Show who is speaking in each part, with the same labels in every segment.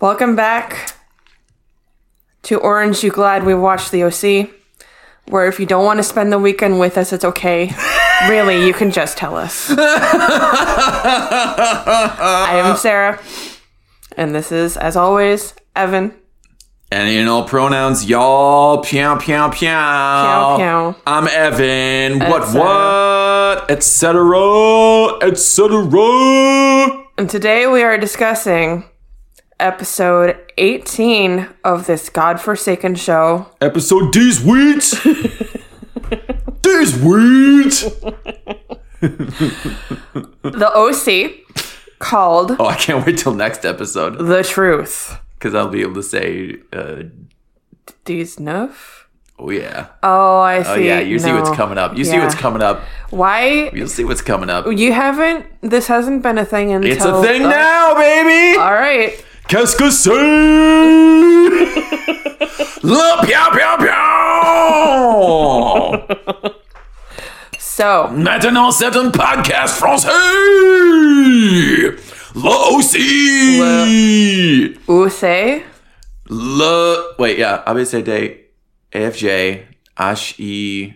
Speaker 1: Welcome back to Orange You Glad We Watched the OC, where if you don't want to spend the weekend with us, it's okay. really, you can just tell us. I am Sarah, and this is, as always, Evan.
Speaker 2: And in all pronouns, y'all, pew, pew, pew. Oh.
Speaker 1: Pew, pew.
Speaker 2: I'm Evan,
Speaker 1: Et
Speaker 2: what, what, etc., etc.
Speaker 1: And today we are discussing episode 18 of this godforsaken show.
Speaker 2: Episode D's Wheat. D's Wheat.
Speaker 1: The OC called
Speaker 2: Oh, I can't wait till next episode
Speaker 1: The Truth.
Speaker 2: because I'll be able to say, uh,
Speaker 1: These nuff?
Speaker 2: oh, yeah.
Speaker 1: Oh, I see.
Speaker 2: Oh, yeah, you see what's
Speaker 1: No.
Speaker 2: coming up. You see what's
Speaker 1: Yeah.
Speaker 2: coming up.
Speaker 1: Why
Speaker 2: You'll see what's coming up.
Speaker 1: You haven't. This hasn't been a thing until.
Speaker 2: It's a thing now, baby.
Speaker 1: All right.
Speaker 2: Qu'est-ce que c'est? Le piao piao piao!
Speaker 1: So
Speaker 2: Maintenant, c'est un podcast français! Le aussi!
Speaker 1: Use
Speaker 2: Le. Wait, yeah. ABCD, FJ, HE,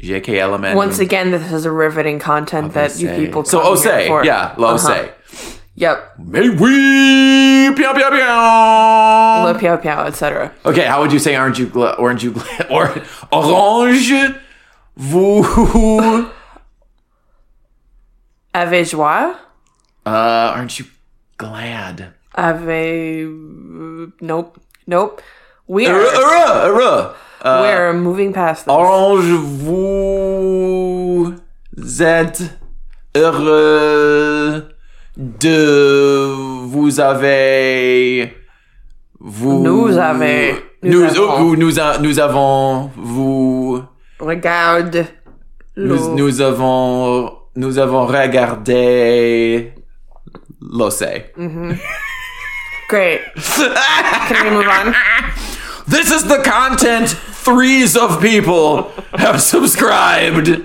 Speaker 2: JK E element.
Speaker 1: once again, this is a riveting content that you people.
Speaker 2: Mm-hmm. So,
Speaker 1: come
Speaker 2: Ose,
Speaker 1: here for. Uh-huh.
Speaker 2: yeah, Le Ose.
Speaker 1: Yep.
Speaker 2: Mais oui! Piao piao piao!
Speaker 1: Le piao piao, etc.
Speaker 2: Okay, how would you say orange you gla- orange you gla- or orange vous
Speaker 1: Avez joie.
Speaker 2: uh aren't you glad?
Speaker 1: Avez. Nope. Nope. We
Speaker 2: Uh,
Speaker 1: are.
Speaker 2: uh, uh, uh,
Speaker 1: We're moving past this.
Speaker 2: Orange vous êtes heureux de vous avez vous
Speaker 1: Nous avez-
Speaker 2: nous,
Speaker 1: nous avons.
Speaker 2: vous- nous, a- nous avons vous
Speaker 1: Regarde.
Speaker 2: Nous,
Speaker 1: l'eau.
Speaker 2: nous avons nous avons regardé l'océan.
Speaker 1: Great. Can we move on?
Speaker 2: This is the content threes of people have subscribed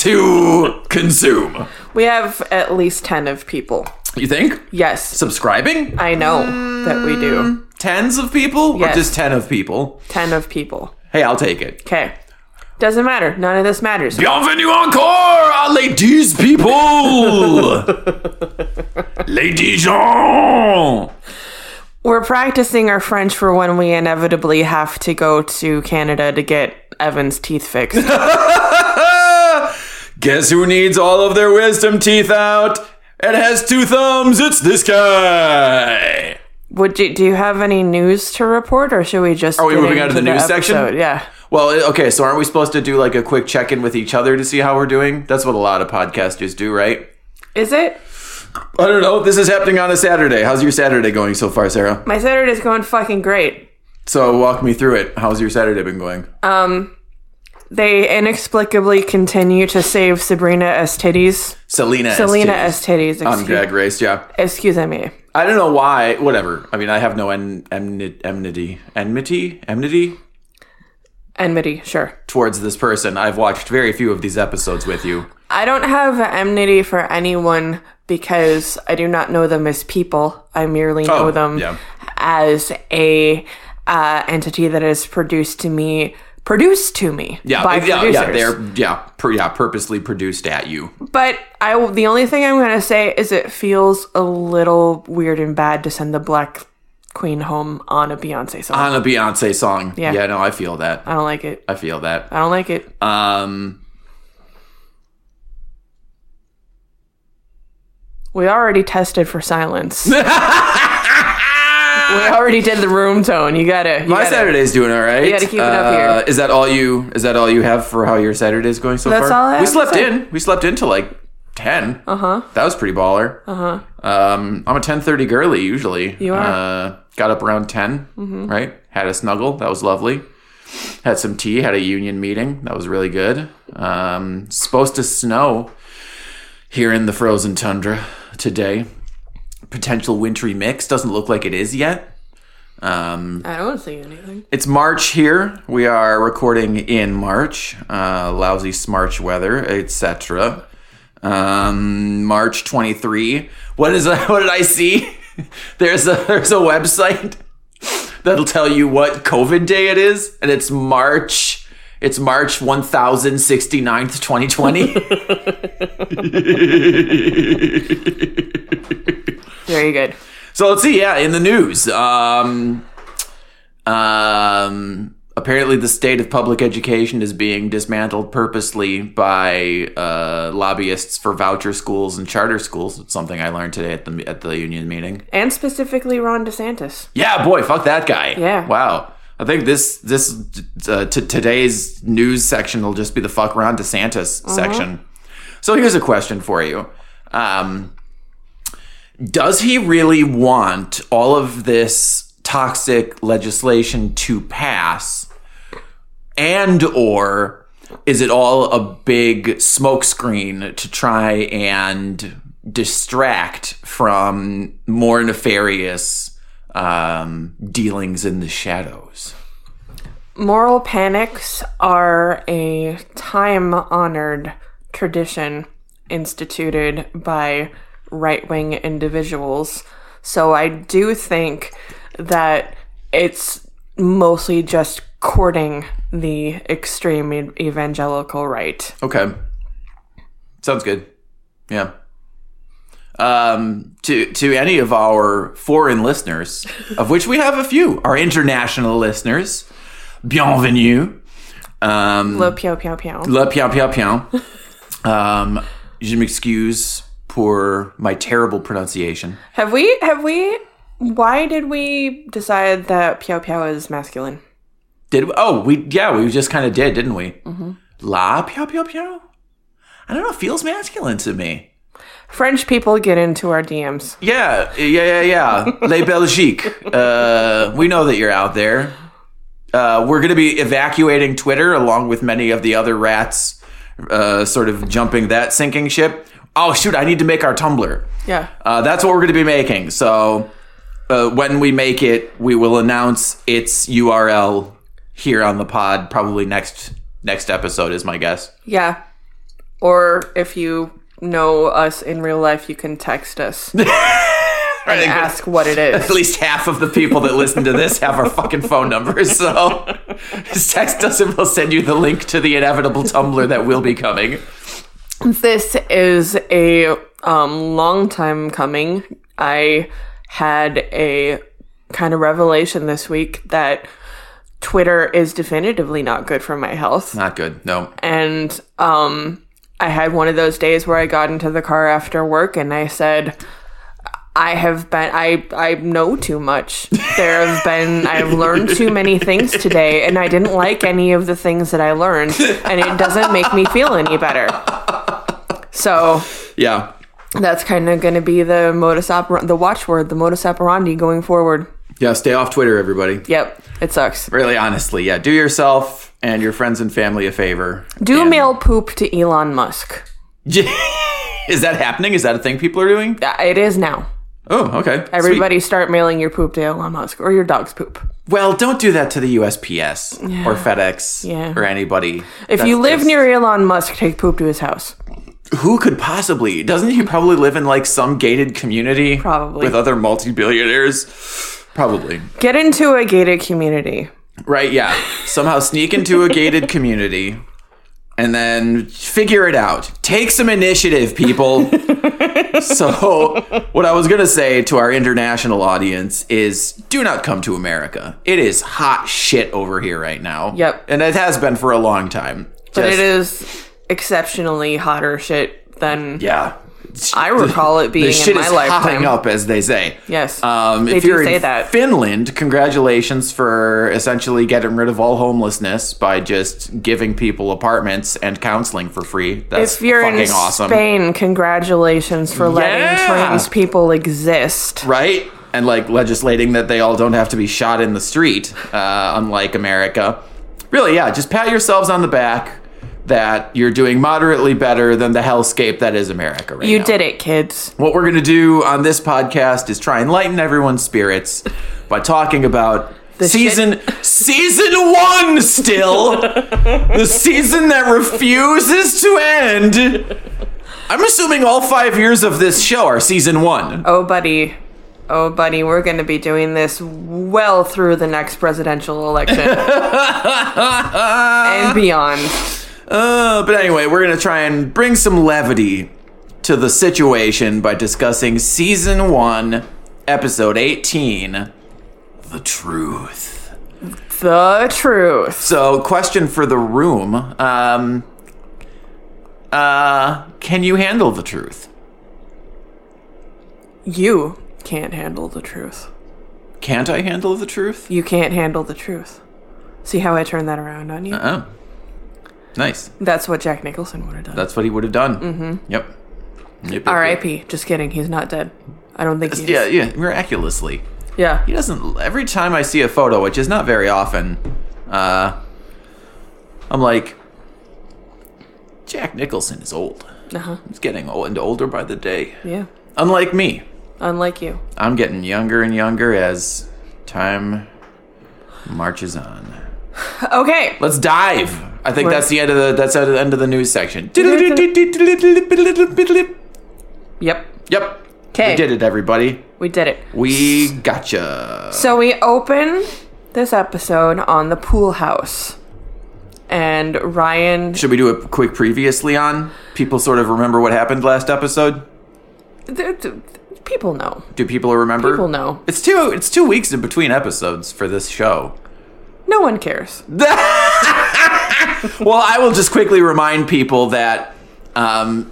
Speaker 2: to consume.
Speaker 1: We have at least ten of people.
Speaker 2: You think
Speaker 1: Yes,
Speaker 2: subscribing?
Speaker 1: I know that we
Speaker 2: Mm.
Speaker 1: do.
Speaker 2: Tens of people
Speaker 1: Yes.
Speaker 2: or just 10 of people?
Speaker 1: Ten of people.
Speaker 2: Hey, I'll take it.
Speaker 1: Okay. Doesn't matter. None of this matters.
Speaker 2: Bienvenue encore à les 10 people. les 10 gens.
Speaker 1: We're practicing our French for when we inevitably have to go to Canada to get Evan's teeth fixed.
Speaker 2: Guess who needs all of their wisdom teeth out and has two thumbs? It's this guy.
Speaker 1: Would you do you have any news to report or should we just Are
Speaker 2: we moving on to the news section?
Speaker 1: Yeah.
Speaker 2: Well, i- okay, so aren't we supposed to do like a quick check in with each other to see how we're doing? That's what a lot of podcasters do, right?
Speaker 1: Is it?
Speaker 2: I don't know. This is happening on a Saturday. How's your Saturday going so far, Sarah?
Speaker 1: My Saturday's going fucking great.
Speaker 2: So walk me through it. How's your Saturday been going?
Speaker 1: They inexplicably continue to save Sabrina S. Titties.
Speaker 2: Selena.
Speaker 1: Selena
Speaker 2: STD.
Speaker 1: S. Titties,
Speaker 2: on
Speaker 1: excuse,
Speaker 2: Drag Race, yeah.
Speaker 1: excuse me.
Speaker 2: I don't know why. Whatever. I mean, I have no en- enmity, enmity, enmity, enmity
Speaker 1: Enmity, sure.
Speaker 2: towards this person. I've watched very few of these episodes with you.
Speaker 1: I don't have enmity for anyone because I do not know them as people. I merely know
Speaker 2: Oh,
Speaker 1: them
Speaker 2: yeah.
Speaker 1: as a uh, entity that is produced to me, produced to me
Speaker 2: Yeah,
Speaker 1: by
Speaker 2: yeah,
Speaker 1: producers.
Speaker 2: yeah, they're yeah, pur- yeah, purposely produced at you.
Speaker 1: But I, the only thing I'm gonna say is it feels a little weird and bad to send the Black Queen home on a Beyonce song.
Speaker 2: On a Beyonce song.
Speaker 1: Yeah.
Speaker 2: yeah no, I feel that.
Speaker 1: I don't like it.
Speaker 2: I feel that.
Speaker 1: I don't like it.
Speaker 2: Um
Speaker 1: We already tested for silence. we already did the room tone. You gotta. You
Speaker 2: My
Speaker 1: gotta-
Speaker 2: Saturday's doing all right. You
Speaker 1: gotta keep it up here.
Speaker 2: Is that all you? Is that all you have for how your Saturday's going so
Speaker 1: That's
Speaker 2: far?
Speaker 1: all I
Speaker 2: we
Speaker 1: have Uh-huh. to
Speaker 2: slept
Speaker 1: say.
Speaker 2: in. We slept in till like ten. Uh huh. That was pretty baller. Uh huh. Um, I'm a ten thirty girly usually. You
Speaker 1: Uh-huh. are. Mm-hmm.
Speaker 2: Uh, got up around 10 Right. Had a snuggle. That was lovely. Had some tea, had a union meeting. That was really good. Um, supposed to snow here in the frozen tundra today. Potential wintry mix. Doesn't look like it is yet. Um,
Speaker 1: I don't see anything.
Speaker 2: it's March here. We are recording in March. Uh, lousy smarch weather, etc. Um, March 23. What is that? What did I see? There's a there's a website that'll tell you what COVID day it is, and it's March. It's March 1069th, 2020.
Speaker 1: Very good.
Speaker 2: so let's see. Yeah, in the news. Um, Um, apparently, the state of public education is being dismantled purposely by uh, lobbyists for voucher schools and charter schools. It's something I learned today at the at the union meeting.
Speaker 1: And specifically Ron DeSantis.
Speaker 2: Yeah, boy, fuck that guy.
Speaker 1: Yeah.
Speaker 2: Wow. I think this this uh, t- today's news section will just be the fuck Ron DeSantis section. So here's a question for you. Um, does he really want all of this toxic legislation to pass and or is it all a big smokescreen to try and distract from more nefarious um, dealings in the shadows
Speaker 1: Moral panics are a time honored tradition instituted by right wing individuals. So I do think that it's mostly just courting the extreme e- evangelical right.
Speaker 2: Okay. Sounds good. Yeah. Um, to to any of our foreign listeners, of which we have a few, our international listeners, bienvenue. Um,
Speaker 1: Lo Pio Pio Pio.
Speaker 2: la pian pian pian. Um, je m'excuse pour my terrible pronunciation.
Speaker 1: Have we, have we, why did we decide that Pio Pio is masculine?
Speaker 2: Did oh we yeah we just kind of did didn't we? La pian pian pian. I don't know. It feels masculine to me.
Speaker 1: French people get into our DMs.
Speaker 2: Yeah, yeah, yeah, yeah. Les Belgiques. Uh, we know that you're out there. Uh, we're going to be evacuating Twitter along with many of the other rats, uh, sort of jumping that sinking ship. Oh, shoot, I need to make our Tumblr.
Speaker 1: Yeah.
Speaker 2: Uh, that's what we're going to be making. So uh, when we make it, we will announce its URL here on the pod, probably next next episode, is my guess.
Speaker 1: Yeah. Or if you know us in real life, you can text us and
Speaker 2: I think
Speaker 1: ask what it
Speaker 2: at
Speaker 1: is.
Speaker 2: least half of the people that listen to this have our fucking phone numbers. So just text us and we'll send you the link to the inevitable Tumblr that will be coming.
Speaker 1: This is a um, long time coming. I had a kind of revelation this week that Twitter is definitively not good for my health.
Speaker 2: Not good. No.
Speaker 1: and um I had one of those days where I got into the car after work and I said I have been I I know too much. There have been I've learned too many things today and I didn't like any of the things that I learned and it doesn't make me feel any better. So
Speaker 2: Yeah.
Speaker 1: that's kind of going to be the modus oper- the watchword, the modus operandi going forward.
Speaker 2: Yeah. Stay off Twitter, everybody.
Speaker 1: Yep, it sucks.
Speaker 2: Really honestly. Yeah. Do yourself and your friends and family a favor.
Speaker 1: Do mail poop to Elon Musk.
Speaker 2: Is that happening? Is that a thing people are doing?
Speaker 1: Uh, It is now.
Speaker 2: Oh, okay. Sweet.
Speaker 1: Everybody start mailing your poop to Elon Musk or your dog's poop.
Speaker 2: Well, don't do that to the USPS or FedEx
Speaker 1: Yeah.
Speaker 2: or anybody.
Speaker 1: If you live near Elon Musk, take poop to his house.
Speaker 2: Who could possibly? Doesn't he probably live in like some gated community?
Speaker 1: Probably.
Speaker 2: With other multi billionaires? Probably.
Speaker 1: Get into a gated community.
Speaker 2: Right, yeah. Somehow sneak into a gated community and then figure it out. Take some initiative, people. so, what I was going to say to our international audience is do not come to America. It is hot shit over here right now.
Speaker 1: Yep.
Speaker 2: And it has been for a long time.
Speaker 1: But
Speaker 2: Just-
Speaker 1: it is exceptionally hotter shit than
Speaker 2: Yeah.
Speaker 1: I recall it being
Speaker 2: This shit
Speaker 1: in my
Speaker 2: is
Speaker 1: lifetime.
Speaker 2: hotting up, as they say.
Speaker 1: Yes.
Speaker 2: Um,
Speaker 1: They
Speaker 2: if
Speaker 1: do
Speaker 2: you're
Speaker 1: say
Speaker 2: in
Speaker 1: that.
Speaker 2: Finland, congratulations for essentially getting rid of all homelessness by just giving people apartments and counseling for free. That's
Speaker 1: If you're
Speaker 2: fucking
Speaker 1: in
Speaker 2: awesome,
Speaker 1: Spain, congratulations for letting
Speaker 2: Yeah.
Speaker 1: trans people exist.
Speaker 2: right? And like legislating that they all don't have to be shot in the street, uh, unlike America. really, yeah, just pat yourselves on the back that you're doing moderately better than the hellscape that is America right
Speaker 1: You
Speaker 2: now.
Speaker 1: did it, kids.
Speaker 2: What we're going to do on this podcast is try and lighten everyone's spirits by talking about
Speaker 1: The
Speaker 2: season season 1 still. the season that refuses to end. I'm assuming all 5 years of this show are season 1.
Speaker 1: Oh, buddy. Oh, buddy, we're going to be doing this well through the next presidential election and beyond.
Speaker 2: Uh, but anyway, we're going to try and bring some levity to the situation by discussing season 1, episode 18, The Truth.
Speaker 1: The truth.
Speaker 2: So, question for the room: um, uh, Can you handle the truth?
Speaker 1: You can't handle the truth.
Speaker 2: Can't I handle the truth?
Speaker 1: You can't handle the truth. See how I turned that around on you?
Speaker 2: Oh, nice.
Speaker 1: That's what Jack Nicholson would have done.
Speaker 2: That's what he would have done. Mm-hmm. Yep. Yep, yep, yep.
Speaker 1: R.I.P. Just kidding. He's not dead. I don't think he is.
Speaker 2: Yeah, yeah. Miraculously,
Speaker 1: Yeah.
Speaker 2: he doesn't. Every time I see a photo, which is not very often, uh, I'm like, Jack Nicholson is old.
Speaker 1: Uh-huh.
Speaker 2: He's getting old and older by the day.
Speaker 1: Yeah.
Speaker 2: Unlike me,
Speaker 1: Unlike you.
Speaker 2: I'm getting younger and younger as time marches on.
Speaker 1: Okay.
Speaker 2: Let's dive. I think
Speaker 1: Right.
Speaker 2: that's the end of the that's the end of the news section.
Speaker 1: Yep.
Speaker 2: Yep.
Speaker 1: 'Kay.
Speaker 2: We did it, everybody.
Speaker 1: We did it.
Speaker 2: We gotcha.
Speaker 1: So we open this episode on the pool house. And Ryan
Speaker 2: Should we do a quick previously on? People sort of remember what happened last episode.
Speaker 1: th- th- people know.
Speaker 2: Do people remember?
Speaker 1: People know.
Speaker 2: It's two. It's two weeks in between episodes for this show.
Speaker 1: No one cares.
Speaker 2: Well, I will just quickly remind people that um,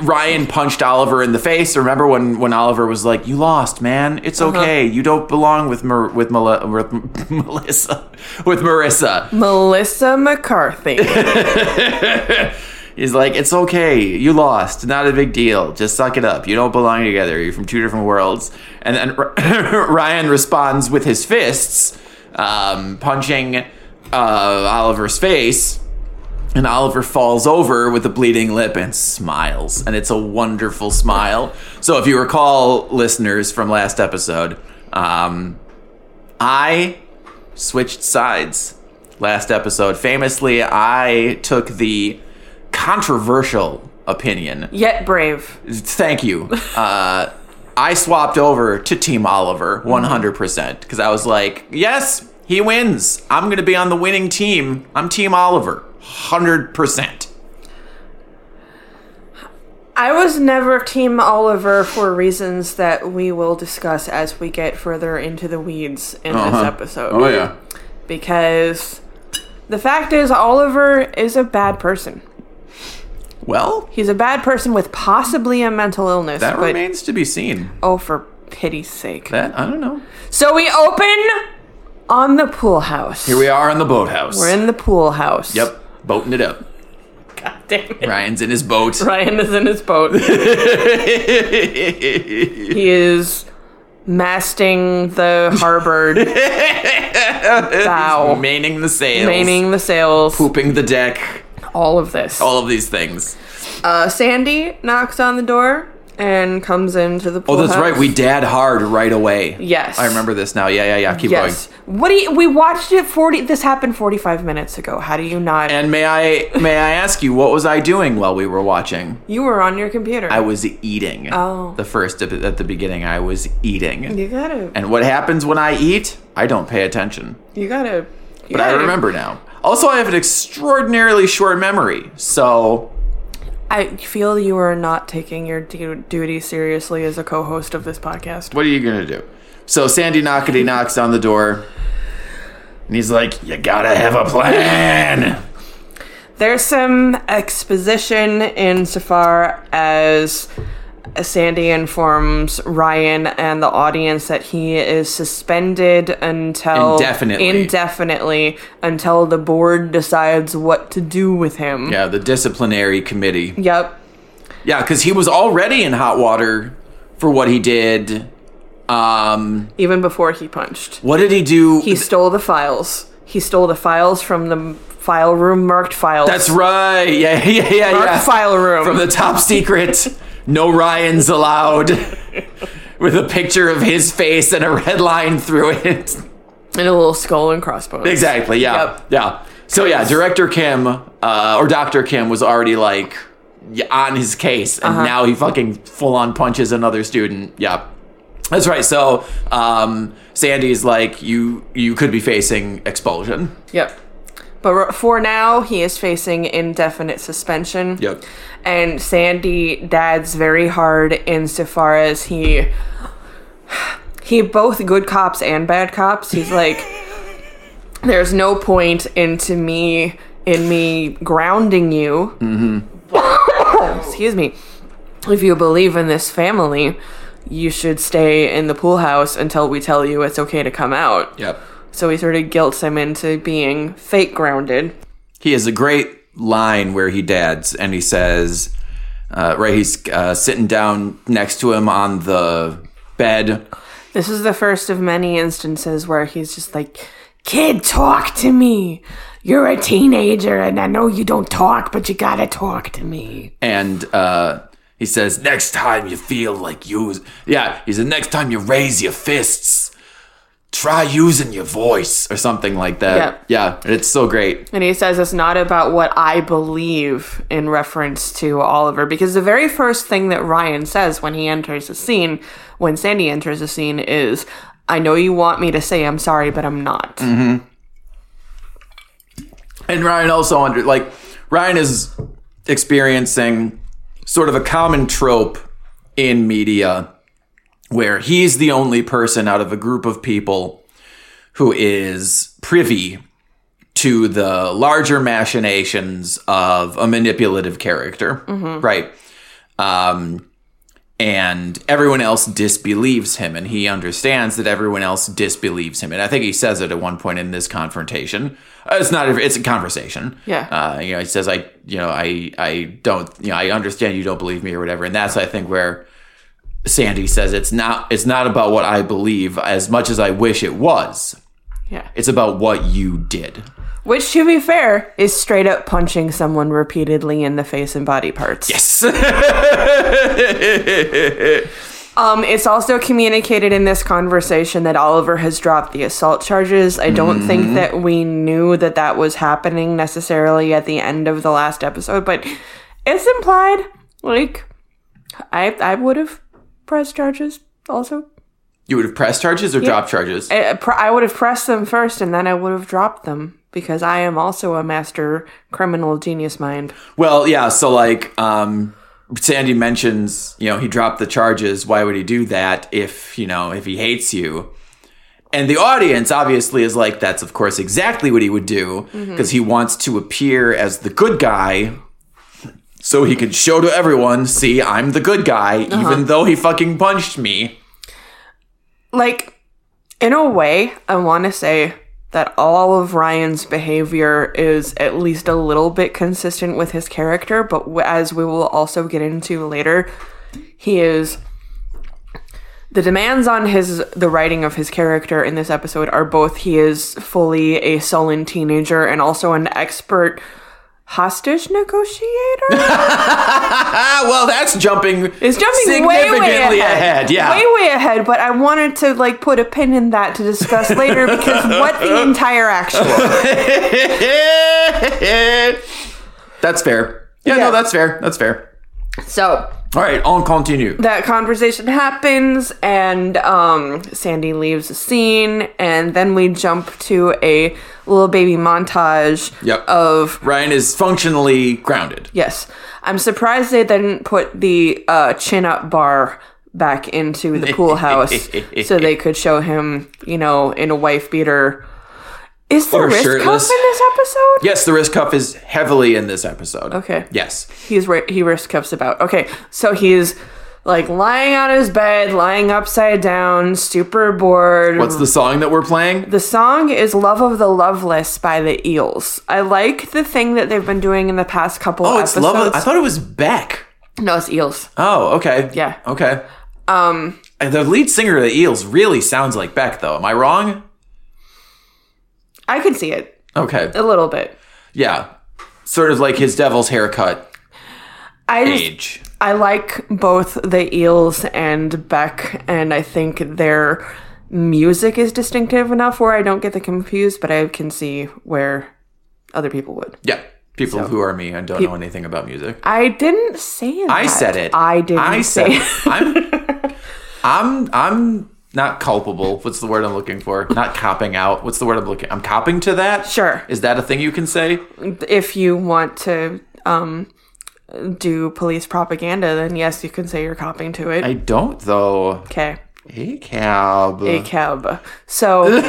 Speaker 2: Ryan punched Oliver in the face. Remember when, when Oliver was like, "You lost, man. It's okay. You don't belong with Mer- with, Mel- with M- Melissa with Marissa."
Speaker 1: Melissa McCarthy.
Speaker 2: He's like, "It's okay. You lost. Not a big deal. Just suck it up. You don't belong together. You're from two different worlds." And then Ryan responds with his fists, um, punching uh, Oliver's face. And Oliver falls over with a bleeding lip and smiles. And it's a wonderful smile. So, if you recall, listeners from last episode, um, I switched sides last episode. Famously, I took the controversial opinion.
Speaker 1: Yet brave.
Speaker 2: Thank you. Uh, I swapped over to Team Oliver
Speaker 1: Mm-hmm.
Speaker 2: 100% because I was like, yes, he wins. I'm going to be on the winning team. I'm Team Oliver 100%.
Speaker 1: I was never Team Oliver for reasons that we will discuss as we get further into the weeds in
Speaker 2: Uh-huh.
Speaker 1: this episode.
Speaker 2: yeah.
Speaker 1: Because the fact is, Oliver is a bad person.
Speaker 2: Well,
Speaker 1: He's a bad person with possibly a mental illness.
Speaker 2: that
Speaker 1: but
Speaker 2: remains to be seen.
Speaker 1: oh, for pity's sake.
Speaker 2: That I don't know.
Speaker 1: So we open on the pool house.
Speaker 2: Here we are in the boathouse.
Speaker 1: We're in the pool house.
Speaker 2: Yep, boating it up.
Speaker 1: God damn it.
Speaker 2: Ryan's in his boat.
Speaker 1: Ryan is in his boat. he is masting the harbor bow,
Speaker 2: Remaining the sails.
Speaker 1: Oh. maining the sails,
Speaker 2: Pooping the deck.
Speaker 1: all of this.
Speaker 2: All of these things.
Speaker 1: Uh, Sandy knocks on the door and comes into the pool.
Speaker 2: Oh, that's
Speaker 1: house.
Speaker 2: right. We dad hard right away.
Speaker 1: Yes.
Speaker 2: I remember this now. Yeah, yeah, yeah. Keep
Speaker 1: Yes.
Speaker 2: going.
Speaker 1: What do you, we watched it 40 this happened 45 minutes ago. How do you not
Speaker 2: And may I may I ask you what was I doing while we were watching?
Speaker 1: You were on your computer.
Speaker 2: I was eating.
Speaker 1: Oh.
Speaker 2: The first at at the beginning, I was eating.
Speaker 1: you got to
Speaker 2: And what happens when I eat? I don't pay attention.
Speaker 1: you got to
Speaker 2: But I remember now. Also, I have an extraordinarily short memory. So
Speaker 1: I feel you are not taking your du- duty seriously as a co-host of this podcast.
Speaker 2: What are you gonna do? So Sandy Knockety knocks on the door, and he's like, "You gotta have a plan."
Speaker 1: There's some exposition insofar as Sandy informs Ryan and the audience that he is suspended until
Speaker 2: Indefinitely.
Speaker 1: indefinitely until the board decides what to do with him.
Speaker 2: yeah, the disciplinary committee.
Speaker 1: Yep.
Speaker 2: Yeah, because he was already in hot water for what he did. Um,
Speaker 1: Even before he punched,
Speaker 2: what did he do?
Speaker 1: he stole the files. he stole the files from the file room marked files.
Speaker 2: That's right. Yeah, yeah, yeah,
Speaker 1: marked
Speaker 2: yeah.
Speaker 1: file room.
Speaker 2: From the top secret, no Ryan's allowed. With a picture of his face and a red line through it.
Speaker 1: and a little skull and crossbones.
Speaker 2: Exactly. Yeah.
Speaker 1: Yep.
Speaker 2: Yeah. So yeah, director Kim uh, or Doctor Kim was already like y- on his case, and now he fucking full on punches another student. Yeah. That's right. So um, Sandy's like, you you could be facing expulsion.
Speaker 1: Yep. But r- for now, he is facing indefinite suspension.
Speaker 2: Yep.
Speaker 1: And Sandy dads very hard insofar as he he both good cops and bad cops. He's like there's no point into me in me grounding you. Excuse me. If you believe in this family, you should stay in the pool house until we tell you it's okay to come out.
Speaker 2: Yep.
Speaker 1: So he sort of guilts him into being fake grounded.
Speaker 2: He has a great line where he dads, and he says, uh, right, he's uh, sitting down next to him on the bed.
Speaker 1: This is the first of many instances where he's just like, Kid, talk to me. You're a teenager, and I know you don't talk, but you gotta talk to me.
Speaker 2: and uh, he says, "Next time you feel like use, yeah." He said, "Next time you raise your fists, try using your voice or something like that." Yeah, it's so great.
Speaker 1: And he says it's not about what I believe in reference to Oliver, because the very first thing that Ryan says when he enters the scene, when Sandy enters the scene, is, I know you want me to say I'm sorry, but I'm not.
Speaker 2: And Ryan also under like Ryan is experiencing sort of a common trope in media where he's the only person out of a group of people who is privy to the larger machinations of a manipulative character, right? Um, and everyone else disbelieves him, and he understands that everyone else disbelieves him. And I think he says it at one point in this confrontation. Uh, It's not; a, it's a conversation.
Speaker 1: Yeah.
Speaker 2: Uh, you know, he says, "I, you know, I, I don't, you know, I understand you don't believe me or whatever." And that's, I think, where Sandy says it's not it's not about what I believe as much as I wish it was.
Speaker 1: Yeah.
Speaker 2: It's about what you did.
Speaker 1: Which, to be fair, is straight up punching someone repeatedly in the face and body parts.
Speaker 2: Yes.
Speaker 1: Um, it's also communicated in this conversation that Oliver has dropped the assault charges. I don't think that we knew that that was happening necessarily at the end of the last episode, but it's implied. Like, I I would have pressed charges also.
Speaker 2: you would have pressed charges or dropped charges?
Speaker 1: I, pr- I would have pressed them first, and then I would have dropped them because I am also a master criminal genius mind.
Speaker 2: Well, yeah, so like um Sandy mentions, you know, he dropped the charges. Why would he do that if, you know, if he hates you? And the audience obviously is like, that's of course exactly what he would do
Speaker 1: Mm-hmm.
Speaker 2: because he wants to appear as the good guy so he can show to everyone, see, I'm the good guy,
Speaker 1: Uh-huh.
Speaker 2: even though he fucking punched me.
Speaker 1: like in a way i want to say that all of ryan's behavior is at least a little bit consistent with his character but w- as we will also get into later he is the demands on his the writing of his character in this episode are both he is fully a sullen teenager and also an expert hostage negotiator
Speaker 2: Ah, well, that's jumping.
Speaker 1: It's jumping way, way ahead.
Speaker 2: significantly ahead, yeah.
Speaker 1: Way, way ahead. But I wanted to like put a pin in that to discuss later because what the entire action?
Speaker 2: that's fair. Yeah,
Speaker 1: Yeah.
Speaker 2: no, that's fair. That's fair.
Speaker 1: So
Speaker 2: All right, on continue.
Speaker 1: that conversation happens, and um, Sandy leaves the scene, and then we jump to a little baby montage
Speaker 2: Yep.
Speaker 1: of
Speaker 2: Ryan is functionally grounded.
Speaker 1: Yes. I'm surprised they didn't put the uh, chin up bar back into the pool house so they could show him, you know, in a wife beater. Is the
Speaker 2: Or
Speaker 1: wrist
Speaker 2: shirtless.
Speaker 1: cuff in this episode?
Speaker 2: Yes, the wrist cuff is heavily in this episode.
Speaker 1: Okay.
Speaker 2: Yes.
Speaker 1: He's ri- he wrist cuffs about. Okay. So he's like lying on his bed, lying upside down, super bored.
Speaker 2: What's the song that we're playing?
Speaker 1: The song is Love of the Loveless by the Eels. I like the thing that they've been doing in the past couple
Speaker 2: Oh, it's
Speaker 1: episodes.
Speaker 2: love. I thought it was Beck.
Speaker 1: no, it's Eels.
Speaker 2: Oh, okay.
Speaker 1: Yeah.
Speaker 2: Okay. Um, the lead singer of the Eels really sounds like Beck, though. Am I wrong?
Speaker 1: I could see it
Speaker 2: Okay.
Speaker 1: a little bit.
Speaker 2: Yeah. Sort of like his devil's haircut
Speaker 1: I just,
Speaker 2: age.
Speaker 1: I like both the Eels and Beck, and I think their music is distinctive enough where I don't get the confused, but I can see where other people would.
Speaker 2: Yeah. People who are me and don't know anything about music.
Speaker 1: I didn't say that.
Speaker 2: I said it.
Speaker 1: I didn't
Speaker 2: I said
Speaker 1: say
Speaker 2: it. I'm I'm I'm not culpable. What's the word I'm looking for? Not copping out. What's the word I'm looking I'm copping to that?
Speaker 1: Sure.
Speaker 2: Is that a thing you can say?
Speaker 1: If you want to um, do police propaganda, then yes, you can say you're copying to it.
Speaker 2: I don't though.
Speaker 1: okay.
Speaker 2: A cab.
Speaker 1: A cab. So, in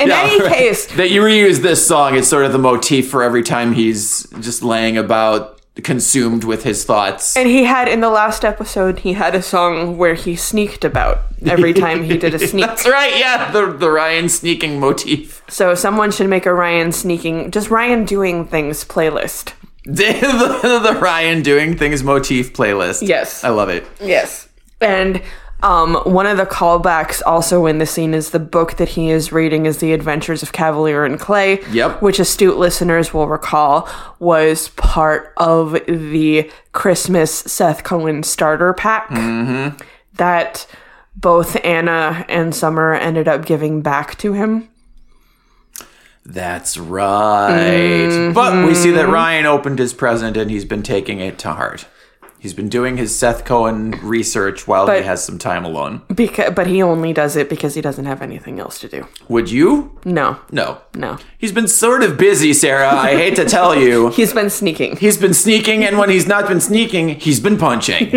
Speaker 1: any case,
Speaker 2: that you reuse this song it's sort of the motif for every time he's just laying about consumed with his thoughts
Speaker 1: And he had in the last episode, he had a song where he sneaked about every time he did a sneak.
Speaker 2: that's right yeah the, the ryan sneaking motif
Speaker 1: so someone should make a Ryan sneaking, just Ryan doing things playlist.
Speaker 2: the, the, the ryan doing things motif playlist
Speaker 1: Yes.
Speaker 2: i love it
Speaker 1: Yes. And um, one of the callbacks also in the scene is the book that he is reading is The Adventures of Cavalier and Clay.
Speaker 2: Yep.
Speaker 1: Which astute listeners will recall was part of the Christmas Seth Cohen starter pack
Speaker 2: Mm-hmm.
Speaker 1: that both Anna and Summer ended up giving back to him.
Speaker 2: that's right but we see that
Speaker 1: Mm-hmm.
Speaker 2: ryan opened his present and he's been taking it to heart he's been doing his seth cohen research while he
Speaker 1: But-
Speaker 2: has some time alone
Speaker 1: Because, but he only does it because he doesn't have anything else to do.
Speaker 2: would you
Speaker 1: No,
Speaker 2: no
Speaker 1: no.
Speaker 2: he's been sort of busy sarah i hate to tell you
Speaker 1: He's been sneaking.
Speaker 2: He's been sneaking, and when he's not been sneaking, he's been punching.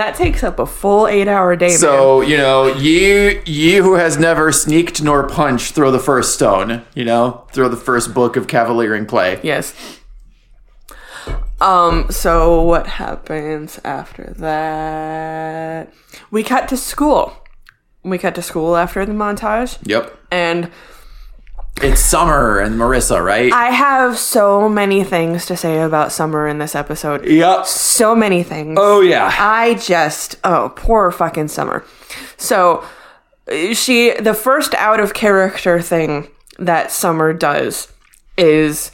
Speaker 1: That takes up a full eight hour day. man.
Speaker 2: So you know, you you who has never sneaked nor punched, throw the first stone. You know, throw the first book of Cavaliering play.
Speaker 1: Yes. Um, so what happens after that? We cut to school. We cut to school after the montage.
Speaker 2: Yep,
Speaker 1: And
Speaker 2: it's Summer and Marissa, right?
Speaker 1: I have so many things to say about Summer in this episode.
Speaker 2: yep.
Speaker 1: So many things.
Speaker 2: Oh yeah.
Speaker 1: I just oh poor fucking summer. So uh, she the first out of character thing that Summer does is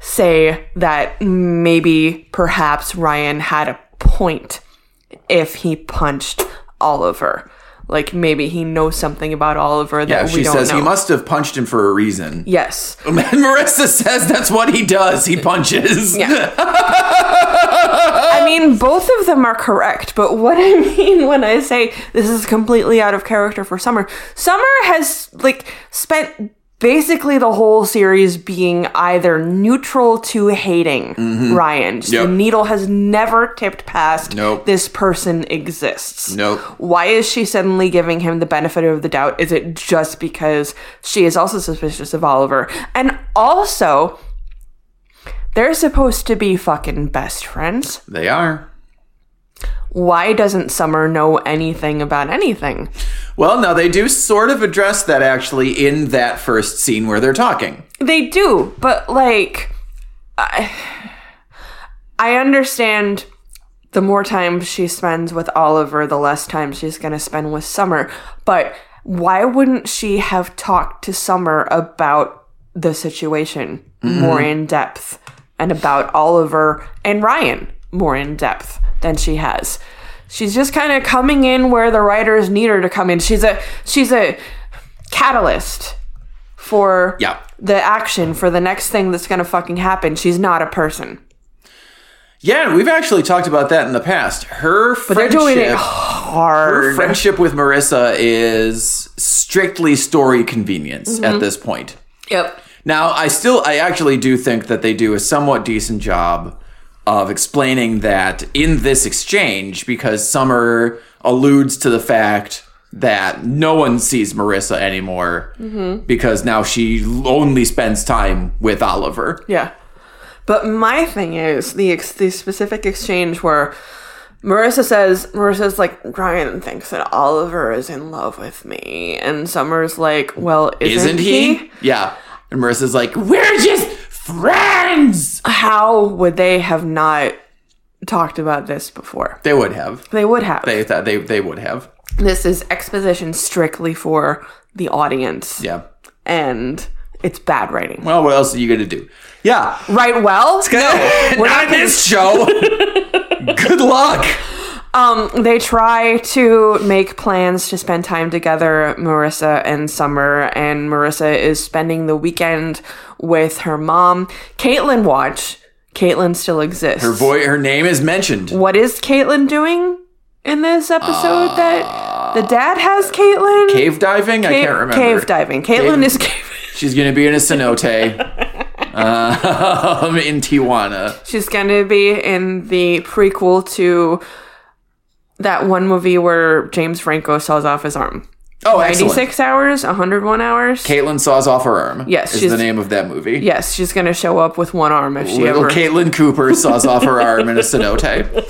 Speaker 1: say that maybe perhaps Ryan had a point if he punched Oliver. Like maybe he knows something about Oliver that
Speaker 2: Yeah,
Speaker 1: we
Speaker 2: she
Speaker 1: don't
Speaker 2: says
Speaker 1: know.
Speaker 2: he must have punched him for a reason.
Speaker 1: yes.
Speaker 2: And Marissa says that's what he does. He punches. Um,
Speaker 1: I mean, both of them are correct, but what I mean when I say this is completely out of character for Summer, Summer has like spent basically the whole series being either neutral to hating Ryan. Just
Speaker 2: Mm-hmm. Yep.
Speaker 1: The needle has never tipped past
Speaker 2: Nope.
Speaker 1: this person exists.
Speaker 2: Nope.
Speaker 1: Why is she suddenly giving him the benefit of the doubt? Is it just because she is also suspicious of Oliver? And also, they're supposed to be fucking best friends
Speaker 2: They are.
Speaker 1: why doesn't Summer know anything about anything?
Speaker 2: Well, now they do sort of address that actually in that first scene where they're talking.
Speaker 1: They do, but like, I, I understand the more time she spends with Oliver, the less time she's going to spend with Summer, but why wouldn't she have talked to Summer about the situation more in depth and about Oliver and Ryan more in depth than she has? She's just kind of coming in where the writers need her to come in. She's a she's a catalyst for
Speaker 2: Yeah.
Speaker 1: the action for the next thing that's going to fucking happen. She's not a person.
Speaker 2: Yeah, and we've actually talked about that in the past. Her
Speaker 1: They're
Speaker 2: friendship,
Speaker 1: doing it
Speaker 2: her
Speaker 1: hard.
Speaker 2: friendship with Marissa is strictly story convenience
Speaker 1: Mm-hmm.
Speaker 2: at this point.
Speaker 1: Yep.
Speaker 2: Now, I still, I actually do think that they do a somewhat decent job of explaining that in this exchange because Summer alludes to the fact that no one sees Marissa anymore because now she only spends time with Oliver.
Speaker 1: Yeah. But my thing is the ex- the specific exchange where Marissa says Marissa's like Ryan thinks that Oliver is in love with me, and Summer's like, well,
Speaker 2: Isn't
Speaker 1: isn't,
Speaker 2: he? Yeah. And Marissa's like, we're just friends.
Speaker 1: How would they have not talked about this before?
Speaker 2: They would have.
Speaker 1: They would have.
Speaker 2: They thought they they would have.
Speaker 1: this is exposition strictly for the audience,
Speaker 2: Yeah.
Speaker 1: and it's bad writing.
Speaker 2: Well, what else are you gonna do? Yeah.
Speaker 1: Write well?
Speaker 2: No,
Speaker 1: we're not
Speaker 2: not this show. Good luck.
Speaker 1: Um, they try to make plans to spend time together, Marissa and Summer, and Marissa is spending the weekend with her mom. Caitlin watch. Caitlin still exists.
Speaker 2: Her boy, her name is mentioned.
Speaker 1: what is Caitlin doing in this episode that the dad has Caitlin?
Speaker 2: Cave diving? Uh, I
Speaker 1: Ca-
Speaker 2: can't remember.
Speaker 1: Cave diving. Caitlin
Speaker 2: Cave-
Speaker 1: is cave-
Speaker 2: She's gonna be in a cenote. um, in Tijuana.
Speaker 1: she's gonna be in the prequel to that one movie where James Franco saws off his arm.
Speaker 2: Oh, excellent.
Speaker 1: 96 hours, 101 hours.
Speaker 2: Caitlin saws off her arm.
Speaker 1: Yes,
Speaker 2: is
Speaker 1: she's-
Speaker 2: the name of that movie.
Speaker 1: Yes, she's gonna show up with one arm if she
Speaker 2: Little
Speaker 1: ever.
Speaker 2: Caitlin Cooper saws off her arm in a cenote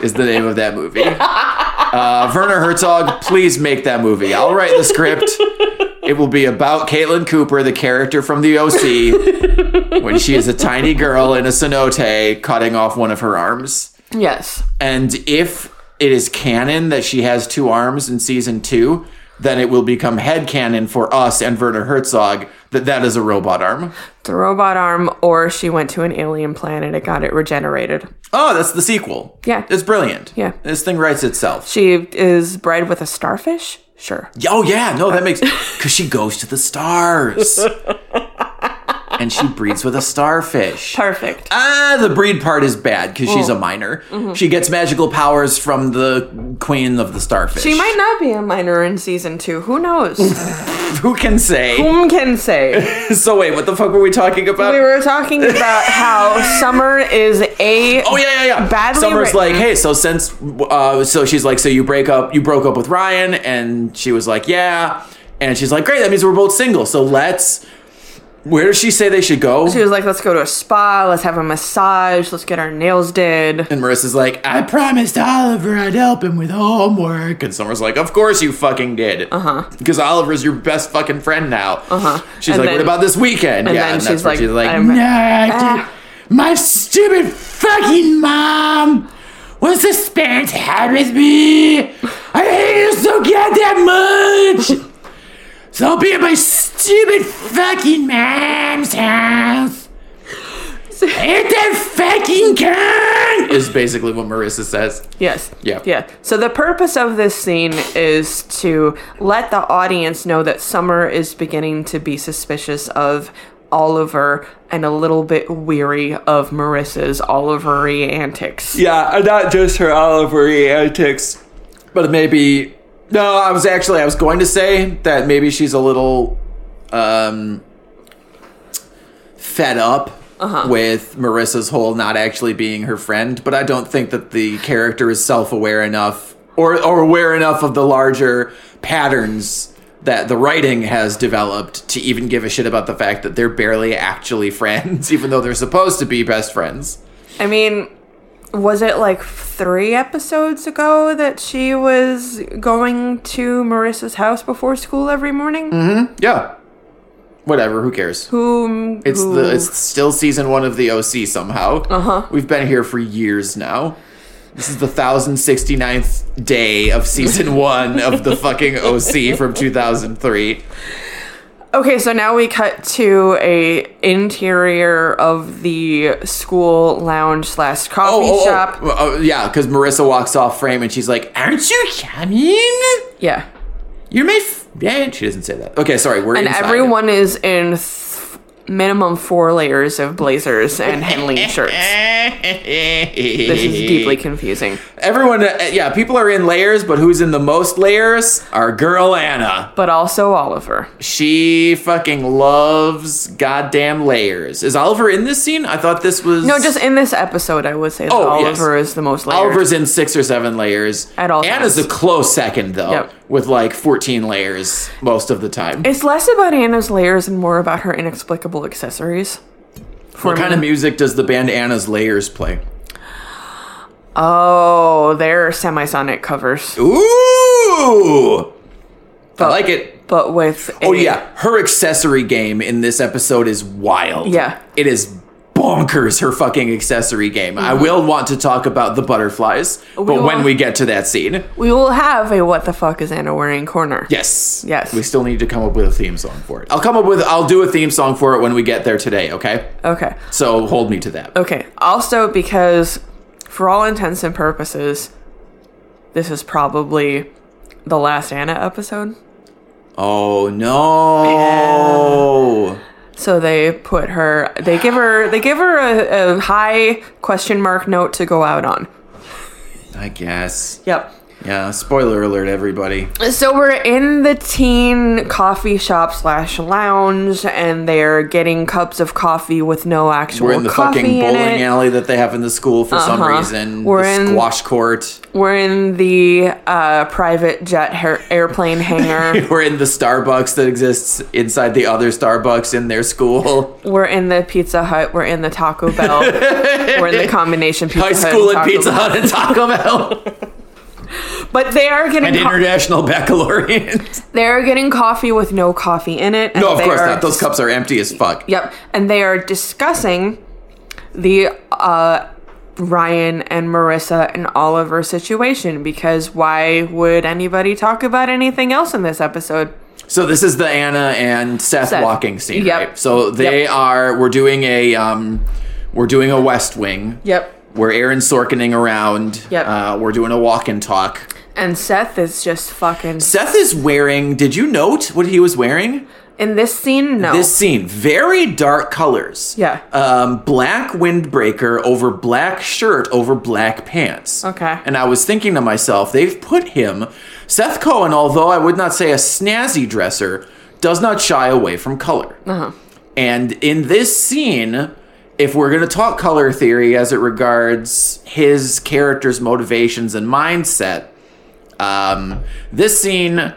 Speaker 2: is the name of that movie. Uh, Werner Herzog, please make that movie. I'll write the script. It will be about Caitlin Cooper, the character from the OC, when she is a tiny girl in a cenote cutting off one of her arms.
Speaker 1: Yes,
Speaker 2: And if it is canon that she has two arms in season two, then it will become head canon for us and Werner Herzog that that is a robot arm.
Speaker 1: the robot arm, or she went to an alien planet and got it regenerated.
Speaker 2: Oh, that's the sequel.
Speaker 1: Yeah.
Speaker 2: It's brilliant.
Speaker 1: Yeah.
Speaker 2: This thing writes itself.
Speaker 1: She is bred with a starfish. Sure.
Speaker 2: Oh, yeah. No, that makes. Because she goes to the stars. and she breeds with a starfish.
Speaker 1: Perfect.
Speaker 2: Ah, the breed part is bad because she's a
Speaker 1: Oh.
Speaker 2: minor.
Speaker 1: Mm-hmm.
Speaker 2: She gets magical powers from the queen of the starfish.
Speaker 1: She might not be a minor in season two. Who knows?
Speaker 2: Who can say?
Speaker 1: Whom can say?
Speaker 2: so, wait, what the fuck were we talking about?
Speaker 1: We were talking about how Summer is a.
Speaker 2: Oh yeah, yeah, yeah.
Speaker 1: Badly
Speaker 2: Summer's
Speaker 1: written.
Speaker 2: like, hey, so since, uh, so she's like, so you break up, you broke up with Ryan, and she was like, yeah, and she's like, great, that means we're both single. So let's. Where does she say they should go?
Speaker 1: She was like, let's go to a spa, let's have a massage, let's get our nails did.
Speaker 2: And Marissa's like, I promised Oliver I'd help him with homework. And Summer's like, Of course you fucking did. Uh huh. Because Oliver's your best fucking friend now. Uh huh. She's
Speaker 1: Uh-huh.
Speaker 2: like,
Speaker 1: And
Speaker 2: What
Speaker 1: then-
Speaker 2: about this weekend?
Speaker 1: and
Speaker 2: yeah.
Speaker 1: then
Speaker 2: and
Speaker 1: she's
Speaker 2: that's when
Speaker 1: like,
Speaker 2: she's like,
Speaker 1: I'm-
Speaker 2: "Nah, I did- my stupid fucking mom wants to spend time with me. I hate you so goddamn much. So I'll be at my stupid fucking mom's house. Ain't that fucking cunt? Is basically what Marissa says.
Speaker 1: Yes.
Speaker 2: Yeah.
Speaker 1: Yeah. So the purpose of this scene is to let the audience know that Summer is beginning to be suspicious of Oliver and a little bit weary of Marissa's Olivery antics.
Speaker 2: Yeah, and not just her Olivery antics, but maybe. No, I was actually I was going to say that maybe she's a little um, fed up with Marissa's whole not actually being her friend, but I don't think that the character is self-aware enough or or aware enough of the larger patterns that the writing has developed to even give a shit about the fact that they're barely actually friends, even though they're supposed to be best friends.
Speaker 1: I mean, was it like three episodes ago that she was going to Marissa's house before school every morning?
Speaker 2: Mm-hmm. Yeah. Whatever, who cares?
Speaker 1: Whom
Speaker 2: It's
Speaker 1: who-
Speaker 2: the it's still season one of the OC somehow. Uh-huh. We've been here for years now. This is the 1069th day of season one of the fucking OC from 2003.
Speaker 1: Okay, so now we cut to a interior of the school lounge slash
Speaker 2: Oh,
Speaker 1: coffee
Speaker 2: oh, oh.
Speaker 1: shop.
Speaker 2: Well, oh, yeah, because Marissa walks off frame and she's like, Aren't you coming?
Speaker 1: Yeah,
Speaker 2: You're my. F-. Yeah, she doesn't say that. Okay, sorry, we're
Speaker 1: and
Speaker 2: inside.
Speaker 1: everyone is in th- minimum four layers of blazers and Henley shirts. This
Speaker 2: this
Speaker 1: is deeply confusing.
Speaker 2: Everyone, uh, yeah, people are in layers, but who's in the most layers? Our girl Anna.
Speaker 1: But also Oliver.
Speaker 2: She fucking loves goddamn layers. Is Oliver in this scene? I thought this was
Speaker 1: No, just in this episode, I would say that
Speaker 2: Oh, yes.
Speaker 1: Oliver is the most layered.
Speaker 2: Oliver's in six or seven layers.
Speaker 1: At all
Speaker 2: Anna's
Speaker 1: times.
Speaker 2: a close second though,
Speaker 1: Yep.
Speaker 2: with like fourteen layers most of the time.
Speaker 1: it's less about Anna's layers and more about her inexplicable accessories. For
Speaker 2: What kind of music does the band Anna's Layers play?
Speaker 1: Oh, they're semisonic covers,
Speaker 2: Ooh, I like it.
Speaker 1: but with
Speaker 2: Oh
Speaker 1: a-
Speaker 2: yeah, her accessory game in this episode is wild.
Speaker 1: Yeah.
Speaker 2: it is bonkers her fucking accessory game. I will want to talk about the butterflies, but when
Speaker 1: Mm-hmm. will.
Speaker 2: we get to that scene,
Speaker 1: We will have a what the fuck is Anna wearing corner.
Speaker 2: yes,
Speaker 1: Yes.
Speaker 2: we still need to come up with a theme song for it. I'll come up with, I'll do a theme song for it when we get there today. Okay,
Speaker 1: Okay.
Speaker 2: so hold me to that.
Speaker 1: Okay. Also, because for all intents and purposes, this is probably the last Anna episode.
Speaker 2: Oh no.
Speaker 1: So they put her. They give her. They give her a, a high question mark note to go out on.
Speaker 2: I guess.
Speaker 1: Yep.
Speaker 2: Yeah, spoiler alert, everybody.
Speaker 1: So we're in the teen coffee shop slash lounge, and they're getting cups of coffee with no actual.
Speaker 2: We're in the
Speaker 1: coffee
Speaker 2: fucking
Speaker 1: in
Speaker 2: bowling
Speaker 1: it.
Speaker 2: alley that they have in the school for some
Speaker 1: Uh-huh.
Speaker 2: reason.
Speaker 1: We're
Speaker 2: the
Speaker 1: in-
Speaker 2: squash court.
Speaker 1: We're in the uh, private jet her- airplane hangar.
Speaker 2: We're in the Starbucks that exists inside the other Starbucks in their school.
Speaker 1: we're in the Pizza Hut. We're in the Taco Bell. we're in the combination Pizza
Speaker 2: High
Speaker 1: Hut
Speaker 2: school and
Speaker 1: Taco
Speaker 2: Pizza
Speaker 1: Bell.
Speaker 2: Hut and Taco Bell.
Speaker 1: But they are
Speaker 2: and
Speaker 1: getting co-
Speaker 2: International Baccalaureate.
Speaker 1: they are getting coffee with no coffee in it. and
Speaker 2: no, of
Speaker 1: they
Speaker 2: course
Speaker 1: are
Speaker 2: not. Those cups are empty as fuck.
Speaker 1: Yep. And they are discussing the uh, Ryan and Marissa and Oliver situation because why would anybody talk about anything else in this episode?
Speaker 2: So this is the Anna and Seth,
Speaker 1: Seth.
Speaker 2: walking scene,
Speaker 1: Yep.
Speaker 2: right? So they
Speaker 1: Yep.
Speaker 2: are we're doing a um we're doing a West Wing.
Speaker 1: Yep.
Speaker 2: We're Aaron Sorkining around.
Speaker 1: Yep.
Speaker 2: Uh, we're doing a walk and talk.
Speaker 1: And Seth is just fucking.
Speaker 2: Seth is wearing. Did you note what he was wearing?
Speaker 1: In this scene, no.
Speaker 2: This scene, very dark colors.
Speaker 1: Yeah.
Speaker 2: Um, black windbreaker over black shirt over black pants.
Speaker 1: Okay.
Speaker 2: And I was thinking to myself, they've put him, Seth Cohen, although I would not say a snazzy dresser, does not shy away from color. Uh-huh. And in this scene, if we're going to talk color theory as it regards his character's motivations and mindset, um, this scene,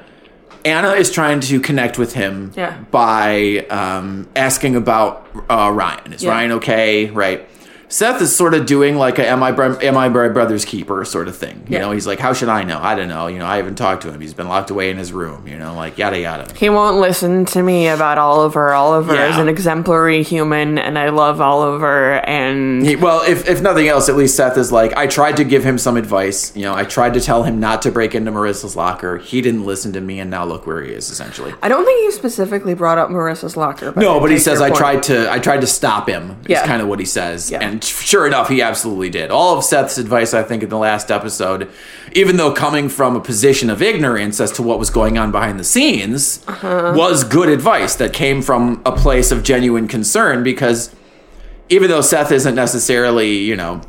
Speaker 2: Anna is trying to connect with him
Speaker 1: Yeah.
Speaker 2: by um, asking about uh, Ryan. Is
Speaker 1: Yeah.
Speaker 2: Ryan okay? Right. Seth is sort of doing like a am I bro- am I my brother's keeper sort of thing. You
Speaker 1: Yeah.
Speaker 2: know, he's like, how should I know? I don't know. You know, I haven't talked to him. He's been locked away in his room. You know, like yada yada.
Speaker 1: he won't listen to me about Oliver. Oliver
Speaker 2: Yeah.
Speaker 1: is an exemplary human, and I love Oliver. And
Speaker 2: He- well, if if nothing else, at least Seth is like, I tried to give him some advice. You know, I tried to tell him not to break into Marissa's locker. He didn't listen to me, and now look where he is. Essentially.
Speaker 1: I don't think he specifically brought up Marissa's locker.
Speaker 2: No,
Speaker 1: I
Speaker 2: but he
Speaker 1: take
Speaker 2: says
Speaker 1: your
Speaker 2: I
Speaker 1: point.
Speaker 2: tried to I tried to stop him. Is
Speaker 1: Yeah.
Speaker 2: kind of what he says.
Speaker 1: Yeah.
Speaker 2: And sure enough, he absolutely did. All of Seth's advice, I think, in the last episode, even though coming from a position of ignorance as to what was going on behind the scenes,
Speaker 1: Uh-huh.
Speaker 2: was good advice that came from a place of genuine concern because even though Seth isn't necessarily, you know,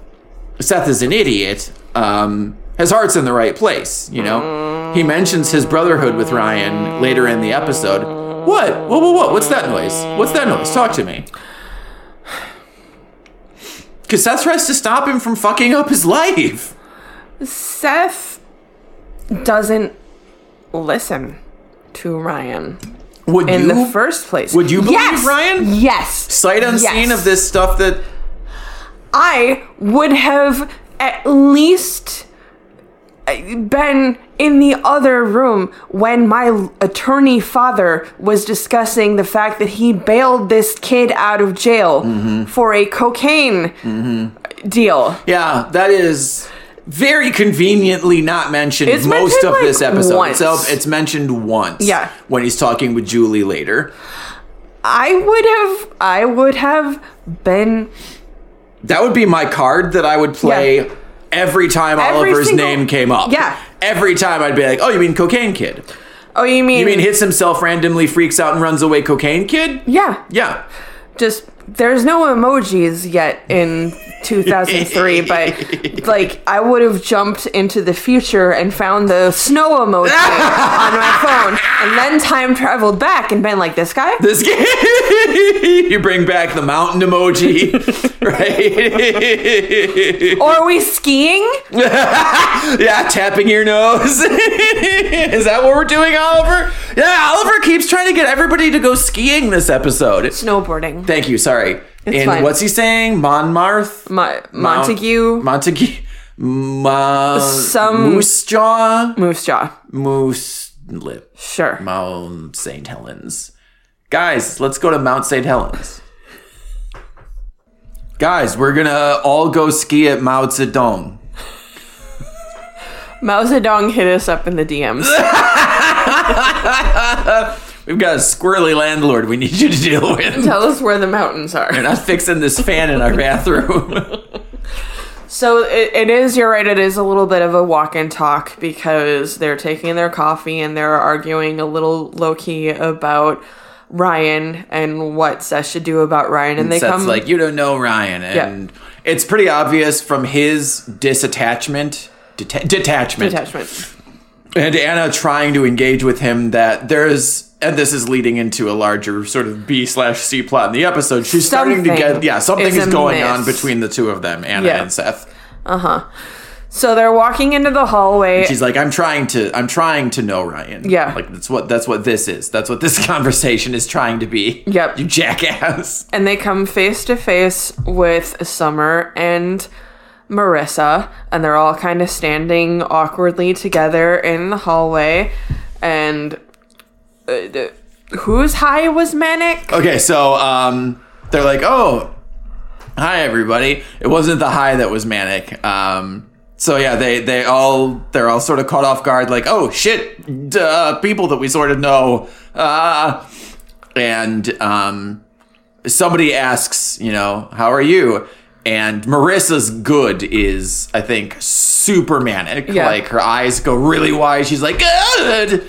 Speaker 2: Seth is an idiot, um, his heart's in the right place, you know? He mentions his brotherhood with Ryan later in the episode. What? Whoa, whoa, whoa. What's that noise? What's that noise? Talk to me. Because Seth tries to stop him from fucking up his life.
Speaker 1: Seth doesn't listen to Ryan
Speaker 2: Would
Speaker 1: in
Speaker 2: you,
Speaker 1: the first place.
Speaker 2: would you believe
Speaker 1: yes!
Speaker 2: Ryan?
Speaker 1: Yes.
Speaker 2: Sight unseen
Speaker 1: Yes.
Speaker 2: of this stuff that.
Speaker 1: I would have at least uh, been in the other room when my l- attorney father was discussing the fact that he bailed this kid out of jail
Speaker 2: Mm-hmm.
Speaker 1: for a cocaine deal.
Speaker 2: Yeah, that is very conveniently not mentioned
Speaker 1: It's
Speaker 2: most
Speaker 1: mentioned,
Speaker 2: of this
Speaker 1: like,
Speaker 2: episode.
Speaker 1: once.
Speaker 2: It's, it's mentioned once.
Speaker 1: Yeah.
Speaker 2: When he's talking with Julie later.
Speaker 1: I would have I would have been
Speaker 2: That would be my card that I would play
Speaker 1: Yeah.
Speaker 2: every time
Speaker 1: Every
Speaker 2: Oliver's
Speaker 1: single-
Speaker 2: name came up.
Speaker 1: Yeah.
Speaker 2: Every time I'd be like, oh, you mean Cocaine Kid?
Speaker 1: Oh, you mean
Speaker 2: You mean hits himself randomly, freaks out, and runs away, Cocaine Kid?
Speaker 1: Yeah.
Speaker 2: Yeah.
Speaker 1: just there's no emojis yet in 2003 but like i would have jumped into the future and found the snow emoji on my phone and then time traveled back and been like this guy
Speaker 2: This game. you bring back the mountain emoji, right?
Speaker 1: or are we skiing
Speaker 2: Yeah, tapping your nose. Is that what we're doing, Oliver? Yeah, Oliver keeps trying to get everybody to go skiing this episode.
Speaker 1: snowboarding
Speaker 2: Thank you. Sorry. and
Speaker 1: fine.
Speaker 2: what's he saying? Monmouth?
Speaker 1: Mo-
Speaker 2: Mount-
Speaker 1: montague
Speaker 2: Montague. Ma-
Speaker 1: Some-
Speaker 2: Moose Jaw.
Speaker 1: moose jaw
Speaker 2: Moose Lip.
Speaker 1: sure
Speaker 2: Mount St. Helens. Guys, let's go to Mount St. Helens. guys, we're gonna all go ski at Mao Zedong.
Speaker 1: Mao Zedong hit us up in the DMs.
Speaker 2: We've got a squirrely landlord we need you to deal with.
Speaker 1: Tell us where the mountains are.
Speaker 2: We're not fixing this fan in our bathroom.
Speaker 1: So it, it is, you're right, it is a little bit of a walk and talk because they're taking their coffee and they're arguing a little low key about Ryan and what Seth should do about Ryan. And they
Speaker 2: Seth's
Speaker 1: come.
Speaker 2: like, you don't know Ryan, and it's pretty obvious from his disattachment, deta- detachment,
Speaker 1: Detachment.
Speaker 2: and Anna trying to engage with him that there's, and this is leading into a larger sort of B slash C plot in the episode. She's starting to
Speaker 1: Something
Speaker 2: get, yeah, something
Speaker 1: is
Speaker 2: is, going on
Speaker 1: amiss.
Speaker 2: between the two of them, Anna
Speaker 1: Yeah.
Speaker 2: and Seth.
Speaker 1: Uh-huh. So they're walking into the hallway.
Speaker 2: She's like, I'm trying to, I'm trying to know Ryan.
Speaker 1: Yeah.
Speaker 2: like that's what that's what this is. That's what this conversation is trying to be.
Speaker 1: Yep.
Speaker 2: you jackass.
Speaker 1: and they come face to face with Summer and Marissa, and they're all kind of standing awkwardly together in the hallway. And uh, the- whose high was manic?
Speaker 2: Okay, so um, they're like, "Oh, hi everybody." It wasn't the high that was manic. Um, so yeah, they they all they're all sort of caught off guard, like, "Oh shit, duh, people that we sort of know." Uh, and um, somebody asks, you know, "How are you?" And Marissa's good is, I think, super manic.
Speaker 1: Yeah.
Speaker 2: Like her eyes go really wide. She's like, "Good."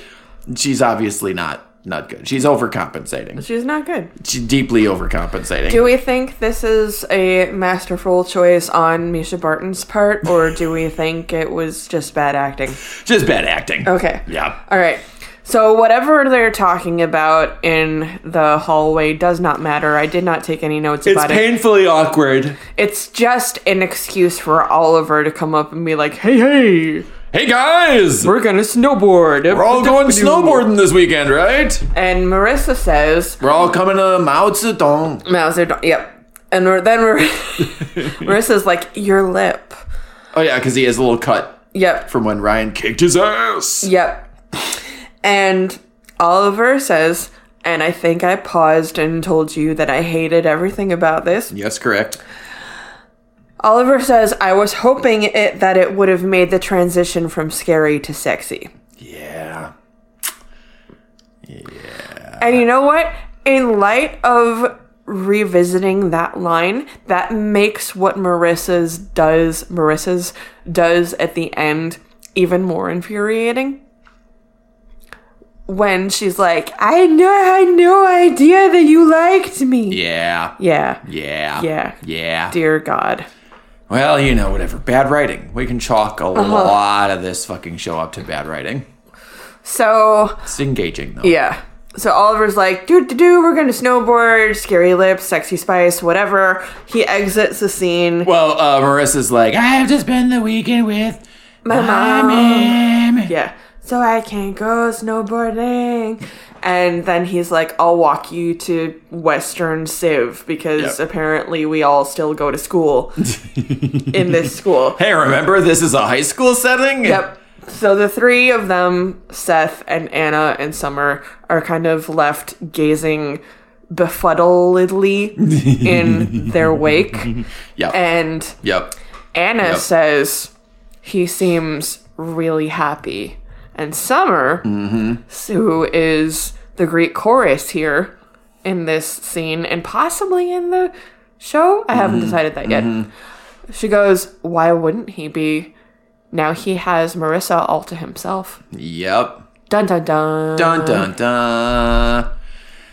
Speaker 2: She's obviously not not good. She's overcompensating
Speaker 1: She's not good.
Speaker 2: t- deeply overcompensating.
Speaker 1: Do we think this is a masterful choice on Misha Barton's part, or do we think it was just bad acting?
Speaker 2: Just bad acting.
Speaker 1: Okay.
Speaker 2: Yeah.
Speaker 1: All right. So whatever they're talking about in the hallway does not matter. I did not take any notes
Speaker 2: It's
Speaker 1: about it.
Speaker 2: painfully awkward.
Speaker 1: It's just an excuse for Oliver to come up and be like, "Hey, hey,
Speaker 2: Hey guys, we're
Speaker 1: we're gonna snowboard.
Speaker 2: all going snowboarding this weekend, right?
Speaker 1: And Marissa says,
Speaker 2: We're all coming to Mao Zedong.
Speaker 1: "Mao Zedong." Yep. And we're- then Mar- Marissa's like, "Your lip."
Speaker 2: Oh yeah, because he has a little cut
Speaker 1: Yep.
Speaker 2: from when Ryan kicked his ass.
Speaker 1: Yep. And Oliver says, "And I think I paused and told you that I hated everything about this."
Speaker 2: Yes, correct.
Speaker 1: Oliver says, "I was hoping it that it would have made the transition from scary to sexy."
Speaker 2: Yeah.
Speaker 1: And you know what? In light of revisiting that line, that makes what Marissa's does Marissa's does at the end even more infuriating. When she's like, I know I had no idea that you liked me.
Speaker 2: Yeah.
Speaker 1: Yeah.
Speaker 2: Yeah.
Speaker 1: Yeah.
Speaker 2: Yeah.
Speaker 1: Dear God.
Speaker 2: Well, you know, whatever. Bad writing. We can chalk a lot of this fucking show up to bad writing.
Speaker 1: So
Speaker 2: It's engaging though.
Speaker 1: Yeah. So Oliver's like, doo doo doo, we're gonna snowboard, scary lips, sexy spice, whatever. He exits the scene.
Speaker 2: Well, uh, Marissa's like, I have to spend the weekend with my, mom.
Speaker 1: Yeah. So I can go snowboarding. And then he's like, I'll walk you to Western Civ because
Speaker 2: Yep.
Speaker 1: apparently we all still go to school in this school.
Speaker 2: Hey, remember this is a high school setting?
Speaker 1: Yep. So the three of them, Seth and Anna and Summer, are kind of left gazing befuddledly in their wake.
Speaker 2: Yep.
Speaker 1: And
Speaker 2: yep.
Speaker 1: Anna
Speaker 2: Yep.
Speaker 1: says he seems really happy. And Summer, who is the Greek chorus here in this scene and possibly in the show, I haven't decided that yet. She goes, Why wouldn't he be? Now he has Marissa all to himself.
Speaker 2: Yep.
Speaker 1: Dun dun dun.
Speaker 2: Dun dun dun.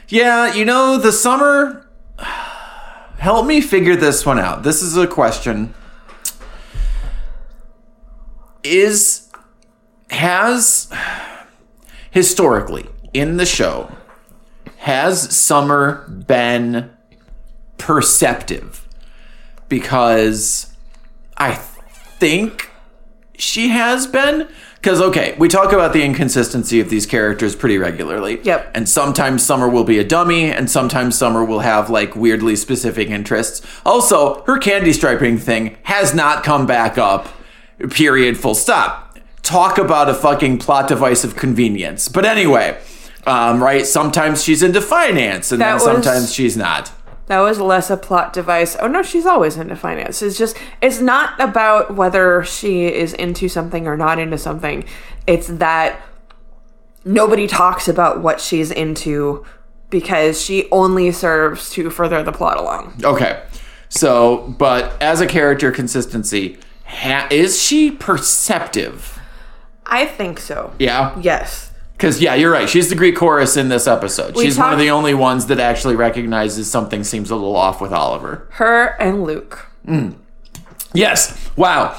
Speaker 2: Yeah, you know, the summer. Help me figure this one out. This is a question. Is. Has. Historically, in the show, has summer been perceptive? Because I think she has been because okay we talk about the inconsistency of these characters pretty regularly
Speaker 1: Yep.
Speaker 2: and sometimes summer will be a dummy and sometimes summer will have like weirdly specific interests also her candy striping thing has not come back up period full stop talk about a fucking plot device of convenience but anyway um, right sometimes she's into finance and
Speaker 1: That
Speaker 2: then
Speaker 1: was-
Speaker 2: sometimes she's not
Speaker 1: That was less a plot device. Oh no, she's always into finance. It's just it's not about whether she is into something or not into something. It's that nobody talks about what she's into because she only serves to further the plot along.
Speaker 2: Okay. So, but as a character consistency, ha- is she perceptive?
Speaker 1: I think so.
Speaker 2: Yeah.
Speaker 1: Yes.
Speaker 2: Because, yeah, you're right. She's the Greek chorus in this episode. She's one of
Speaker 1: talked-
Speaker 2: the only ones that actually recognizes something seems a little off with Oliver.
Speaker 1: Her and Luke.
Speaker 2: Yes. Wow.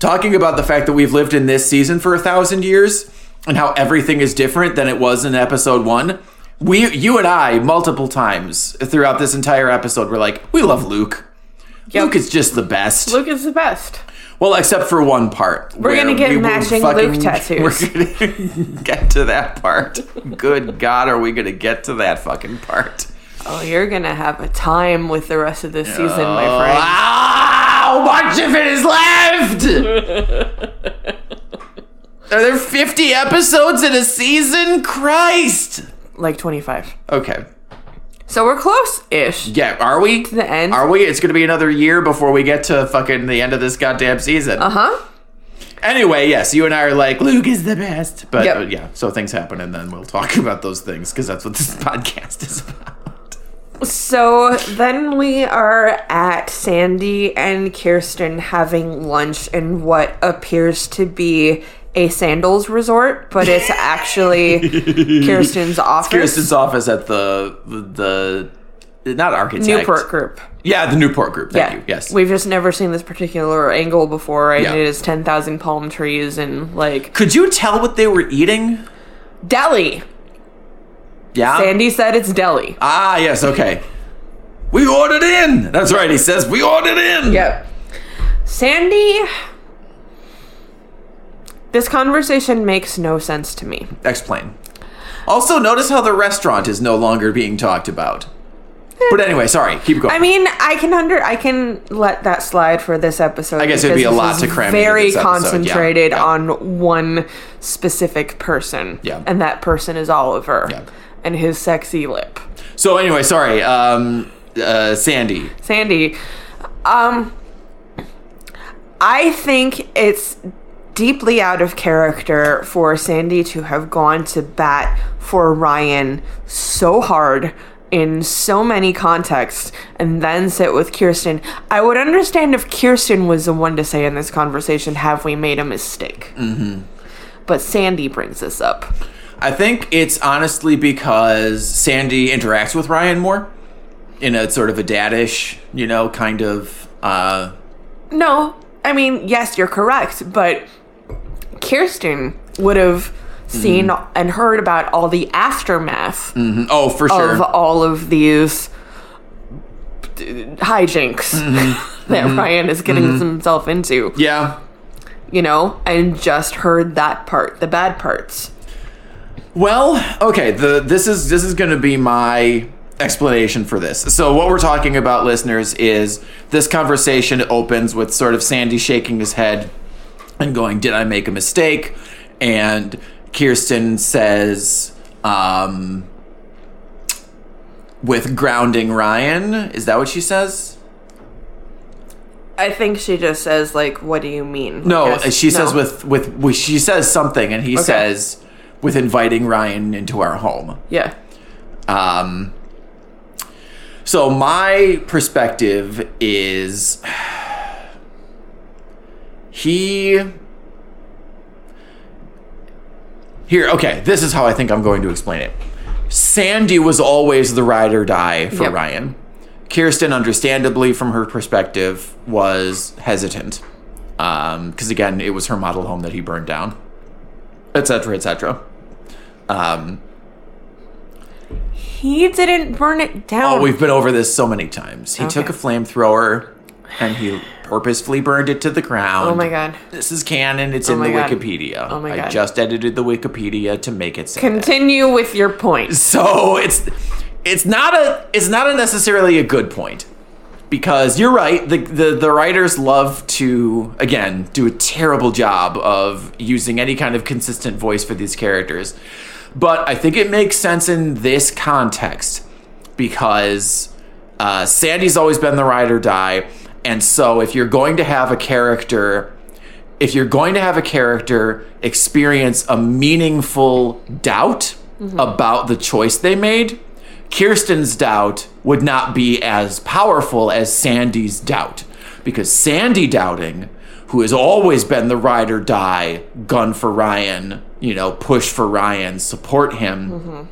Speaker 2: Talking about the fact that we've lived in this season for a thousand years and how everything is different than it was in episode one. We, you and I, multiple times throughout this entire episode, were like, we love Luke. Luke is just the best.
Speaker 1: Luke is the best.
Speaker 2: Well, except for one part. We're
Speaker 1: gonna get matching Luke tattoos.
Speaker 2: We're gonna get to that part. Good God, are we gonna get to that fucking part?
Speaker 1: Oh, you're gonna have a time with the rest of this season, my friend.
Speaker 2: How much of it is left? Are there 50 episodes in a season? Christ!
Speaker 1: Like 25.
Speaker 2: Okay.
Speaker 1: So we're close-ish.
Speaker 2: Yeah, are we? To
Speaker 1: the end.
Speaker 2: Are we? It's gonna be another year before we get to fucking the end of this goddamn season.
Speaker 1: Uh huh.
Speaker 2: Anyway, yes, you and I are like Luke is the best, but
Speaker 1: Yep.
Speaker 2: uh, yeah, so things happen, and then we'll talk about those things because that's what this podcast is about.
Speaker 1: So then we are at Sandy and Kirsten having lunch in what appears to be a sandals resort, but it's actually Kirsten's office.
Speaker 2: Kirsten's office at the the not architect
Speaker 1: Newport Group.
Speaker 2: Yeah, the Newport Group. Thank you. Yes.
Speaker 1: We've just never seen this particular angle before, and
Speaker 2: Yeah.
Speaker 1: it is 10,000 palm trees and like
Speaker 2: Could you tell what they were eating?
Speaker 1: deli.
Speaker 2: Yeah.
Speaker 1: Sandy said it's deli.
Speaker 2: Ah, yes. Okay. We ordered in. That's right. He says we ordered in.
Speaker 1: Yep. Sandy. This conversation makes no sense to me.
Speaker 2: Explain. Also, notice how the restaurant is no longer being talked about. But anyway, sorry. Keep going.
Speaker 1: Eh. I mean, I can under I can let that slide for this episode. I
Speaker 2: guess it'd be a lot to cram into
Speaker 1: Very
Speaker 2: this episode, yeah,
Speaker 1: concentrated
Speaker 2: yeah.
Speaker 1: on one specific person.
Speaker 2: Yeah.
Speaker 1: And that person is Oliver.
Speaker 2: Yeah.
Speaker 1: And his sexy lip.
Speaker 2: So anyway, sorry, um, uh, Sandy.
Speaker 1: Sandy. Um I think it's deeply out of character for Sandy to have gone to bat for Ryan so hard in so many contexts and then sit with Kirsten. I would understand if Kirsten was the one to say in this conversation, have we made a mistake? Mm-hmm. But Sandy brings this up.
Speaker 2: I think it's honestly because Sandy interacts with Ryan more in a sort of a daddish, you know, kind of. Uh,
Speaker 1: No, I mean, yes, you're correct, but Kirsten would have seen and heard about all the aftermath
Speaker 2: Mm-hmm. mm, oh, for sure.
Speaker 1: of all of these d- hijinks
Speaker 2: Mm-hmm.
Speaker 1: that Ryan is getting himself into,
Speaker 2: yeah.
Speaker 1: you know, and just heard that part, the bad parts.
Speaker 2: Well, okay. The this is this is going to be my explanation for this. So what we're talking about, listeners, is this conversation opens with sort of Sandy shaking his head and going, "Did I make a mistake?" And Kirsten says, um, "With grounding Ryan." Is that what she says?
Speaker 1: I think she just says, like, what do you mean?
Speaker 2: No,
Speaker 1: Yes,
Speaker 2: Uh, she says
Speaker 1: no.
Speaker 2: with with well, she says something, and he says, "With inviting Ryan into our home."
Speaker 1: Yeah.
Speaker 2: Um, so my perspective is he here. Okay, this is how I think I'm going to explain it. Sandy was always the ride or die for
Speaker 1: Yep.
Speaker 2: Ryan. Kirsten, understandably from her perspective, was hesitant because again, it was her model home that he burned down, etc., etc. Um,
Speaker 1: He didn't burn it down.
Speaker 2: Oh, we've been over this so many times. He took a
Speaker 1: Okay.
Speaker 2: flamethrower and he purposefully burned it to the ground.
Speaker 1: oh my god. Oh
Speaker 2: This is canon. It's in
Speaker 1: my
Speaker 2: the
Speaker 1: God.
Speaker 2: Wikipedia.
Speaker 1: Oh my
Speaker 2: I
Speaker 1: God.
Speaker 2: just edited the Wikipedia to make it say that.
Speaker 1: Continue with your point.
Speaker 2: So it's it's not a it's not a necessarily a good point because you're right. The, the the writers love to again do a terrible job of using any kind of consistent voice for these characters, but I think it makes sense in this context because Uh, Sandy's always been the ride or die, and so if you're going to have a character, if you're going to have a character experience a meaningful doubt about the choice they made, Kirsten's doubt would not be as powerful as Sandy's doubt, because Sandy doubting, who has always been the ride or die, gun for Ryan, you know, push for Ryan, support him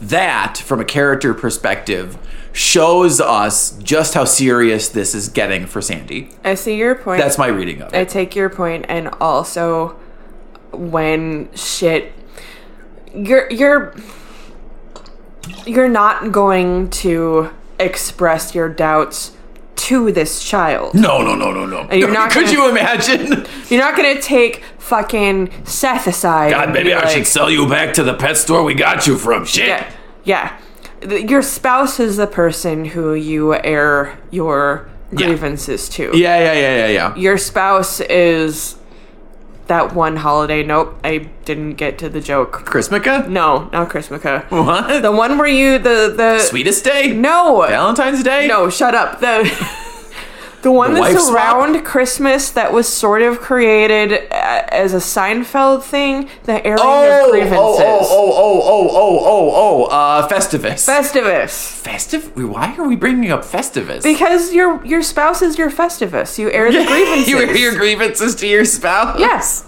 Speaker 2: that from a character perspective shows us just how serious this is getting for sandy
Speaker 1: I see your point.
Speaker 2: that's my reading of
Speaker 1: I
Speaker 2: it
Speaker 1: take your point, and also when shit, you're you're you're not going to express your doubts to this child.
Speaker 2: no no no no no
Speaker 1: you're not
Speaker 2: could
Speaker 1: gonna-
Speaker 2: you imagine
Speaker 1: You're not gonna take fucking Seth aside.
Speaker 2: god
Speaker 1: and
Speaker 2: Uh, maybe
Speaker 1: be
Speaker 2: i should
Speaker 1: like,
Speaker 2: sell you back to the pet store we got you from shit
Speaker 1: Yeah, yeah. Th- Your spouse is the person who you air your grievances to.
Speaker 2: yeah yeah yeah yeah yeah
Speaker 1: Your spouse is that one holiday. Nope, I didn't get to the joke.
Speaker 2: chris Mika?
Speaker 1: No, not Chris McCa.
Speaker 2: what
Speaker 1: The one where you the the
Speaker 2: sweetest day
Speaker 1: no
Speaker 2: valentine's day
Speaker 1: no shut up the the one
Speaker 2: The wife
Speaker 1: that's
Speaker 2: swap?
Speaker 1: around Christmas that was sort of created a- as a Seinfeld thing. The airing
Speaker 2: oh
Speaker 1: of
Speaker 2: oh
Speaker 1: grievances.
Speaker 2: oh oh oh oh oh oh oh uh festivus
Speaker 1: Festivus.
Speaker 2: festiv why are we bringing up festivus
Speaker 1: Because your your spouse is your festivus. You air the grievances.
Speaker 2: you air your grievances to your spouse
Speaker 1: yes.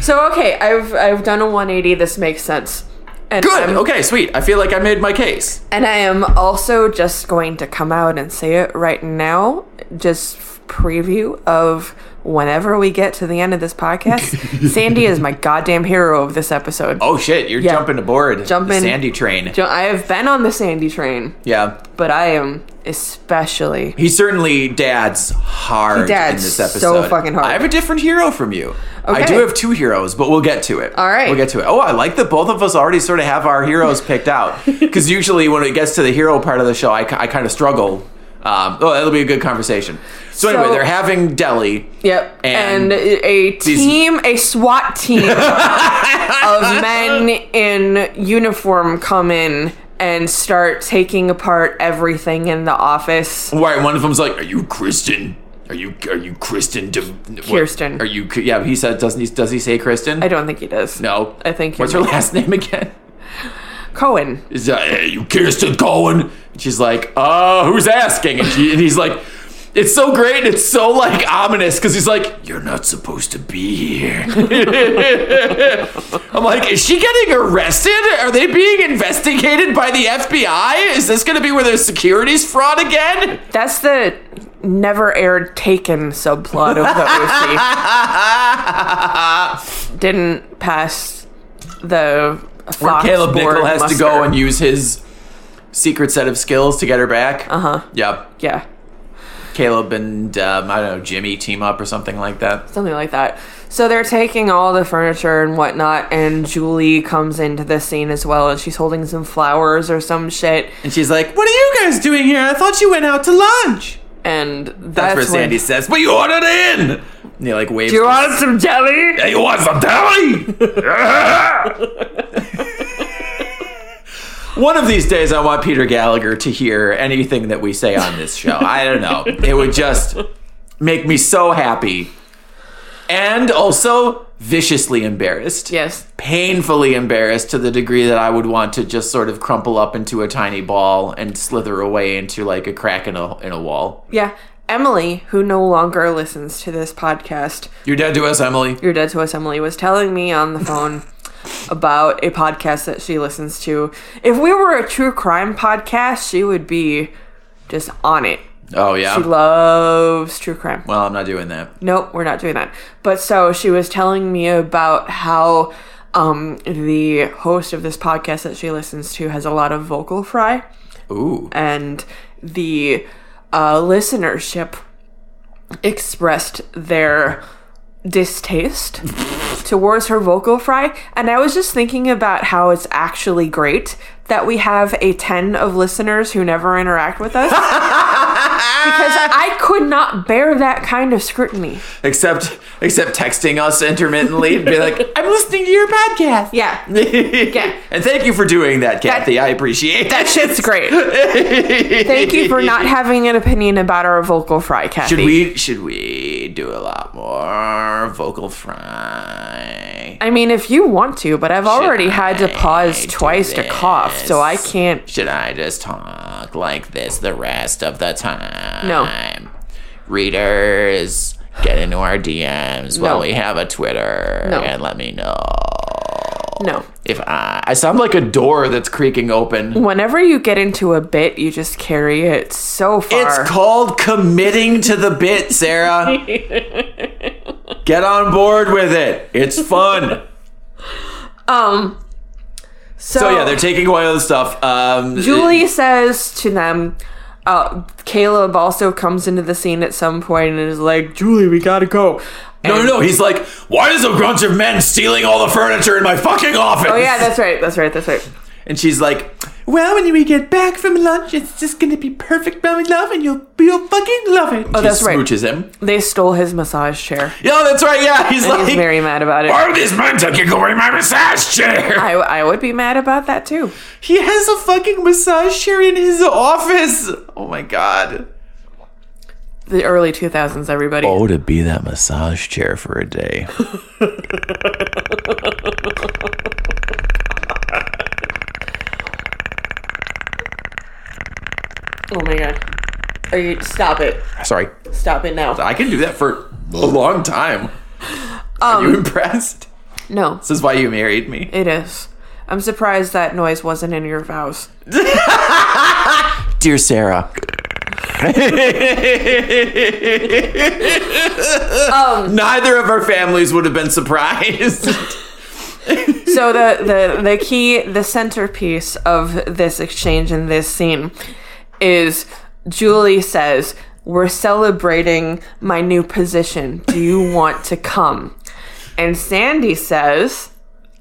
Speaker 1: So okay, I've I've done a 180. This makes sense. And
Speaker 2: Good.
Speaker 1: I'm-
Speaker 2: okay, sweet. I feel like I made my case.
Speaker 1: and I am also just going to come out and say it right now. Just f- preview of whenever we get to the end of this podcast. Sandy is my goddamn hero of this episode.
Speaker 2: Oh shit, you're
Speaker 1: Yeah.
Speaker 2: jumping aboard
Speaker 1: Jumping-
Speaker 2: the Sandy train.
Speaker 1: Jo- I have been on the Sandy train,
Speaker 2: yeah.
Speaker 1: but I am especially
Speaker 2: He certainly dads hard
Speaker 1: He dads
Speaker 2: in this
Speaker 1: so
Speaker 2: episode.
Speaker 1: fucking hard.
Speaker 2: I have a different hero from you. I
Speaker 1: Okay.
Speaker 2: do have two heroes, but we'll get to it.
Speaker 1: All right.
Speaker 2: We'll get to it. Oh, I like that both of us already sort of have our heroes picked out. Because usually when it gets to the hero part of the show, I, ki- I kind of struggle. Um, oh, that'll be a good conversation. So,
Speaker 1: So-
Speaker 2: anyway, they're having deli.
Speaker 1: Yep.
Speaker 2: And
Speaker 1: And, a team, a SWAT team of men in uniform come in and start taking apart everything in the office.
Speaker 2: Right, one of them's like, "Are you Kristen? Are you are you Kristen? De- what-
Speaker 1: Kirsten.
Speaker 2: Are you? Yeah, he said. Doesn't he? Does he say Kristen?
Speaker 1: I don't think he does.
Speaker 2: no.
Speaker 1: I think he
Speaker 2: What's her last name again?
Speaker 1: Cohen.
Speaker 2: Is that hey, you Kirsten Cohen? And she's like, "Uh, who's asking?" And, she, and he's like, "It's so great. It's so like ominous because he's like, you're not supposed to be here." I'm like, is she getting arrested? Are they being investigated by the FBI? Is this going to be where there's securities fraud again?
Speaker 1: That's the never aired taken subplot of the OC. Didn't pass the Fox
Speaker 2: Where Caleb
Speaker 1: board
Speaker 2: Nickel has to
Speaker 1: muster.
Speaker 2: go and use his secret set of skills to get her back. Uh huh. Yep.
Speaker 1: yeah.
Speaker 2: Caleb and um, I don't know Jimmy team up or something like that.
Speaker 1: something like that. So they're taking all the furniture and whatnot, and Julie comes into this scene as well, and she's holding some flowers or some shit.
Speaker 2: And she's like, "What are you guys doing here? I thought you went out to lunch."
Speaker 1: And that's,
Speaker 2: That's, where
Speaker 1: when-
Speaker 2: Sandy says, "But you ordered in." And he like waves.
Speaker 1: You want some jelly?
Speaker 2: Yeah, you want some deli? One of these days, I want Peter Gallagher to hear anything that we say on this show. I don't know. It would just make me so happy and also viciously embarrassed.
Speaker 1: Yes.
Speaker 2: Painfully embarrassed to the degree that I would want to just sort of crumple up into a tiny ball and slither away into like a crack in a, in a wall.
Speaker 1: Yeah. Emily, who no longer listens to this podcast,
Speaker 2: You're dead to us, Emily.
Speaker 1: You're Dead to Us Emily, was telling me on the phone about a podcast that she listens to. If we were a true crime podcast, she would be just on it.
Speaker 2: Oh, yeah.
Speaker 1: She loves true crime.
Speaker 2: well, I'm not doing that.
Speaker 1: Nope, we're not doing that. But so she was telling me about how um, the host of this podcast that she listens to has a lot of vocal fry,
Speaker 2: Ooh.
Speaker 1: and the uh, listenership expressed their distaste towards her vocal fry. And I was just thinking about how it's actually great that we have a 10 of listeners who never interact with us because I could not not bear that kind of scrutiny.
Speaker 2: Except, except texting us intermittently and be like, "I'm listening to your podcast."
Speaker 1: Yeah.
Speaker 2: yeah. And thank you for doing that, Kathy. I appreciate that.
Speaker 1: That shit's great. Thank you for not having an opinion about our vocal fry, Kathy.
Speaker 2: Should we should we do a lot more vocal fry?
Speaker 1: I mean, if you want to, but I've already had to
Speaker 2: I
Speaker 1: pause
Speaker 2: do
Speaker 1: twice to cough, so I
Speaker 2: this?
Speaker 1: can't.
Speaker 2: Should I just talk like this the rest of the time?
Speaker 1: No.
Speaker 2: Readers, get into our DMs
Speaker 1: No.
Speaker 2: while we have a Twitter
Speaker 1: No.
Speaker 2: and let me know
Speaker 1: No.
Speaker 2: if I I sound like a door that's creaking open.
Speaker 1: Whenever you get into a bit, you just carry it so far.
Speaker 2: It's called committing to the bit, Sarah. Get on board with it. It's fun.
Speaker 1: um. So,
Speaker 2: So yeah, they're taking away all the stuff. Um,
Speaker 1: Julie says to them, uh, Caleb also comes into the scene at some point and is like, Julie, we gotta go.
Speaker 2: No, no, no. He's like, why is a bunch of men stealing all the furniture in my fucking office?
Speaker 1: Oh, yeah, that's right, that's right, that's right.
Speaker 2: And she's like, well, when we get back from lunch, it's just gonna be perfect belly love, and you'll you'll fucking love it. Oh,
Speaker 1: that's
Speaker 2: she
Speaker 1: right.
Speaker 2: Smooches him.
Speaker 1: They stole his massage chair.
Speaker 2: Yeah, that's right. Yeah, he's like,
Speaker 1: He's very mad about it.
Speaker 2: why are these men taking away my massage chair?
Speaker 1: I, I would be mad about that too.
Speaker 2: He has a fucking massage chair in his office. Oh my god.
Speaker 1: The early 2000s, everybody.
Speaker 2: Oh, to be that massage chair for a day.
Speaker 1: Oh my god. Are you stop it.
Speaker 2: Sorry,
Speaker 1: Stop it now.
Speaker 2: I can do that for a long time. Are
Speaker 1: Um,
Speaker 2: you impressed?
Speaker 1: No.
Speaker 2: This is why you married me.
Speaker 1: It is. I'm surprised that noise wasn't in your vows.
Speaker 2: Dear Sarah.
Speaker 1: Um,
Speaker 2: Neither of our families would have been surprised.
Speaker 1: So the, the the key the centerpiece of this exchange in this scene is Julie says, "We're celebrating my new position. Do you want to come?" And Sandy says,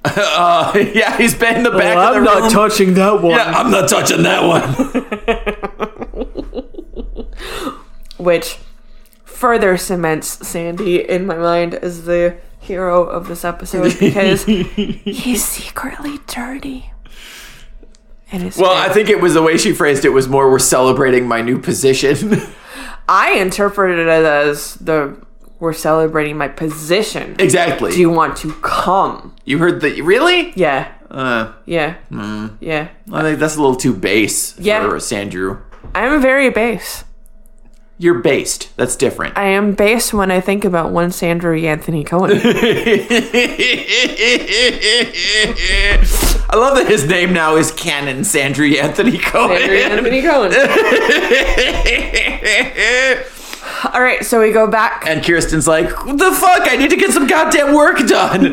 Speaker 2: uh, yeah, he's been in the back of the room.
Speaker 1: touching that one."
Speaker 2: yeah, I'm not touching that one.
Speaker 1: which further cements Sandy in my mind as the hero of this episode because he's secretly dirty. And it's
Speaker 2: well, I think it was the way she phrased it was more we're celebrating my new position.
Speaker 1: I interpreted it as the we're celebrating my position.
Speaker 2: exactly.
Speaker 1: Do you want to come?
Speaker 2: you heard the really?
Speaker 1: Yeah,
Speaker 2: Uh,
Speaker 1: yeah, yeah.
Speaker 2: I think that's a little too base
Speaker 1: Yeah.
Speaker 2: for Sandrew.
Speaker 1: I'm very base.
Speaker 2: You're based. That's different.
Speaker 1: I am base when I think about one Sandra E. Anthony Cohen.
Speaker 2: I love that his name now is Canon Sandry Anthony Cohen.
Speaker 1: Sandra E. Anthony Cohen. All right, so we go back.
Speaker 2: and Kirsten's like, the fuck? I need to get some goddamn work done.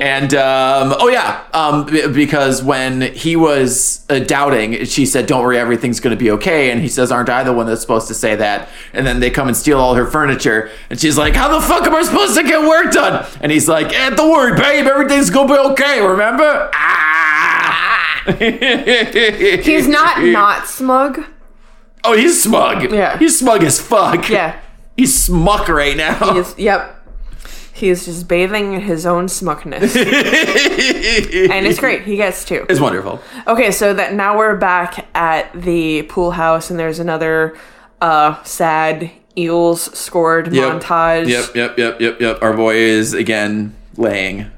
Speaker 2: and um, oh yeah, um, b- because when he was uh, doubting, she said, "Don't worry, everything's gonna be okay." And he says, "Aren't I the one that's supposed to say that?" And then they come and steal all her furniture, and she's like, "How the fuck am I supposed to get work done?" And he's like, eh, "Don't worry, babe, everything's gonna be okay. Remember?" Ah!
Speaker 1: He's not not smug.
Speaker 2: Oh, he's smug.
Speaker 1: Yeah.
Speaker 2: he's smug as fuck.
Speaker 1: Yeah.
Speaker 2: he's smuck right now.
Speaker 1: He's, yep. He is just bathing in his own smugness. and it's great. He gets to.
Speaker 2: It's wonderful.
Speaker 1: Okay, so that now we're back at the pool house and there's another uh sad eels scored montage.
Speaker 2: Yep, yep, yep, yep, yep. Our boy is again laying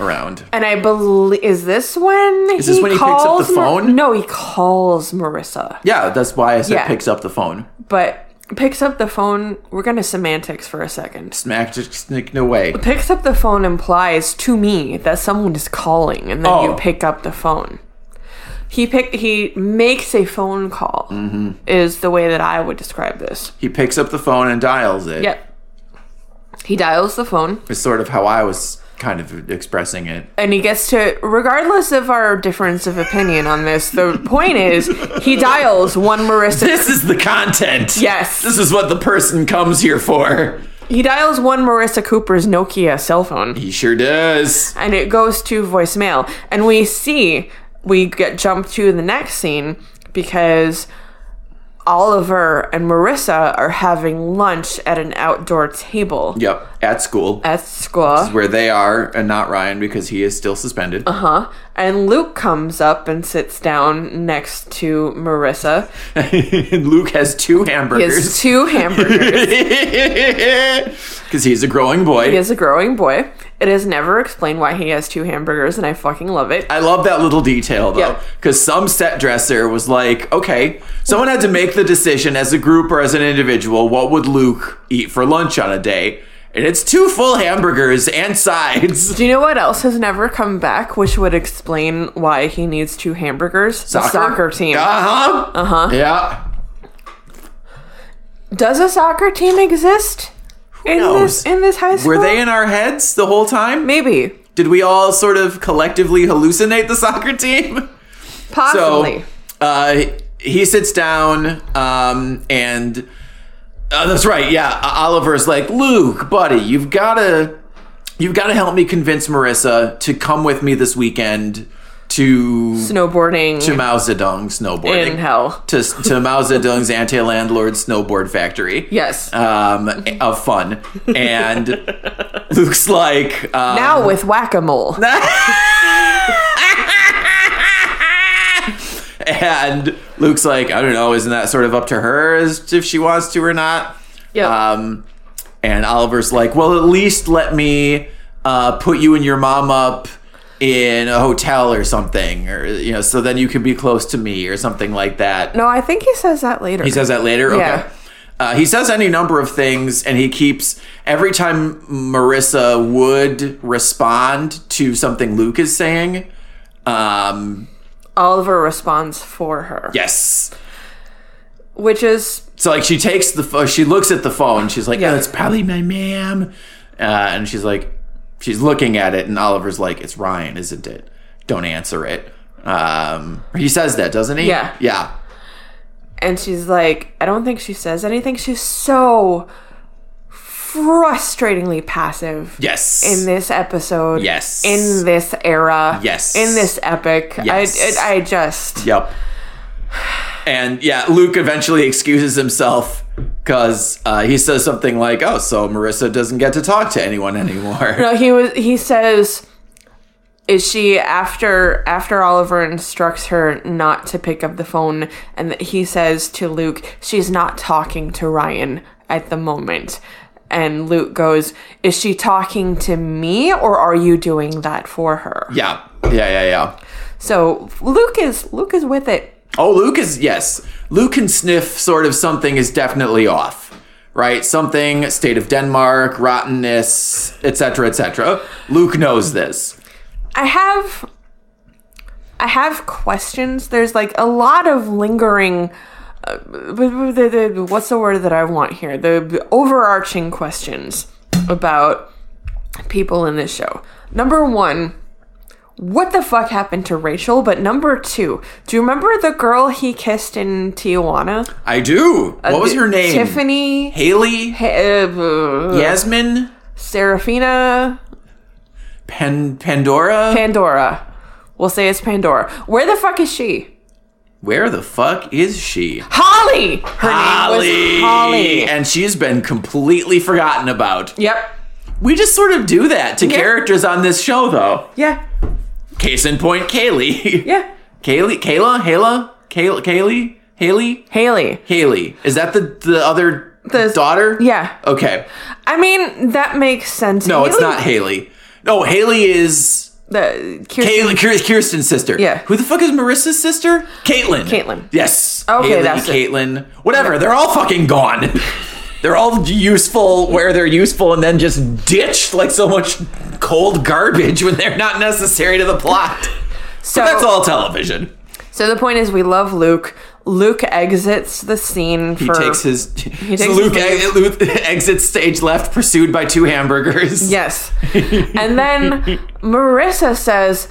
Speaker 2: around.
Speaker 1: And I believe is this when Is
Speaker 2: this when he picks up the phone?
Speaker 1: no, he calls Marissa.
Speaker 2: Yeah, that's why I said
Speaker 1: Yeah.
Speaker 2: picks up the phone.
Speaker 1: But picks up the phone. We're going to semantics for a second.
Speaker 2: Smack just sneaking away.
Speaker 1: Picks up the phone implies to me that someone is calling and then
Speaker 2: Oh.
Speaker 1: you pick up the phone. He pick he makes a phone call
Speaker 2: Mm-hmm.
Speaker 1: is the way that I would describe this.
Speaker 2: He picks up the phone and dials it.
Speaker 1: Yep. He dials the phone
Speaker 2: It's sort of how I was kind of expressing it.
Speaker 1: and he gets to regardless of our difference of opinion on this, the point is he dials one Marissa
Speaker 2: This is the content.
Speaker 1: Yes.
Speaker 2: This is what the person comes here for.
Speaker 1: he dials one Marissa Cooper's Nokia cell phone.
Speaker 2: He sure does.
Speaker 1: and it goes to voicemail. And we see we get jumped to the next scene because Oliver and Marissa are having lunch at an outdoor table
Speaker 2: Yep. At school.
Speaker 1: at school.
Speaker 2: where they are and not Ryan because he is still suspended.
Speaker 1: Huh? Uh-huh. And Luke comes up and sits down next to Marissa.
Speaker 2: and Luke has two
Speaker 1: He has
Speaker 2: hamburgers
Speaker 1: two hamburgers.
Speaker 2: because he's a growing boy.
Speaker 1: he is a growing boy. It is never explained why he has two hamburgers, and I fucking love it.
Speaker 2: I love that little detail though,
Speaker 1: Yeah.
Speaker 2: because some set dresser was like, okay, someone had to make the decision as a group or as an individual what would Luke eat for lunch on a day? And it's two full hamburgers and sides.
Speaker 1: Do you know what else has never come back, which would explain why he needs two hamburgers? The soccer team. Uh-huh.
Speaker 2: Uh huh. Uh huh. Yeah.
Speaker 1: Does a soccer team exist in
Speaker 2: knows?
Speaker 1: this in this high school?
Speaker 2: Were they in our heads the whole time?
Speaker 1: Maybe,
Speaker 2: Did we all sort of collectively hallucinate the soccer team?
Speaker 1: possibly.
Speaker 2: So uh, he sits down um, and uh, that's right. Yeah, O- Oliver's like Luke, buddy, you've gotta you've gotta help me convince Marissa to come with me this weekend to
Speaker 1: Snowboarding
Speaker 2: to Mao Zedong snowboarding
Speaker 1: in hell.
Speaker 2: to to Mao Zedong's anti landlord snowboard factory.
Speaker 1: Yes.
Speaker 2: Um, of fun, and Luke's like, um,
Speaker 1: now with whack a mole.
Speaker 2: and Luke's like, I don't know, isn't that sort of up to her as if she wants to or not?
Speaker 1: Yep.
Speaker 2: Um, and Oliver's like, well, at least let me uh, put you and your mom up in a hotel or something, or you know, so then you can be close to me or something like that.
Speaker 1: no, I think he says that later.
Speaker 2: He says that later. Okay.
Speaker 1: Yeah.
Speaker 2: Uh, he says any number of things, and he keeps every time Marissa would respond to something Luke is saying. Um,
Speaker 1: Oliver responds for her,
Speaker 2: yes,
Speaker 1: which is
Speaker 2: So like she takes the phone, she looks at the phone. She's like,
Speaker 1: Yeah.
Speaker 2: "Oh, it's probably my ma'am," uh, and she's like, she's looking at it, and Oliver's like, "It's Ryan, isn't it? Don't answer it." Um, he says that, doesn't he?
Speaker 1: Yeah.
Speaker 2: yeah.
Speaker 1: and she's like, I don't think she says anything. She's so frustratingly passive
Speaker 2: Yes.
Speaker 1: in this episode.
Speaker 2: Yes.
Speaker 1: In this era.
Speaker 2: Yes.
Speaker 1: In this epic.
Speaker 2: Yes.
Speaker 1: I, it, I just.
Speaker 2: Yep. And yeah, Luke eventually excuses himself because uh, he says something like, "Oh, so Marissa doesn't get to talk to anyone anymore."
Speaker 1: No, he was. He says, "Is she after after Oliver instructs her not to pick up the phone?" And that he says to Luke, "She's not talking to Ryan at the moment." And Luke goes, "Is she talking to me, or are you doing that for her?"
Speaker 2: Yeah, yeah, yeah, yeah.
Speaker 1: So Luke is Luke is with it.
Speaker 2: Oh, Luke is yes. Luke can sniff sort of something is definitely off. Right? Something, state of Denmark, rottenness, etc., etc. Oh, Luke knows this.
Speaker 1: I have I have questions. There's like a lot of lingering uh, the, the, the- what's the word that I want here? The overarching questions about people in this show. Number 1, what the fuck happened to Rachel? But number 2, do you remember the girl he kissed in Tijuana?
Speaker 2: I do. What was her name?
Speaker 1: Tiffany
Speaker 2: Haley?
Speaker 1: uh,
Speaker 2: Yasmin?
Speaker 1: Serafina
Speaker 2: Pen- Pandora?
Speaker 1: Pandora. We'll say it's Pandora. Where the fuck is she?
Speaker 2: Where the fuck is she?
Speaker 1: Holly. Her name was Holly.
Speaker 2: And she's been completely forgotten about.
Speaker 1: Yep.
Speaker 2: We just sort of do that to characters on this show, though.
Speaker 1: Yeah.
Speaker 2: Case in point, Kaylee.
Speaker 1: Yeah.
Speaker 2: Kaylee? Kayla? Hala? Kayla? Kaylee? Haley?
Speaker 1: Haley.
Speaker 2: Haley. Is that the the other
Speaker 1: The-
Speaker 2: daughter?
Speaker 1: Yeah.
Speaker 2: Okay.
Speaker 1: I mean, that makes sense.
Speaker 2: No, it's not Haley. No, Haley is
Speaker 1: The Kirsten-
Speaker 2: Haley Kir- Kirsten's sister.
Speaker 1: Yeah.
Speaker 2: Who the fuck is Marissa's sister? Caitlin.
Speaker 1: Caitlin.
Speaker 2: Yes.
Speaker 1: Okay,
Speaker 2: Haley,
Speaker 1: that's it.
Speaker 2: Caitlin. Whatever. They're all fucking gone. They're all useful where they're useful and then just ditched like so much cold garbage when they're not necessary to the plot.
Speaker 1: so,
Speaker 2: That's all television.
Speaker 1: so the point is, we love Luke. Luke exits the scene.
Speaker 2: He
Speaker 1: for,
Speaker 2: takes his. so
Speaker 1: his
Speaker 2: Luke,
Speaker 1: leave.
Speaker 2: ex- Luke exits stage left, pursued by two hamburgers.
Speaker 1: Yes. and then Marissa says,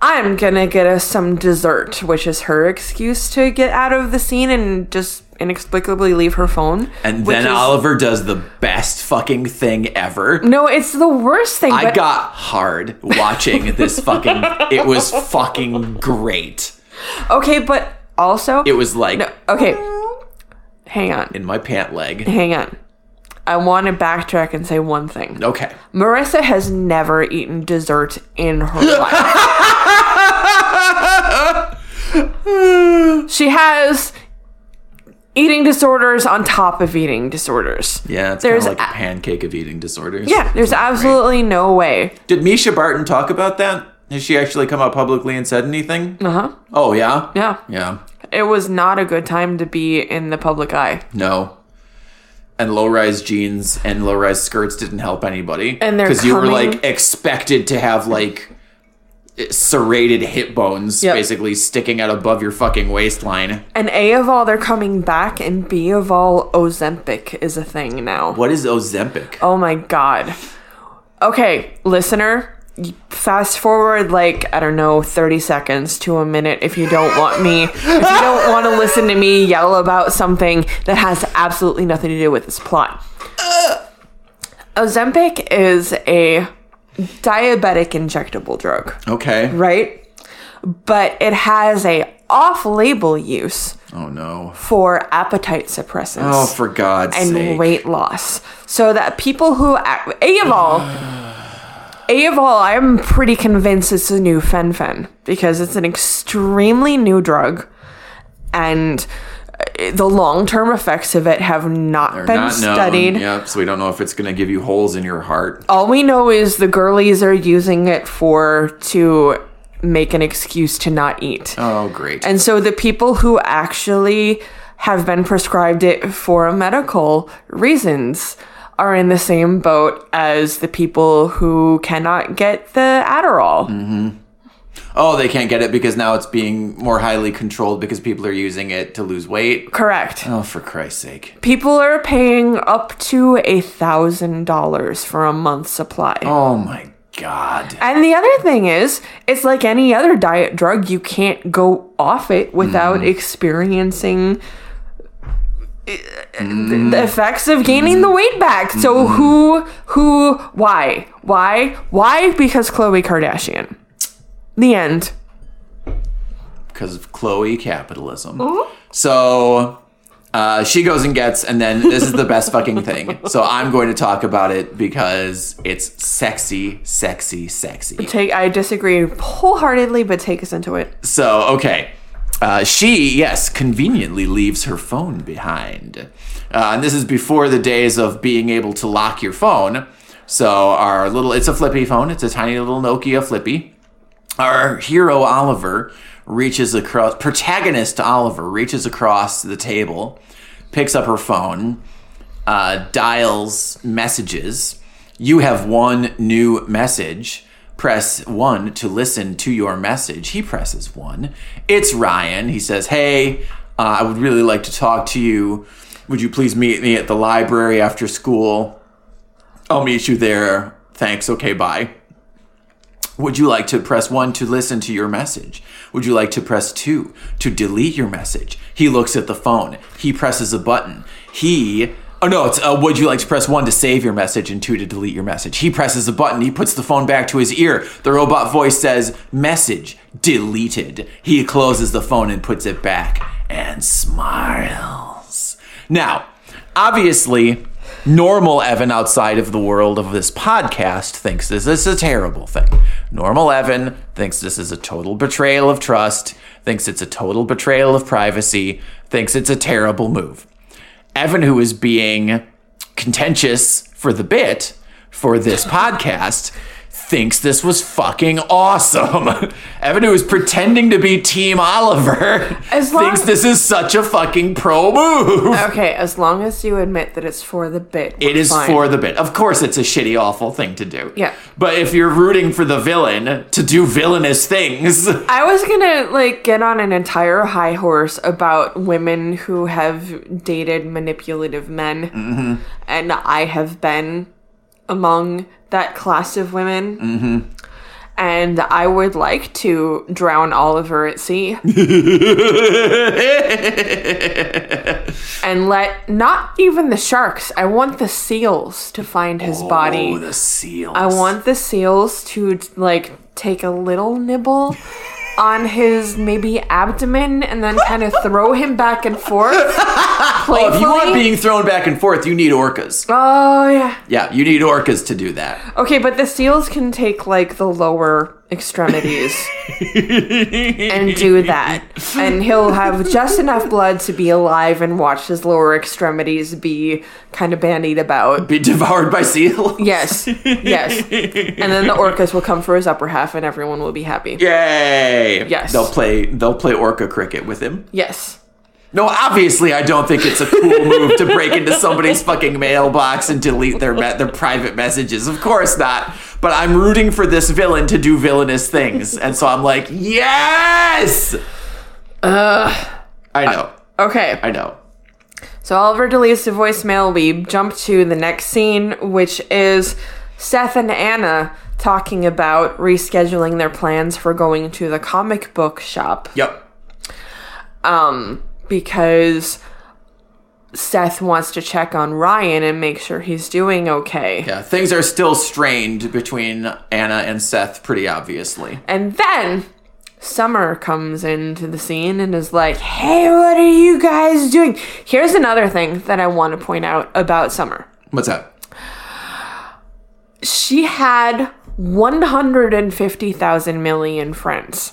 Speaker 1: "I'm gonna get us some dessert," which is her excuse to get out of the scene and just inexplicably leave her phone.
Speaker 2: And
Speaker 1: which
Speaker 2: then
Speaker 1: is-
Speaker 2: Oliver does the best fucking thing ever.
Speaker 1: No, it's the worst thing.
Speaker 2: I
Speaker 1: but
Speaker 2: got hard watching this fucking. It was fucking great.
Speaker 1: okay, but also
Speaker 2: It was like,
Speaker 1: Okay. Hang on.
Speaker 2: in my pant leg.
Speaker 1: Hang on. I want to backtrack and say one thing.
Speaker 2: Okay.
Speaker 1: Marissa has never eaten dessert in her life. she has eating disorders on top of eating disorders.
Speaker 2: Yeah, it's kind of
Speaker 1: There's
Speaker 2: like a
Speaker 1: a-
Speaker 2: pancake of eating disorders.
Speaker 1: Yeah, there's absolutely no way.
Speaker 2: Did Misha Barton talk about that? Has she actually come out publicly and said anything?
Speaker 1: Uh huh.
Speaker 2: Oh, yeah?
Speaker 1: Yeah.
Speaker 2: Yeah.
Speaker 1: It was not a good time to be in the public eye.
Speaker 2: No. And low rise jeans and low rise skirts didn't help anybody.
Speaker 1: And they're
Speaker 2: you were
Speaker 1: coming-
Speaker 2: like expected to have like eh, serrated hip bones
Speaker 1: Yep.
Speaker 2: basically sticking out above your fucking waistline.
Speaker 1: And A of all, they're coming back, and B of all, Ozempic is a thing now.
Speaker 2: What is Ozempic?
Speaker 1: Oh my god. Okay, listener, y- fast forward like I don't know 30 seconds to a minute if you don't want me if you don't want to listen to me yell about something that has absolutely nothing to do with this plot. Ozempic is a diabetic injectable drug,
Speaker 2: Okay.
Speaker 1: right? But it has a off-label use
Speaker 2: Oh no.
Speaker 1: for appetite suppressants
Speaker 2: Oh, for God's
Speaker 1: and
Speaker 2: sake.
Speaker 1: weight loss. So that people who, ac- A of all, A of all, I'm pretty convinced it's a new fenfen because it's an extremely new drug and uh, the long term effects of it have not
Speaker 2: They're
Speaker 1: been
Speaker 2: not known.
Speaker 1: studied.
Speaker 2: Yep. So we don't know if it's going to give you holes in your heart.
Speaker 1: All we know is the girlies are using it for to make an excuse to not eat.
Speaker 2: Oh, great.
Speaker 1: And so the people who actually have been prescribed it for medical reasons are in the same boat as the people who cannot get the Adderall.
Speaker 2: oh, they can't get it because now it's being more highly controlled because people are using it to lose weight.
Speaker 1: Correct.
Speaker 2: Oh, for Christ's sake.
Speaker 1: People are paying up to a thousand dollars for a month's supply.
Speaker 2: Oh my God.
Speaker 1: And the other thing is, it's like any other diet drug, you can't go off it without
Speaker 2: Mm-hmm.
Speaker 1: experiencing eh,
Speaker 2: Mm-hmm.
Speaker 1: the- the effects of gaining the weight back. So who who why? Why? Why because Khloe Kardashian. The end.
Speaker 2: Because of Chloe capitalism. So uh, she goes and gets, and then this is the best fucking thing. So I'm going to talk about it because it's sexy, sexy, sexy.
Speaker 1: Take I disagree wholeheartedly, but take us into it.
Speaker 2: So, okay. Uh, she, yes, conveniently leaves her phone behind. Uh, and this is before the days of being able to lock your phone. So, our little, it's a flippy phone, it's a tiny little Nokia flippy. Our hero, Oliver, reaches across, protagonist Oliver reaches across the table, picks up her phone, uh, dials messages. You have one new message. Press one to listen to your message. He presses one. It's Ryan. He says, Hey, uh, I would really like to talk to you. Would you please meet me at the library after school? I'll meet you there. Thanks. Okay, bye. Would you like to press one to listen to your message? Would you like to press two to delete your message? He looks at the phone. He presses a button. He. Oh no, it's uh, would you like to press one to save your message and two to delete your message? He presses a button. He puts the phone back to his ear. The robot voice says, message deleted. He closes the phone and puts it back and smiles. Now, obviously, normal Evan outside of the world of this podcast thinks this is a terrible thing. Normal Evan thinks this is a total betrayal of trust, thinks it's a total betrayal of privacy, thinks it's a terrible move. Evan, who is being contentious for the bit for this podcast, thinks this was fucking awesome. Evan, who is pretending to be Team Oliver,
Speaker 1: As long-
Speaker 2: thinks this is such a fucking pro move.
Speaker 1: Okay, as long as you admit that it's for the bit.
Speaker 2: It is for the bit. Of course, it's a shitty, awful thing to do.
Speaker 1: Yeah.
Speaker 2: But if you're rooting for the villain to do villainous things,
Speaker 1: I was gonna like get on an entire high horse about women who have dated manipulative men, and I have been among that class of women. Mm-hmm. And I would like to drown Oliver at sea and let not even the sharks. I want the seals to find his body.
Speaker 2: Oh, the seals.
Speaker 1: I want the seals to like take a little nibble on his maybe abdomen and then kind of throw him back and forth playfully.
Speaker 2: Oh, if you want being thrown back and forth, you need orcas.
Speaker 1: oh yeah.
Speaker 2: Yeah, you need orcas to do that.
Speaker 1: Okay, but the seals can take like the lower extremities and do that. And he'll have just enough blood to be alive and watch his lower extremities be kind of bandied about.
Speaker 2: Be devoured by seal.
Speaker 1: Yes. Yes. And then the orcas will come for his upper half and everyone will be happy.
Speaker 2: Yay!
Speaker 1: Yes.
Speaker 2: They'll play they'll play orca cricket with him.
Speaker 1: Yes.
Speaker 2: No, obviously I don't think it's a cool move to break into somebody's fucking mailbox and delete their me- their private messages. Of course not. But I'm rooting for this villain to do villainous things. And so I'm like, "Yes!" I know.
Speaker 1: Okay.
Speaker 2: I know.
Speaker 1: So Oliver deletes the voicemail. We jump to the next scene, which is Seth and Anna talking about rescheduling their plans for going to the comic book shop.
Speaker 2: Yep.
Speaker 1: Um, because Seth wants to check on Ryan and make sure he's doing okay.
Speaker 2: Yeah, things are still strained between Anna and Seth pretty obviously.
Speaker 1: And then Summer comes into the scene and is like, Hey, what are you guys doing? Here's another thing that I want to point out about Summer.
Speaker 2: What's up?
Speaker 1: she had 150,000 million friends.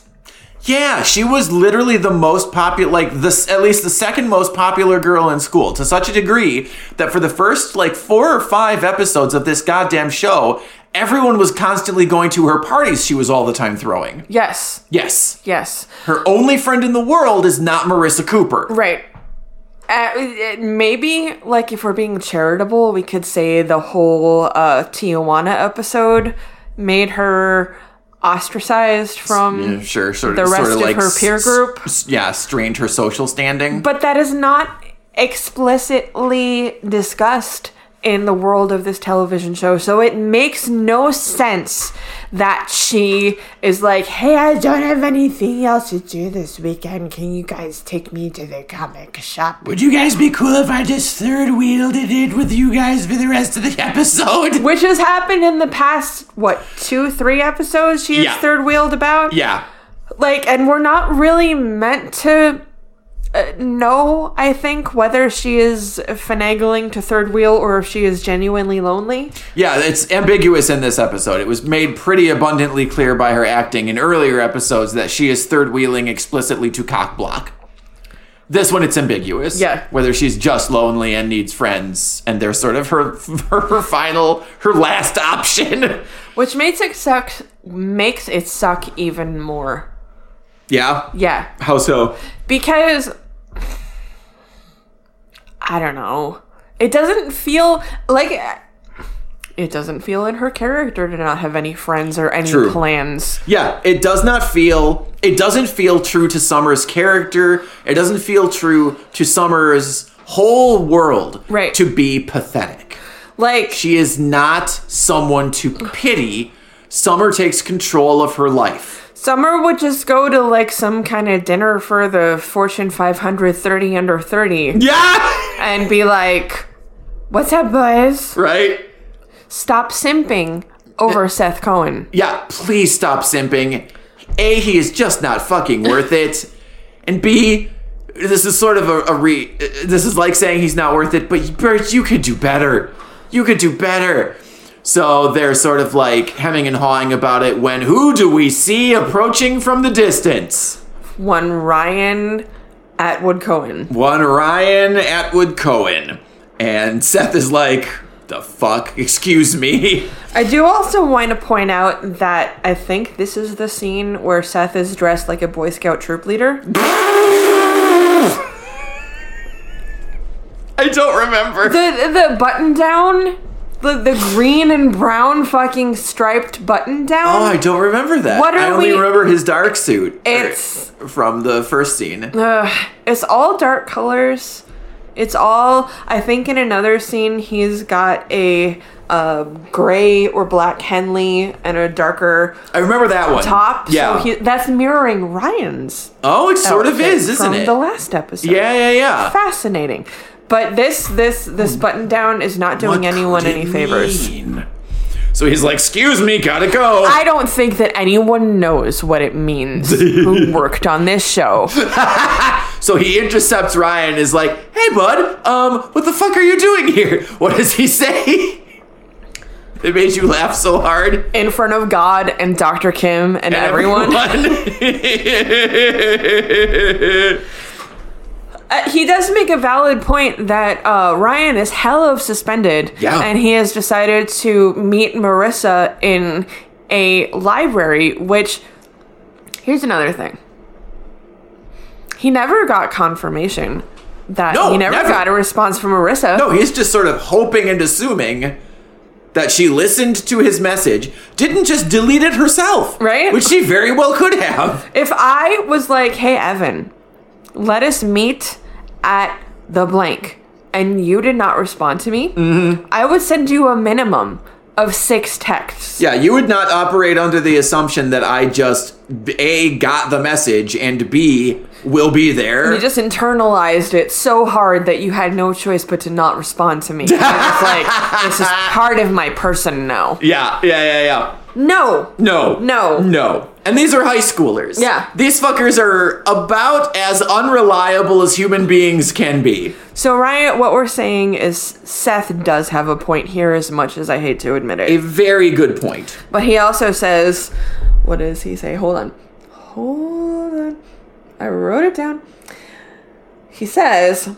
Speaker 2: Yeah, she was literally the most popular, like this, at least the second most popular girl in school, to such a degree that for the first like four or five episodes of this goddamn show, everyone was constantly going to her parties. She was all the time throwing.
Speaker 1: Yes,
Speaker 2: Yes,
Speaker 1: yes,
Speaker 2: her only friend in the world is not Marissa Cooper.
Speaker 1: right. Uh, it- maybe, like, if we're being charitable, we could say the whole uh, Tijuana episode made her ostracized from.
Speaker 2: Yeah, sure, sort of,
Speaker 1: Um, The
Speaker 2: sort
Speaker 1: rest
Speaker 2: of
Speaker 1: of
Speaker 2: like
Speaker 1: her
Speaker 2: s-
Speaker 1: peer
Speaker 2: s-
Speaker 1: group?
Speaker 2: s- yeah, strained her social standing.
Speaker 1: But that is not explicitly discussed in the world of this television show. So it makes no sense that she is like, hey, I don't have anything else to do this weekend. Can you guys take me to the comic shop?
Speaker 2: Would you guys be cool if I just third wheeled it with you guys for the rest of the episode?
Speaker 1: Which has happened in the past, what, two, three episodes she is
Speaker 2: Yeah.
Speaker 1: third wheeled about?
Speaker 2: Yeah.
Speaker 1: Like, and we're not really meant to. Uh, know, I think, whether she is finagling to third wheel or if she is genuinely lonely.
Speaker 2: Yeah, it's ambiguous in this episode. It was made pretty abundantly clear by her acting in earlier episodes that she is third wheeling explicitly to cock block. This one, it's ambiguous.
Speaker 1: Yeah.
Speaker 2: Whether she's just lonely and needs friends, and they're sort of her, her, her final, her last option.
Speaker 1: Which makes it suck makes it suck even more.
Speaker 2: Yeah.
Speaker 1: Yeah.
Speaker 2: How so?
Speaker 1: Because I don't know. It doesn't feel like it doesn't feel in her character to not have any friends or any
Speaker 2: True.
Speaker 1: plans.
Speaker 2: Yeah, it does not feel it doesn't feel true to Summer's character. It doesn't feel true to Summer's whole world
Speaker 1: Right.
Speaker 2: to be pathetic.
Speaker 1: Like
Speaker 2: She is not someone to pity. Summer takes control of her life.
Speaker 1: Summer would just go to like some kind of dinner for the Fortune 500 30 under 30
Speaker 2: Yeah.
Speaker 1: and be like, "What's up, boys?
Speaker 2: Right?
Speaker 1: Stop simping over Seth Cohen."
Speaker 2: Yeah, please stop simping. A, he is just not fucking worth it. And B, this is sort of a, a re. This is like saying he's not worth it, but Bert, you could do better. You could do better. So they're sort of like hemming and hawing about it when who do we see approaching from the distance?
Speaker 1: One Ryan Atwood Cohen.
Speaker 2: One Ryan Atwood Cohen. And Seth is like, the fuck? Excuse me.
Speaker 1: I do also want to point out that I think this is the scene where Seth is dressed like a Boy Scout troop leader.
Speaker 2: I don't remember.
Speaker 1: The the button down, the the green and brown fucking striped button down.
Speaker 2: Oh, I don't remember that.
Speaker 1: What
Speaker 2: I
Speaker 1: are
Speaker 2: only
Speaker 1: we-
Speaker 2: remember his dark suit. er,
Speaker 1: It's-
Speaker 2: from the first scene.
Speaker 1: Ugh, it's all dark colors. It's all. I think in another scene he's got a uh, gray or black Henley and a darker
Speaker 2: I remember that one.
Speaker 1: top.
Speaker 2: Uh, Yeah.
Speaker 1: so he, that's mirroring Ryan's.
Speaker 2: oh, it sort of
Speaker 1: outfit
Speaker 2: is, isn't
Speaker 1: from
Speaker 2: it?
Speaker 1: The last episode.
Speaker 2: yeah, yeah, yeah. Oh,
Speaker 1: fascinating. But this this this button down is not doing
Speaker 2: What
Speaker 1: anyone
Speaker 2: could
Speaker 1: any
Speaker 2: it
Speaker 1: favors.
Speaker 2: mean? So he's like, "Excuse me, gotta go."
Speaker 1: I don't think that anyone knows what it means who worked on this show.
Speaker 2: So he intercepts Ryan and is like, "Hey, bud, um, what the fuck are you doing here? What does he say?" it made you laugh so hard.
Speaker 1: In front of God and Dr. Kim and everyone.
Speaker 2: Everyone.
Speaker 1: Uh, he does make a valid point that uh, Ryan is hell of suspended.
Speaker 2: Yeah.
Speaker 1: And he has decided to meet Marissa in a library, which. Here's another thing. He never got confirmation that
Speaker 2: No,
Speaker 1: he never,
Speaker 2: never.
Speaker 1: got a response from Marissa.
Speaker 2: No, he's just sort of hoping and assuming that she listened to his message, didn't just delete it herself.
Speaker 1: Right?
Speaker 2: Which she very well could have.
Speaker 1: If I was like, hey, Evan, let us meet at the blank, and you did not respond to me,
Speaker 2: Mm-hmm.
Speaker 1: I would send you a minimum of six texts.
Speaker 2: Yeah, you would not operate under the assumption that I just A got the message and B will be there.
Speaker 1: You just internalized it so hard that you had no choice but to not respond to me. It's like, this is part of my person now.
Speaker 2: yeah, yeah, yeah, yeah.
Speaker 1: No.
Speaker 2: No.
Speaker 1: No.
Speaker 2: No. And these are high schoolers.
Speaker 1: Yeah.
Speaker 2: These fuckers are about as unreliable as human beings can be.
Speaker 1: So, Ryan, what we're saying is Seth does have a point here as much as I hate to admit it.
Speaker 2: A very good point.
Speaker 1: But he also says, what does he say? Hold on. Hold on. I wrote it down. He says,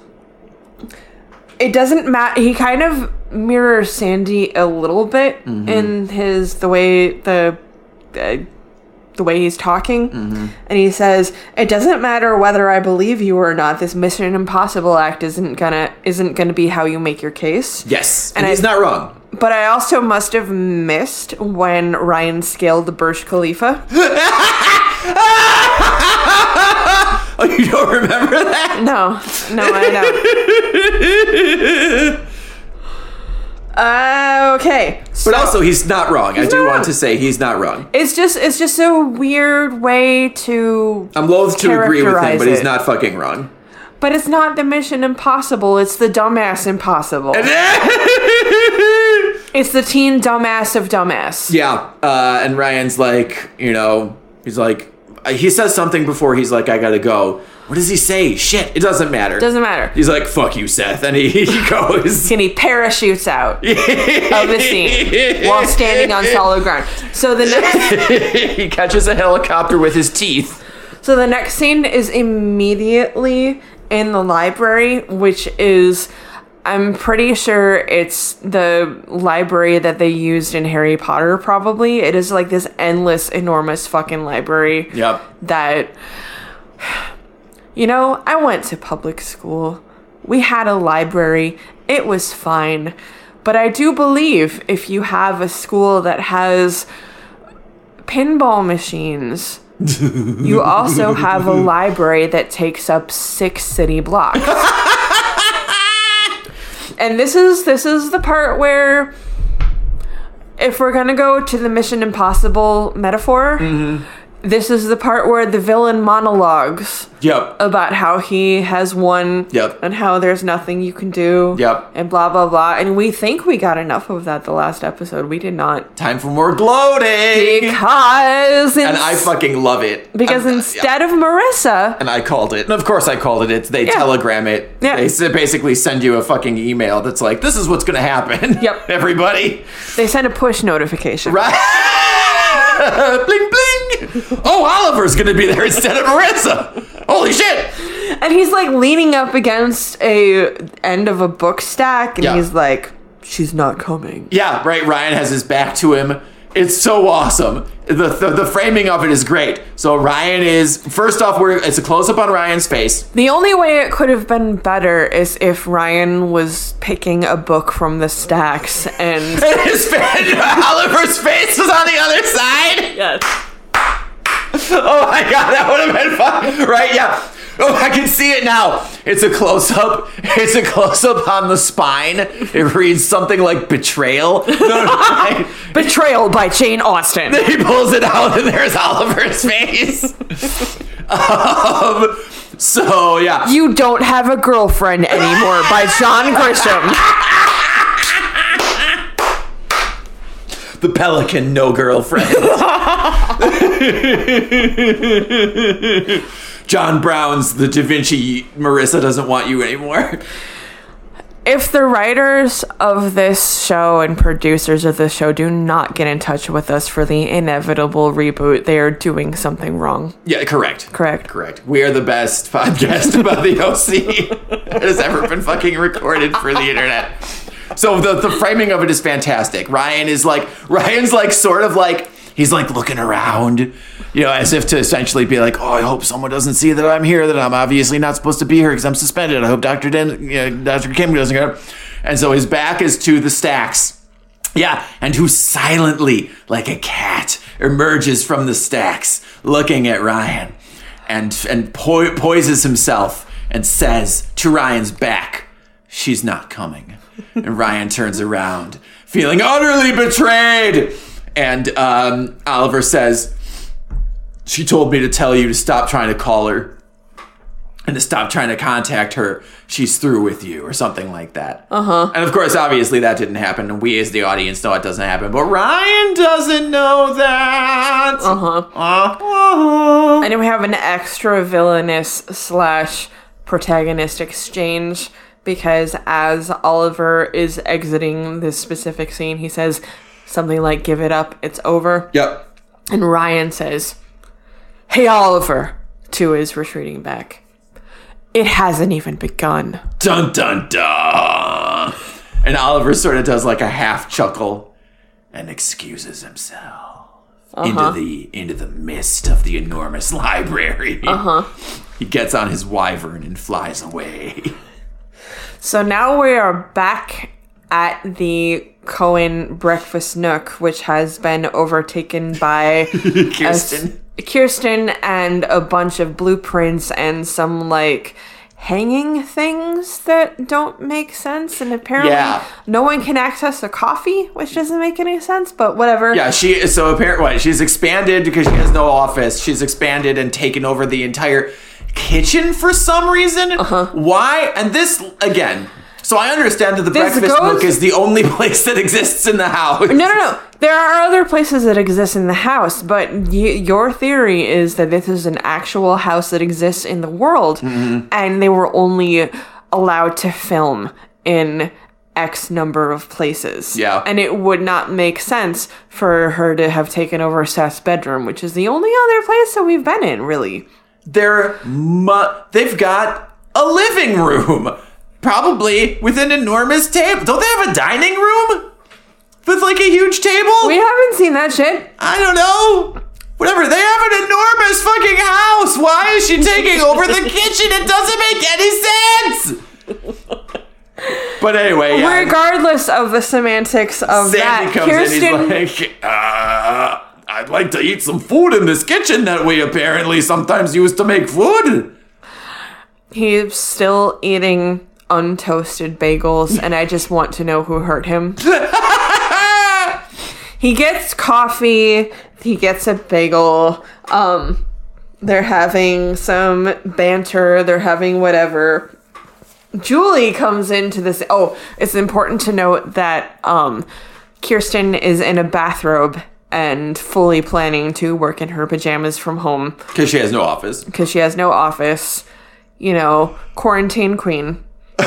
Speaker 1: it doesn't matter. He kind of mirrors Sandy a little bit in his, the way the. Uh, the way he's talking, and he says, "It doesn't matter whether I believe you or not. This Mission Impossible act isn't gonna isn't gonna be how you make your case."
Speaker 2: Yes. And,
Speaker 1: And I-
Speaker 2: he's not wrong.
Speaker 1: But I also must have missed when Ryan scaled the Burj Khalifa.
Speaker 2: Oh, you don't remember that?
Speaker 1: No, no, I don't. Uh, okay,
Speaker 2: But also, he's not wrong. I do
Speaker 1: not
Speaker 2: want
Speaker 1: wrong.
Speaker 2: to say he's not wrong.
Speaker 1: it's just it's just a weird way to,
Speaker 2: I'm loath to agree with him,
Speaker 1: Characterize
Speaker 2: but he's
Speaker 1: it.
Speaker 2: not fucking wrong.
Speaker 1: but it's not the Mission Impossible. It's the dumbass Impossible. It's the teen dumbass of dumbass.
Speaker 2: yeah. Uh, and Ryan's like, you know, he's like, uh, he says something before he's like, I gotta go. What does he say? Shit, it doesn't matter.
Speaker 1: Doesn't matter.
Speaker 2: He's like, fuck you, Seth. And he, he goes.
Speaker 1: And he parachutes out of the scene while standing on solid ground. So the next.
Speaker 2: he catches a helicopter with his teeth.
Speaker 1: So the next scene is immediately in the library, which is I'm pretty sure it's the library that they used in Harry Potter probably. It is like this endless enormous fucking library
Speaker 2: Yep.
Speaker 1: that you know, I went to public school. We had a library. It was fine. But I do believe if you have a school that has pinball machines, you also have a library that takes up six city blocks. and this is this is the part where if we're going to go to the Mission Impossible metaphor, this is the part where the villain monologues
Speaker 2: Yep.
Speaker 1: about how he has won
Speaker 2: Yep.
Speaker 1: and how there's nothing you can do
Speaker 2: Yep.
Speaker 1: and blah blah blah and we think we got enough of that the last episode we did not
Speaker 2: Time for more gloating.
Speaker 1: because
Speaker 2: And I fucking love it.
Speaker 1: because
Speaker 2: I'm- uh,
Speaker 1: instead of Marissa
Speaker 2: and I called it. And of course I called it. It's they telegram it.
Speaker 1: Yeah.
Speaker 2: They s- basically send you a fucking email that's like, this is what's gonna happen.
Speaker 1: Yep.
Speaker 2: Everybody.
Speaker 1: they send a push notification
Speaker 2: Right. bling bling. Oh, Oliver's gonna be there instead of Marissa. Holy shit.
Speaker 1: and he's like leaning up against a end of a book stack and
Speaker 2: Yeah.
Speaker 1: he's like she's not coming
Speaker 2: Yeah, right. Ryan has his back to him. It's so awesome. The, the, the framing of it is great. So Ryan is first off, we're it's a close up on Ryan's face.
Speaker 1: The only way it could have been better is if Ryan was picking a book from the stacks and
Speaker 2: His fa- Oliver's face was on the other side. Oh my god, that would have been fun, right? Yeah. Oh, I can see it now. It's a close up. It's a close up on the spine. It reads something like betrayal. No, no, no.
Speaker 1: Betrayal by Jane Austen.
Speaker 2: he pulls it out and there's Oliver's face. um, so yeah.
Speaker 1: You don't have a girlfriend anymore by John Grisham.
Speaker 2: the pelican, no girlfriend. John Brown's The Da Vinci, Marissa doesn't want you anymore.
Speaker 1: If the writers of this show and producers of this show do not get in touch with us for the inevitable reboot, they are doing something wrong.
Speaker 2: Yeah, correct.
Speaker 1: Correct.
Speaker 2: Correct. We are the best podcast about the OC that has ever been fucking recorded for the internet. So the the framing of it is fantastic. Ryan is like Ryan's like sort of like he's like looking around, you know, as if to essentially be like, oh, I hope someone doesn't see that I'm here, that I'm obviously not supposed to be here because I'm suspended. I hope Doctor Den, you know, Doctor Kim doesn't go. And so his back is to the stacks. Yeah, and who silently, like a cat, emerges from the stacks, looking at Ryan, and and po- poises himself and says to Ryan's back, "She's not coming." and Ryan turns around, feeling utterly betrayed. And um, Oliver says, "She told me to tell you to stop trying to call her." and to stop trying to contact her. She's through with you, or something like that. Uh huh. And of course, obviously, that didn't happen, and we as the audience know it doesn't happen. But Ryan doesn't know that. Uh huh. Uh huh.
Speaker 1: And then we have an extra villainous slash protagonist exchange because as Oliver is exiting this specific scene, he says something like, Give it up, it's over.
Speaker 2: Yep.
Speaker 1: And Ryan says, Hey, Oliver, to his retreating back. It hasn't even begun.
Speaker 2: Dun dun dun. And Oliver sort of does like a half chuckle and excuses himself into the into the mist of the enormous library. Uh huh. He gets on his wyvern and flies away.
Speaker 1: So now we are back at the Cohen Breakfast Nook, which has been overtaken by
Speaker 2: Kirsten.
Speaker 1: Kirsten and a bunch of blueprints and some like hanging things that don't make sense. And apparently,
Speaker 2: Yeah.
Speaker 1: no one can access the coffee, which doesn't make any sense. But whatever.
Speaker 2: Yeah, she is so apparently what, she's expanded because she has no office. She's expanded and taken over the entire kitchen for some reason. Uh-huh. Why? And this again. So I understand that the
Speaker 1: This
Speaker 2: breakfast
Speaker 1: goes-
Speaker 2: nook is the only place that exists in the house.
Speaker 1: No, no, no. There are other places that exist in the house, but y- your theory is that this is an actual house that exists in the world,
Speaker 2: Mm-hmm.
Speaker 1: and they were only allowed to film in X number of places.
Speaker 2: Yeah.
Speaker 1: And it would not make sense for her to have taken over Seth's bedroom, which is the only other place that we've been in, really.
Speaker 2: They're mu- they've got a living room, probably with an enormous table. Don't they have a dining room with like a huge table?
Speaker 1: We haven't seen that shit.
Speaker 2: I don't know. Whatever. They have an enormous fucking house. Why is she taking over the kitchen? It doesn't make any sense. But anyway, yeah.
Speaker 1: Regardless of the semantics of
Speaker 2: Sandy
Speaker 1: that,
Speaker 2: comes
Speaker 1: Kirsten.
Speaker 2: in. He's like, uh, I'd like to eat some food in this kitchen that we apparently sometimes use to make food.
Speaker 1: He's still eating untoasted bagels, and I just want to know who hurt him. he gets coffee, he gets a bagel. Um, they're having some banter, they're having whatever. Julie comes into this. Oh, it's important to note that um, Kirsten is in a bathrobe and fully planning to work in her pajamas from home
Speaker 2: Because she has no office.
Speaker 1: because she has no office. You know, quarantine queen. she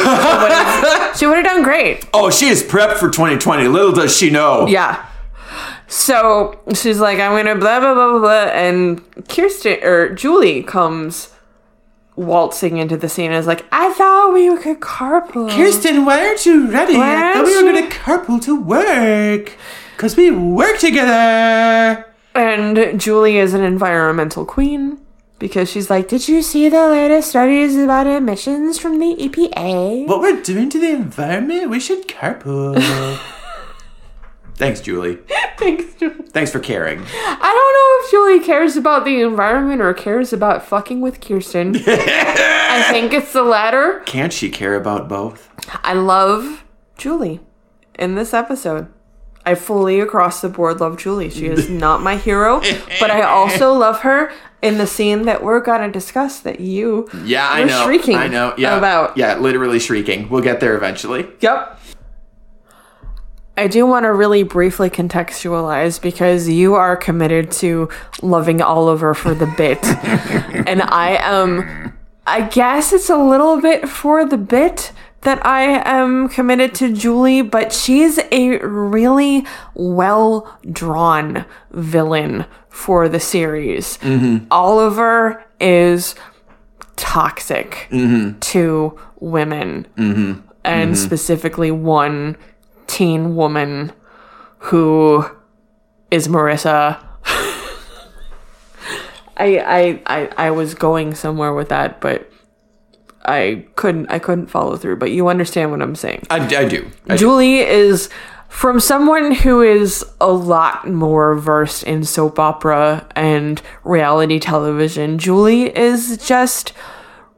Speaker 1: would have done great.
Speaker 2: Oh, she is prepped for 2020. Little does she know.
Speaker 1: Yeah. So she's like, I'm gonna blah blah blah blah, blah and Kirsten or Julie comes waltzing into the scene and is like, I thought we could carpool.
Speaker 2: Kirsten, why aren't you ready?
Speaker 1: Why
Speaker 2: I thought
Speaker 1: aren't
Speaker 2: we were
Speaker 1: you-
Speaker 2: going to carpool to work. Because we work together.
Speaker 1: and Julie is an environmental queen because she's like, Did you see the latest studies about emissions from the E EPA?
Speaker 2: What we're doing to the environment, we should carpool. Thanks, Julie.
Speaker 1: Thanks, Julie.
Speaker 2: Thanks for caring.
Speaker 1: I don't know if Julie cares about the environment or cares about fucking with Kirsten. I think it's the latter.
Speaker 2: Can't she care about both?
Speaker 1: I love Julie in this episode. I fully across the board love Julie. She is not my hero, but I also love her in the scene that we're gonna discuss that you
Speaker 2: Yeah, I
Speaker 1: were
Speaker 2: know.
Speaker 1: shrieking
Speaker 2: I know. Yeah.
Speaker 1: about.
Speaker 2: Yeah, literally shrieking. We'll get there eventually.
Speaker 1: Yep. I do want to really briefly contextualize because you are committed to loving Oliver for the bit. and I am, I guess it's a little bit for the bit that I am committed to Julie, but she's a really well drawn villain for the series. Oliver is toxic to women and specifically one teen woman who is Marissa. I, I I I was going somewhere with that, but I couldn't I couldn't follow through. But you understand what I'm saying.
Speaker 2: I, I do. I do.
Speaker 1: Julie is from someone who is a lot more versed in soap opera and reality television. Julie is just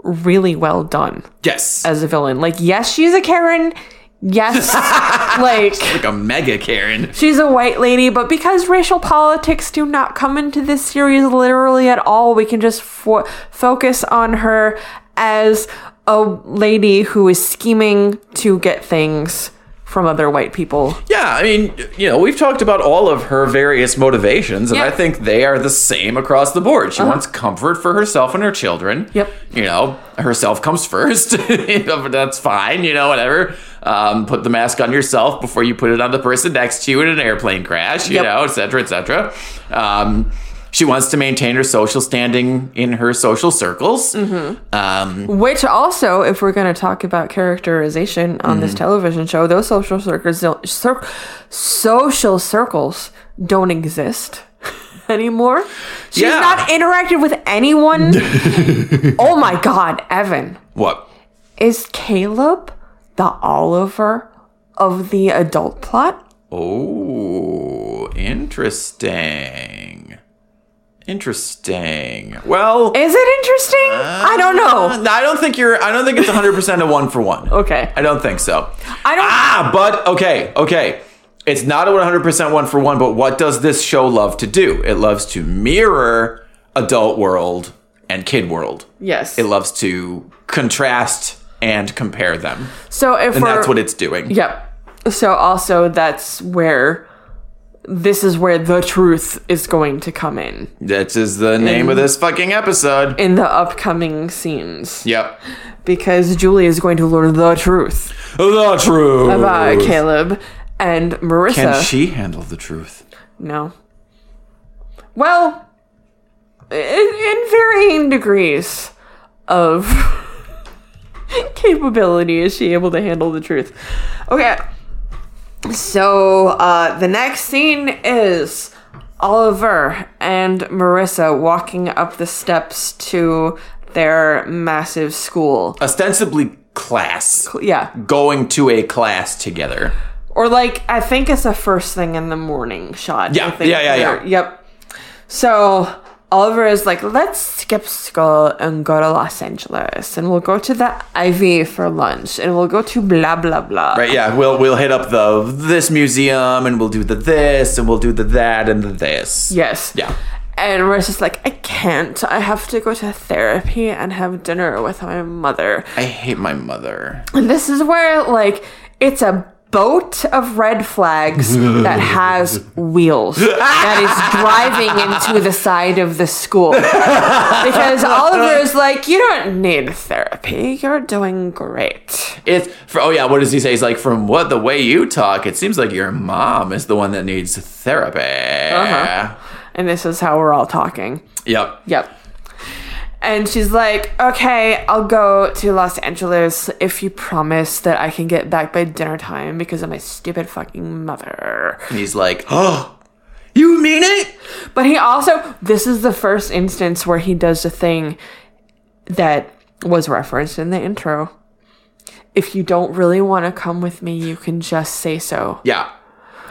Speaker 1: really well done
Speaker 2: Yes.
Speaker 1: as a villain. Like, yes, she's a Karen. Yes, like
Speaker 2: like a mega Karen.
Speaker 1: she's a white lady, but because racial politics do not come into this series literally at all, we can just fo- focus on her as a lady who is scheming to get things from other white people.
Speaker 2: Yeah, I mean, you know, we've talked about all of her various motivations, and
Speaker 1: Yeah. Uh-huh.
Speaker 2: I think they are the same across the board. She wants comfort for herself and her children.
Speaker 1: Yep.
Speaker 2: You know, herself comes first. You know, but That's fine, you know, whatever. Um, put the mask on yourself before you put it on the person next to you in an airplane crash, you
Speaker 1: Yep.
Speaker 2: know, et cetera, et cetera. Um, she wants to maintain her social standing in her social circles.
Speaker 1: Mm-hmm.
Speaker 2: Um,
Speaker 1: Which also, if we're going to talk about characterization on
Speaker 2: Mm.
Speaker 1: this television show, those social circles, don't- cir- social circles don't exist anymore. She's
Speaker 2: Yeah.
Speaker 1: not interacted with anyone. oh my God, Evan
Speaker 2: what?
Speaker 1: is Caleb the Oliver of the adult plot?
Speaker 2: Oh, interesting. Interesting. Well,
Speaker 1: Is it interesting? I don't know.
Speaker 2: I don't think you're. I don't think it's 100 percent a one for one.
Speaker 1: Okay.
Speaker 2: I don't think so.
Speaker 1: I don't-
Speaker 2: Ah, but okay, okay. It's not a 100 percent one for one. But what does this show love to do? It loves to mirror adult world and kid world.
Speaker 1: Yes.
Speaker 2: It loves to contrast and compare them,
Speaker 1: So if
Speaker 2: and
Speaker 1: we're,
Speaker 2: that's what it's doing.
Speaker 1: Yep. So also that's where this is where the truth is going to come in
Speaker 2: That is the name of this fucking episode.
Speaker 1: in the upcoming scenes
Speaker 2: Yep.
Speaker 1: because Julie is going to learn the truth
Speaker 2: The truth.
Speaker 1: about Caleb and Marissa.
Speaker 2: Can she handle the truth?
Speaker 1: no. Well, in, in varying degrees of capability is she able to handle the truth. Okay. So uh, the next scene is Oliver and Marissa walking up the steps to their massive school.
Speaker 2: Ostensibly class.
Speaker 1: Yeah.
Speaker 2: Going to a class together.
Speaker 1: Or like I think it's a first thing in the morning shot.
Speaker 2: Yeah,
Speaker 1: I think
Speaker 2: yeah, yeah, yeah.
Speaker 1: they're- Yep. So Oliver is like, let's skip school and go to Los Angeles, and we'll go to the Ivy for lunch, and we'll go to blah blah blah.
Speaker 2: Right, yeah, we'll we'll hit up the this museum and we'll do the this and we'll do the that and the this.
Speaker 1: Yes.
Speaker 2: Yeah.
Speaker 1: And Marissa's like, I can't. I have to go to therapy and have dinner with my mother.
Speaker 2: I hate my mother.
Speaker 1: And this is where like it's a boat of red flags that has wheels that is driving into the side of the school because Oliver is like, you don't need therapy. You're doing great.
Speaker 2: It's for, oh yeah, what does he say? He's like, from what the way you talk, it seems like your mom is the one that needs therapy.
Speaker 1: Uh-huh. And this is how we're all talking.
Speaker 2: Yep.
Speaker 1: Yep. And she's like, okay, I'll go to Los Angeles if you promise that I can get back by dinner time because of my stupid fucking mother.
Speaker 2: And he's like, Oh, you mean it?
Speaker 1: But he also, this is the first instance where he does the thing that was referenced in the intro. If you don't really want to come with me, you can just say so.
Speaker 2: Yeah.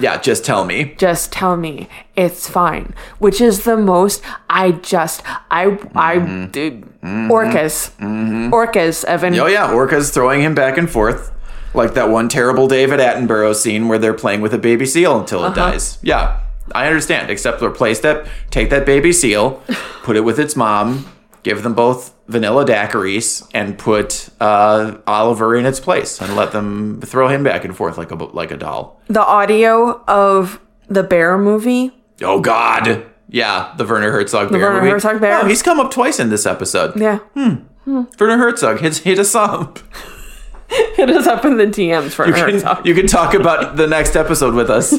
Speaker 2: Yeah, just tell me.
Speaker 1: Just tell me it's fine, which is the most I just I I
Speaker 2: Mm-hmm.
Speaker 1: dude orcas orcas Evan
Speaker 2: Oh yeah, Orca's throwing him back and forth, like that one terrible David Attenborough scene where they're playing with a baby seal until it
Speaker 1: Uh-huh.
Speaker 2: dies. Yeah, I understand. Except replace that, take that baby seal, put it with its mom, give them both vanilla daiquiris and put uh, Oliver in its place and let them throw him back and forth like a like a doll.
Speaker 1: The audio of the bear movie.
Speaker 2: Oh God. Yeah, the Werner Herzog bear.
Speaker 1: Werner
Speaker 2: movie.
Speaker 1: Herzog bear.
Speaker 2: Wow, he's come up twice in this episode.
Speaker 1: Yeah.
Speaker 2: Werner Herzog hit hit a sump.
Speaker 1: Hit us up in the DMs for
Speaker 2: You
Speaker 1: her.
Speaker 2: can, you can talk about the next episode with us.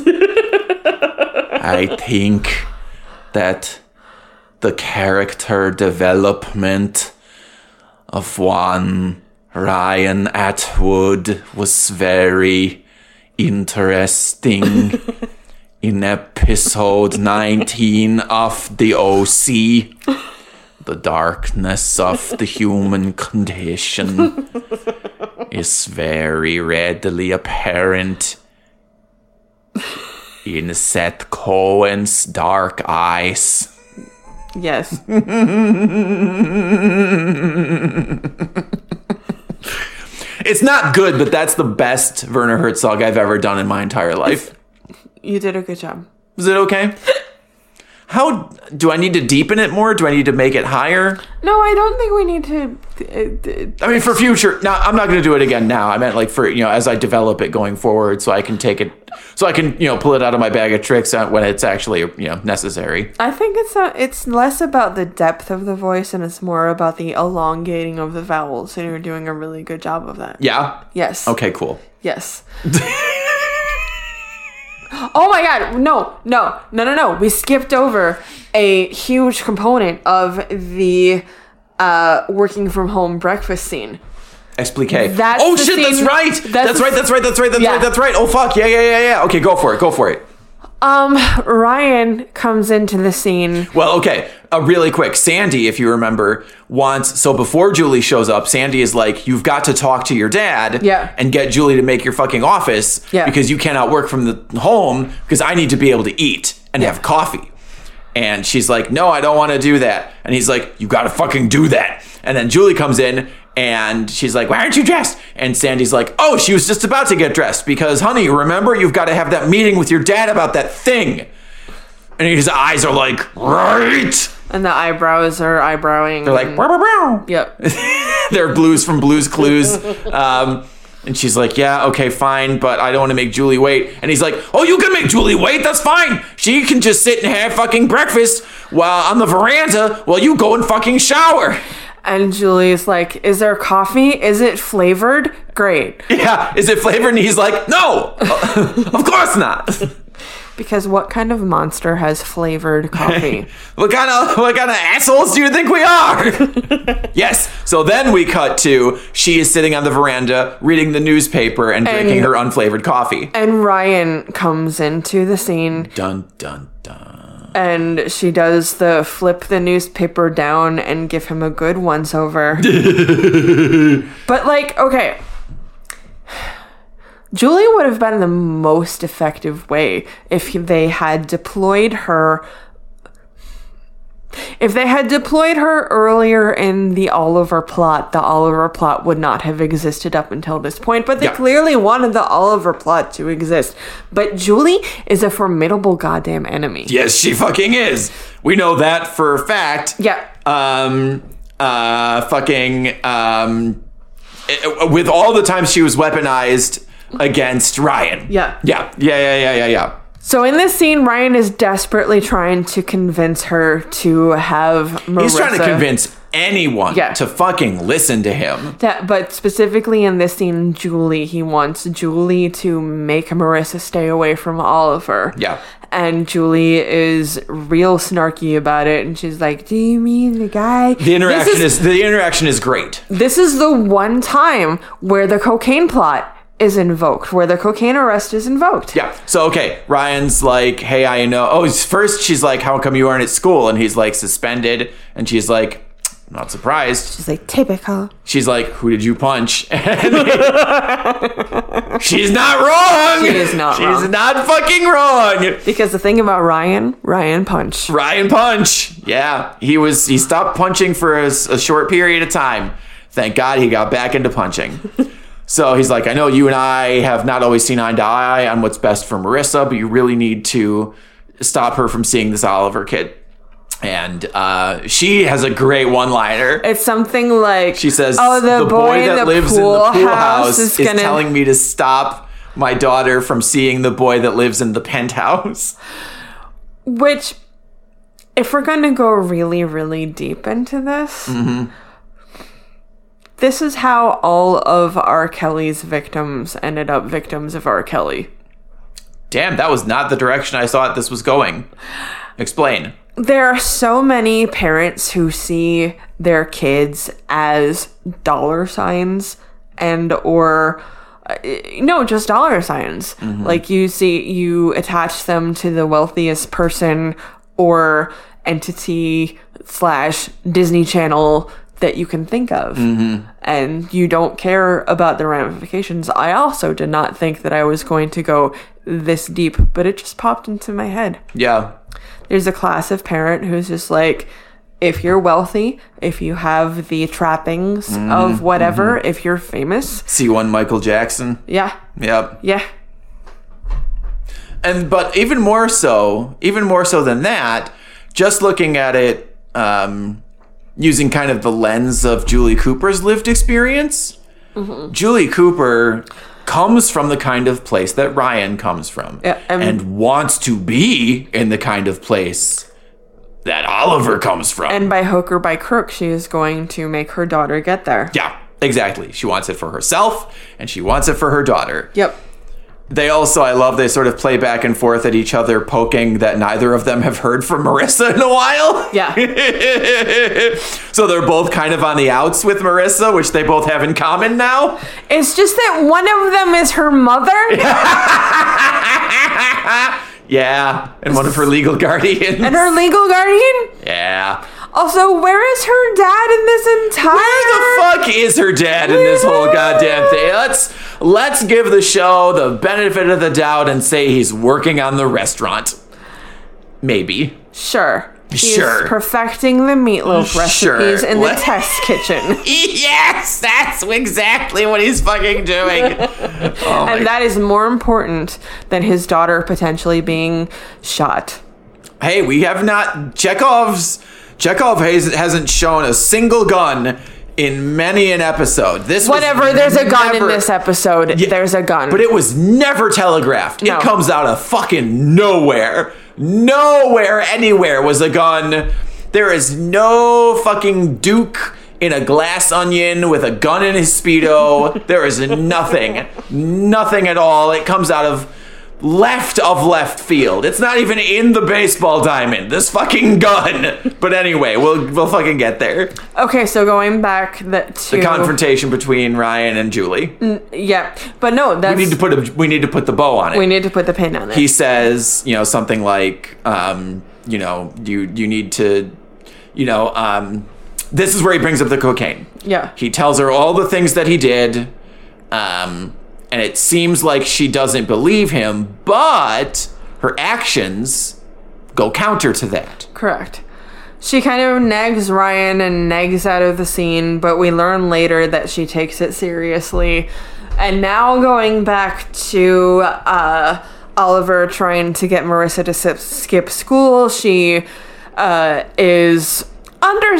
Speaker 2: I think that the character development of one Ryan Atwood was very interesting in episode 19 of The OC. The darkness of the human condition is very readily apparent in Seth Cohen's dark eyes.
Speaker 1: Yes.
Speaker 2: It's not good, but that's the best Werner Herzog I've ever done in my entire life.
Speaker 1: You did a good job.
Speaker 2: Is it okay? How do I need to deepen it more? Do I need to make it higher?
Speaker 1: No, I don't think we need to. Uh, uh,
Speaker 2: I mean, for future. Now, I'm not going to do it again. Now, I meant like for you know, as I develop it going forward, so I can take it, so I can you know pull it out of my bag of tricks uh, when it's actually you know necessary.
Speaker 1: I think it's not, it's less about the depth of the voice and it's more about the elongating of the vowels, and you're doing a really good job of that.
Speaker 2: Yeah.
Speaker 1: Yes.
Speaker 2: Okay. Cool.
Speaker 1: Yes. oh my god, no, no, no, no, no. We skipped over a huge component of the uh, working from home breakfast scene.
Speaker 2: Explique.
Speaker 1: That's
Speaker 2: oh
Speaker 1: the
Speaker 2: shit, that's
Speaker 1: scene-
Speaker 2: right.
Speaker 1: that's
Speaker 2: That's,
Speaker 1: the-
Speaker 2: right, that's right, that's right, that's
Speaker 1: Yeah.
Speaker 2: right, that's right. Oh fuck, yeah, yeah, yeah, yeah. Okay, go for it, go for it.
Speaker 1: Um, Ryan comes into the scene.
Speaker 2: Well, okay, uh, really quick. Sandy, if you remember, wants, so before Julie shows up, Sandy is like, you've got to talk to your dad
Speaker 1: Yeah.
Speaker 2: and get Julie to make your fucking office
Speaker 1: Yeah.
Speaker 2: because you cannot work from the home because I need to be able to eat and have coffee. And she's like, no, I don't want to do that. And he's like, you got to fucking do that. And then Julie comes in and she's like, why aren't you dressed? And Sandy's like, oh, she was just about to get dressed because, honey, remember, you've got to have that meeting with your dad about that thing. And his eyes are like, right?
Speaker 1: And the eyebrows are eyebrowing.
Speaker 2: They're like,
Speaker 1: and-
Speaker 2: "Wow, wow, wow."
Speaker 1: Yep.
Speaker 2: they're blues from Blues Clues. Um, and she's like, yeah, okay, fine, but I don't want to make Julie wait. And he's like, oh, you can make Julie wait. That's fine. She can just sit and have fucking breakfast while on the veranda while you go and fucking shower.
Speaker 1: And Julie's like, Is there coffee? Is it flavored? Great.
Speaker 2: Yeah, is it flavored? And he's like, no, of course not.
Speaker 1: Because what kind of monster has flavored coffee?
Speaker 2: What kind of what kind of assholes do you think we are? yes. So then we cut to she is sitting on the veranda reading the newspaper and drinking
Speaker 1: And-
Speaker 2: her unflavored coffee.
Speaker 1: and Ryan comes into the scene
Speaker 2: Dun dun dun.
Speaker 1: and she does the flip the newspaper down and give him a good once over. but like, okay. Julie would have been the most effective way if he- they had deployed her if they had deployed her earlier in the Oliver plot, the Oliver plot would not have existed up until this point, but they
Speaker 2: Yeah.
Speaker 1: clearly wanted the Oliver plot to exist. But Julie is a formidable goddamn enemy.
Speaker 2: Yes, she fucking is. We know that for a fact.
Speaker 1: Yeah.
Speaker 2: Um. Uh. Fucking. Um. eh, With all the times she was weaponized against Ryan.
Speaker 1: Yeah.
Speaker 2: Yeah. Yeah. Yeah. Yeah. Yeah. Yeah.
Speaker 1: So in this scene, Ryan is desperately trying to convince her to have Marissa.
Speaker 2: He's trying to convince anyone
Speaker 1: Yeah.
Speaker 2: to fucking listen to him.
Speaker 1: That, but specifically in this scene, Julie, he wants Julie to make Marissa stay away from Oliver.
Speaker 2: Yeah.
Speaker 1: And Julie is real snarky about it, and she's like, "Do you mean the guy?"
Speaker 2: The interaction is, the interaction is great.
Speaker 1: This is the one time where the cocaine plot is invoked, where the cocaine arrest is invoked.
Speaker 2: Yeah. So okay, Ryan's like, "Hey, I know." Oh, he's- first she's like, "How come you aren't at school?" And he's like, "Suspended." And she's like, "I'm "Not surprised."
Speaker 1: She's like, "Typical."
Speaker 2: She's like, "Who did you punch?" And- she's not wrong.
Speaker 1: She is not
Speaker 2: She's
Speaker 1: wrong.
Speaker 2: not fucking wrong.
Speaker 1: Because the thing about Ryan, Ryan punch.
Speaker 2: Ryan Punch. Yeah, he was. He stopped punching for a, s- a short period of time. Thank God he got back into punching. so he's like, I know you and I have not always seen eye to eye on what's best for Marissa, but you really need to stop her from seeing this Oliver kid. And uh, she has a great one liner.
Speaker 1: It's something like
Speaker 2: She says,
Speaker 1: "Oh, the, boy,
Speaker 2: that
Speaker 1: in the
Speaker 2: lives in
Speaker 1: pool
Speaker 2: the pool
Speaker 1: house, is gonna."
Speaker 2: telling me to stop my daughter from seeing the boy that lives in the penthouse.
Speaker 1: Which, if we're going to go really, really deep into this,
Speaker 2: Mm-hmm.
Speaker 1: this is how all of R. Kelly's victims ended up victims of R. Kelly.
Speaker 2: Damn, that was not the direction I thought this was going. Explain.
Speaker 1: There are so many parents who see their kids as dollar signs and or uh, no, just dollar signs. Like you see you attach them to the wealthiest person or entity slash Disney Channel that you can think of. And you don't care about the ramifications. I also did not think that I was going to go this deep, but it just popped into my head
Speaker 2: Yeah.
Speaker 1: there's a class of parent who's just like if you're wealthy if you have the trappings
Speaker 2: Mm-hmm.
Speaker 1: of whatever if you're famous
Speaker 2: See one Michael Jackson.
Speaker 1: yeah
Speaker 2: Yep.
Speaker 1: yeah
Speaker 2: and but even more so, even more so than that, just looking at it um, using kind of the lens of Julie Cooper's lived experience,
Speaker 1: Mm-hmm.
Speaker 2: Julie Cooper comes from the kind of place that Ryan comes from,
Speaker 1: Yeah, and-
Speaker 2: and wants to be in the kind of place that Oliver comes from.
Speaker 1: and by hook or by crook she is going to make her daughter get there
Speaker 2: yeah, exactly. She wants it for herself, and she wants it for her daughter.
Speaker 1: yep
Speaker 2: They also, I love, they sort of play back and forth at each other, poking that neither of them have heard from Marissa in a while.
Speaker 1: yeah
Speaker 2: so they're both kind of on the outs with Marissa, which they both have in common now.
Speaker 1: it's just that one of them is her mother
Speaker 2: Yeah, and one of her legal guardians.
Speaker 1: and her legal guardian
Speaker 2: yeah.
Speaker 1: also where is her dad in this entire
Speaker 2: Where the fuck is her dad in this whole goddamn thing? Let's let's give the show the benefit of the doubt and say he's working on the restaurant. Maybe.
Speaker 1: sure He's
Speaker 2: Sure.
Speaker 1: perfecting the meatloaf
Speaker 2: Sure.
Speaker 1: recipes in
Speaker 2: What?
Speaker 1: the test kitchen
Speaker 2: Yes, that's exactly what he's fucking doing. Oh my
Speaker 1: And that is more important than his daughter potentially being shot.
Speaker 2: hey, we have not Chekhov's Chekhov has, hasn't shown a single gun in many an episode. This was
Speaker 1: Whatever, there's a gun in
Speaker 2: never-
Speaker 1: this episode. There's a gun.
Speaker 2: but it was never telegraphed.
Speaker 1: No.
Speaker 2: It comes out of fucking nowhere. Nowhere, anywhere was a gun. There is no fucking Duke in a glass onion with a gun in his Speedo. there is nothing. Nothing at all. It comes out of left of left field. It's not even in the baseball diamond. This fucking gun. But anyway, we'll we'll fucking get there.
Speaker 1: okay, so going back that to
Speaker 2: The confrontation between Ryan and Julie. We
Speaker 1: Yeah, but no, that's we
Speaker 2: need to put a, we need to put the bow on it.
Speaker 1: put the pin on it.
Speaker 2: he says, you know, something like, um, you know, you you need to, you know, um, this is where he brings up the cocaine.
Speaker 1: yeah,
Speaker 2: He tells her all the things that he did, um, and it seems like she doesn't believe him, but her actions go counter to that.
Speaker 1: correct. She kind of nags Ryan and nags out of the scene, but we learn later that she takes it seriously. And now going back to uh, Oliver trying to get Marissa to sip, skip school, she uh, is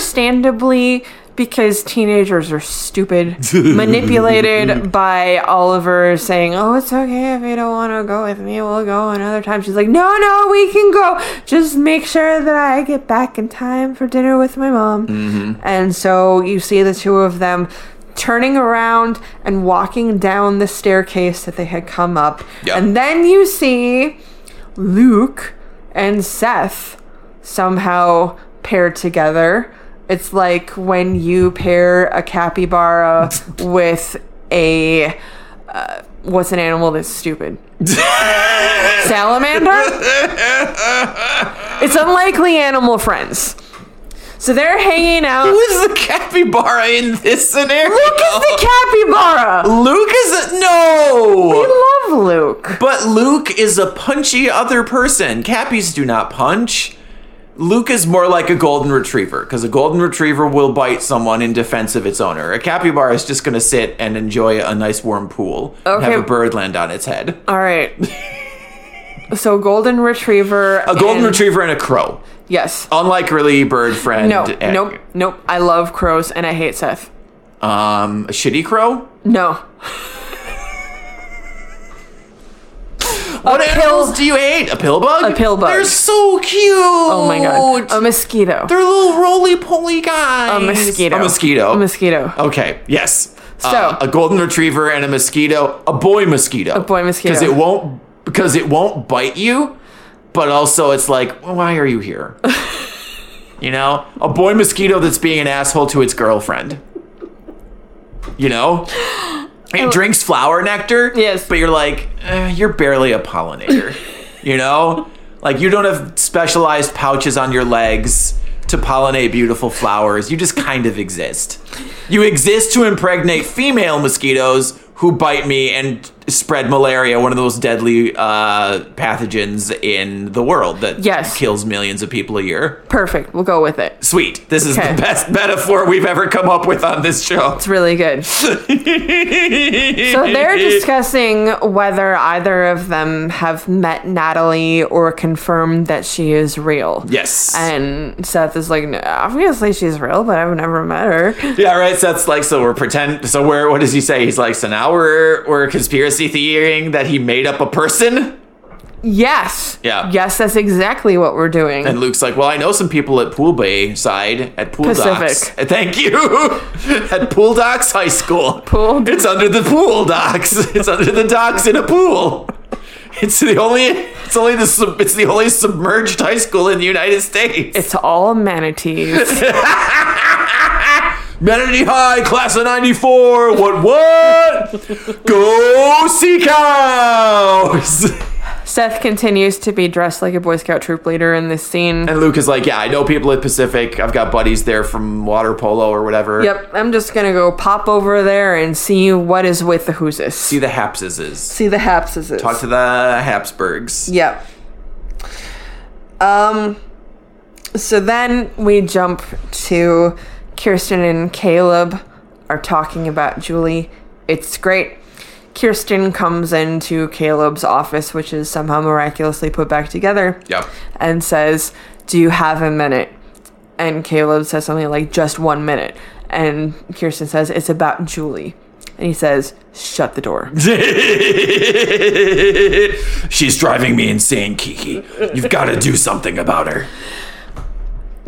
Speaker 1: understandably because teenagers are stupid manipulated by oliver saying oh it's okay if you don't want to go with me we'll go another time she's like no no we can go just make sure that i get back in time for dinner with my mom and so you see the two of them turning around and walking down the staircase that they had come up
Speaker 2: Yeah.
Speaker 1: and then you see Luke and Seth somehow paired together. It's like when you pair a capybara with a uh, what's an animal that's stupid? Salamander? it's unlikely animal friends. So they're hanging out.
Speaker 2: Who is the capybara in this scenario?
Speaker 1: Luke is the capybara.
Speaker 2: Luke is a- no.
Speaker 1: I love Luke.
Speaker 2: But Luke is a punchy other person. Cappies do not punch. Luke is more like a golden retriever because a golden retriever will bite someone in defense of its owner. A capybara is just going to sit and enjoy a nice warm pool and
Speaker 1: Okay.
Speaker 2: have a bird land on its head.
Speaker 1: All right. so golden retriever.
Speaker 2: A golden retriever and a crow.
Speaker 1: Yes.
Speaker 2: Unlike really bird friend.
Speaker 1: No.
Speaker 2: and-
Speaker 1: nope. Nope. I love crows and I hate Seth.
Speaker 2: Um, a shitty crow.
Speaker 1: No.
Speaker 2: What animals do you hate? A pill bug.
Speaker 1: A pill bug.
Speaker 2: They're so cute.
Speaker 1: Oh
Speaker 2: Oh
Speaker 1: my god. A mosquito.
Speaker 2: They're little roly poly guys.
Speaker 1: A mosquito.
Speaker 2: A mosquito.
Speaker 1: A mosquito.
Speaker 2: Okay. Yes. So
Speaker 1: So-
Speaker 2: a golden retriever and a mosquito, a boy mosquito, a
Speaker 1: boy mosquito.
Speaker 2: because it won't because it won't bite you, but also it's like why are you here? you know, a boy mosquito that's being an asshole to its girlfriend. You know, it drinks flower nectar.
Speaker 1: Yes.
Speaker 2: but you're like eh, you're barely a pollinator. you know, like you don't have specialized pouches on your legs. To pollinate beautiful flowers, you just kind of exist. You exist to impregnate female mosquitoes who bite me and spread malaria, one of the most deadly uh, pathogens in the world that
Speaker 1: Yes.
Speaker 2: kills millions of people a year.
Speaker 1: Perfect. We'll go with it.
Speaker 2: Sweet. This is
Speaker 1: Okay.
Speaker 2: the best metaphor we've ever come up with on this show.
Speaker 1: It's really good. so they're discussing whether either of them have met Natalie or confirmed that she is real.
Speaker 2: Yes.
Speaker 1: And Seth is like, no, obviously she's real, but I've never met her.
Speaker 2: yeah, right. So that's like, so we're pretend. So we're, what does he say? He's like, so now we're, we're conspiracy theorying that he made up a person?
Speaker 1: Yes.
Speaker 2: Yeah.
Speaker 1: Yes, that's exactly what we're doing.
Speaker 2: And Luke's like, well, I know some people at Pool Bay side at Pool
Speaker 1: Pacific.
Speaker 2: Docks. Uh, Thank you. at Pool Docks High School.
Speaker 1: Pool-
Speaker 2: It's under the pool docks. It's under the docks in a pool. It's the only. It's only the. sub- It's the only submerged high school in the United States.
Speaker 1: it's all manatees.
Speaker 2: Manatee High, class of '94. What? What? Go sea cows.
Speaker 1: Seth continues to be dressed like a Boy Scout troop leader in this scene.
Speaker 2: And Luke is like, yeah, I know people at Pacific. I've got buddies there from water polo or whatever.
Speaker 1: Yep, I'm just gonna go pop over there and see what is with the Whosis.
Speaker 2: See
Speaker 1: See,
Speaker 2: the Hapses.
Speaker 1: the Hapses.
Speaker 2: Talk to the Habsburgs.
Speaker 1: Yep. Um. So then we jump to Kirsten and Caleb are talking about Julie. It's great. Kirsten comes into Caleb's office, which is somehow miraculously put back together.
Speaker 2: Yep.
Speaker 1: and says, Do you have a minute? And Caleb says something like, Just one minute. And Kirsten says, It's about Julie. And he says, Shut the door.
Speaker 2: She's driving me insane, Kiki. You've got to do something about her.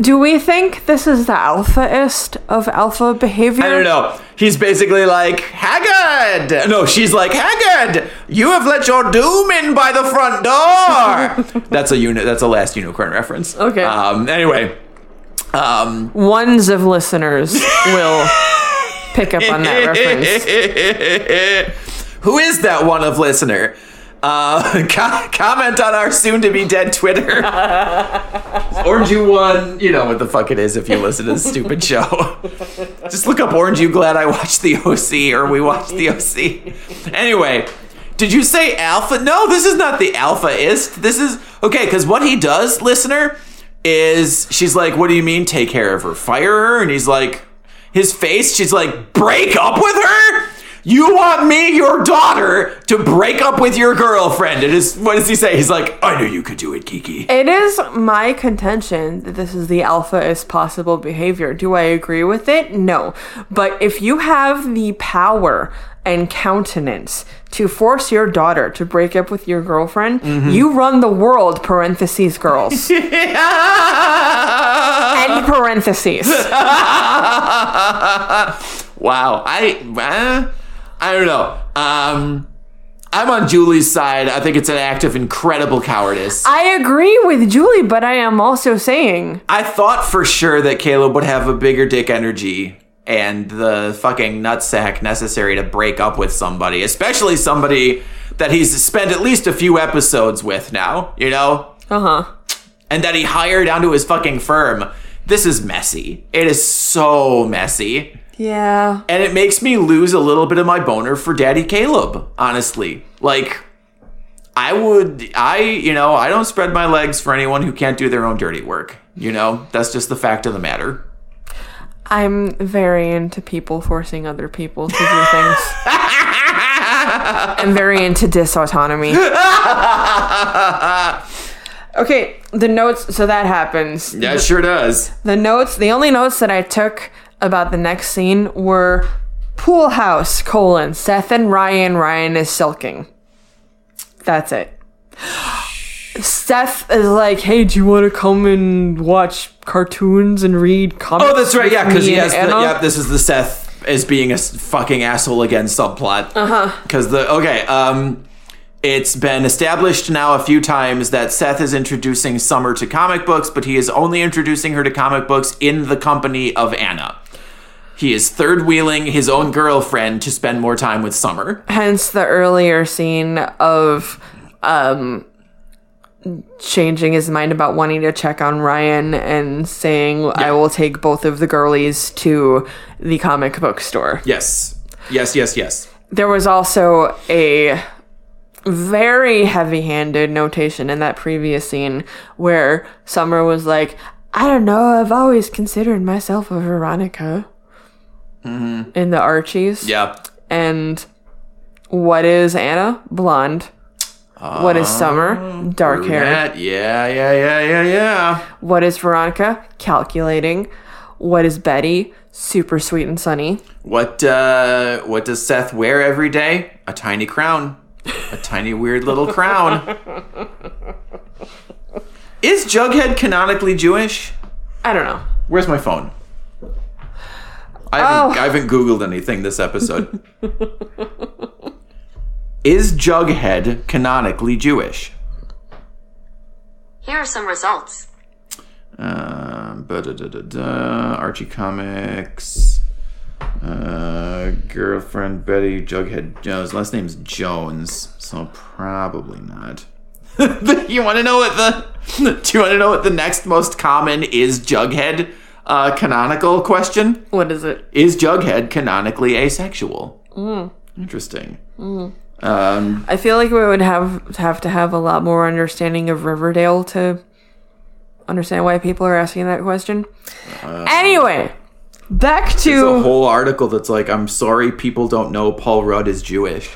Speaker 1: Do we think this is the alphaist of alpha behavior?
Speaker 2: I don't know. He's basically like, Haggard! No, she's like, Haggard! You have let your doom in by the front door! that's a unit. That's a last unicorn reference.
Speaker 1: Okay.
Speaker 2: Um, anyway. Um,
Speaker 1: Ones of listeners will pick up on that reference.
Speaker 2: Who is that one of listener? Uh, co- comment on our soon to be dead Twitter. Orange You One, you know what the fuck it is if you listen to this stupid show. Just look up Orange You Glad I Watched the OC or We Watched the OC. Anyway, did you say alpha? No, this is not the alphaist. This is okay, because what he does, listener, is she's like, What do you mean take care of her? Fire her? And he's like, His face, she's like, Break up with her? You want me, your daughter, to break up with your girlfriend? It is, what does he say? He's like, I knew you could do it, Kiki.
Speaker 1: It is my contention that this is the alphaist possible behavior. Do I agree with it? No. But if you have the power and countenance to force your daughter to break up with your girlfriend, you run the world, parentheses, girls. End parentheses.
Speaker 2: wow. I uh, I don't know. Um I'm on Julie's side. I think it's an act of incredible cowardice.
Speaker 1: I agree with Julie, but I am also saying
Speaker 2: I thought for sure that Caleb would have a bigger dick energy and the fucking nutsack necessary to break up with somebody, especially somebody that he's spent at least a few episodes with now, you know?
Speaker 1: Uh huh.
Speaker 2: And that he hired onto his fucking firm. This is messy. It is so messy.
Speaker 1: Yeah.
Speaker 2: And it makes me lose a little bit of my boner for Daddy Caleb, honestly. Like, I would, I, you know, I don't spread my legs for anyone who can't do their own dirty work. You know, that's just the fact of the matter.
Speaker 1: I'm very into people forcing other people to do things. I'm very into disautonomy. okay, the notes. So that happens.
Speaker 2: Yeah, it sure does.
Speaker 1: The notes. The only notes that I took about the next scene were pool house colon Seth and Ryan. Ryan is sulking. That's it. Seth is like, hey, do you want to come and watch cartoons and read comics?
Speaker 2: Oh, that's right. Yeah,
Speaker 1: with
Speaker 2: because
Speaker 1: me
Speaker 2: he
Speaker 1: and
Speaker 2: has. The,
Speaker 1: Anna?"
Speaker 2: yeah, this is the Seth is being a s- fucking asshole again subplot.
Speaker 1: Uh-huh.
Speaker 2: Uh huh. Because the okay, um, it's been established now a few times that Seth is introducing Summer to comic books, but he is only introducing her to comic books in the company of Anna. He is third wheeling his own girlfriend to spend more time with Summer.
Speaker 1: hence the earlier scene of um changing his mind about wanting to check on Ryan and saying I will take both of the girlies to the comic book store.
Speaker 2: Yes, yes, yes, yes.
Speaker 1: There was also a very heavy-handed notation in that previous scene where Summer was like, "I don't know, I've always considered myself a Veronica." In the Archies.
Speaker 2: Yeah.
Speaker 1: And what is Anna? Blonde. what is Summer? Dark hair.
Speaker 2: That, yeah, yeah, yeah, yeah, yeah.
Speaker 1: What is Veronica? Calculating. What is Betty? Super sweet and sunny.
Speaker 2: What uh, what does Seth wear every day? A tiny crown, a tiny weird little crown. Is Jughead canonically Jewish?
Speaker 1: I don't know.
Speaker 2: Where's my phone? I haven't, I haven't googled anything this episode. Is Jughead canonically Jewish?
Speaker 3: Here are some results.
Speaker 2: Um, ba-da-da-da-da, Archie Comics. Uh, girlfriend Betty Jughead Jones. Last name's Jones, so probably not. you want to know what the? Do you want to know what the next most common is Jughead? Uh, canonical question:
Speaker 1: What is it?
Speaker 2: Is Jughead canonically asexual? Interesting. Um,
Speaker 1: I feel like we would have have to have a lot more understanding of Riverdale to understand why people are asking that question. anyway, back
Speaker 2: Uh, it's a
Speaker 1: to
Speaker 2: whole article that's like, I'm sorry, people don't know Paul Rudd is Jewish.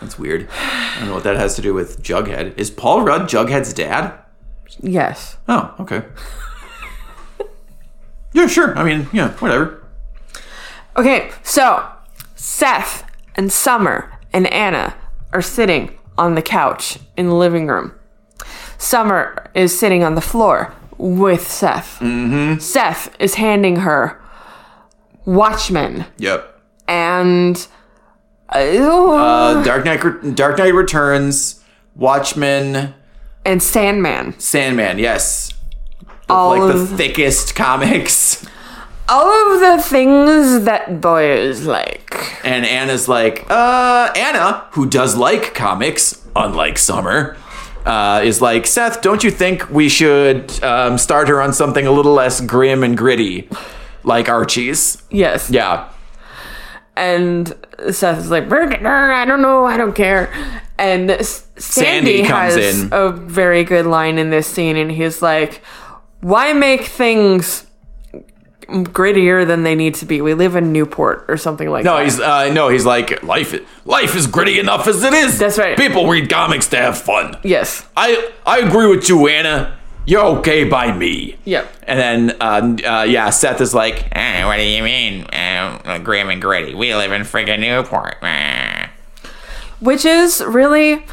Speaker 2: That's weird. I don't know what that has to do with Jughead. Is Paul Rudd Jughead's dad?
Speaker 1: yes.
Speaker 2: Oh, okay. yeah, sure. I mean, yeah, whatever.
Speaker 1: Okay, so Seth and Summer and Anna are sitting on the couch in the living room. Summer is sitting on the floor with Seth. Mm-hmm. Seth is handing her Watchmen
Speaker 2: Yep.
Speaker 1: and. Uh,
Speaker 2: Uh, Dark Knight, Re- Dark Knight Returns, Watchmen,
Speaker 1: and Sandman.
Speaker 2: Sandman. Yes,
Speaker 1: All
Speaker 2: like the
Speaker 1: of,
Speaker 2: thickest comics.
Speaker 1: all of the things that boys like.
Speaker 2: And Anna's like, uh, Anna, who does like comics, unlike Summer, uh, is like, Seth, don't you think we should um, start her on something a little less grim and gritty, like Archie's?
Speaker 1: Yes.
Speaker 2: Yeah.
Speaker 1: and Seth is like, "Brr, brr, I don't know, I don't care. And S- Sandy,
Speaker 2: Sandy comes
Speaker 1: has
Speaker 2: in.
Speaker 1: a very good line in this scene, and he's like, "Why make things grittier than they need to be? We live in Newport or something like
Speaker 2: No,
Speaker 1: that."
Speaker 2: he's uh, no, he's like, life, i- life is gritty enough as it is.
Speaker 1: That's right.
Speaker 2: People read comics to have fun.
Speaker 1: yes.
Speaker 2: I I agree with you, Anna. You're okay by me.
Speaker 1: Yep.
Speaker 2: And then, um, uh, yeah, Seth is like, eh, what do you mean, uh, grim and gritty? We live in friggin' Newport. eh."
Speaker 1: Which is really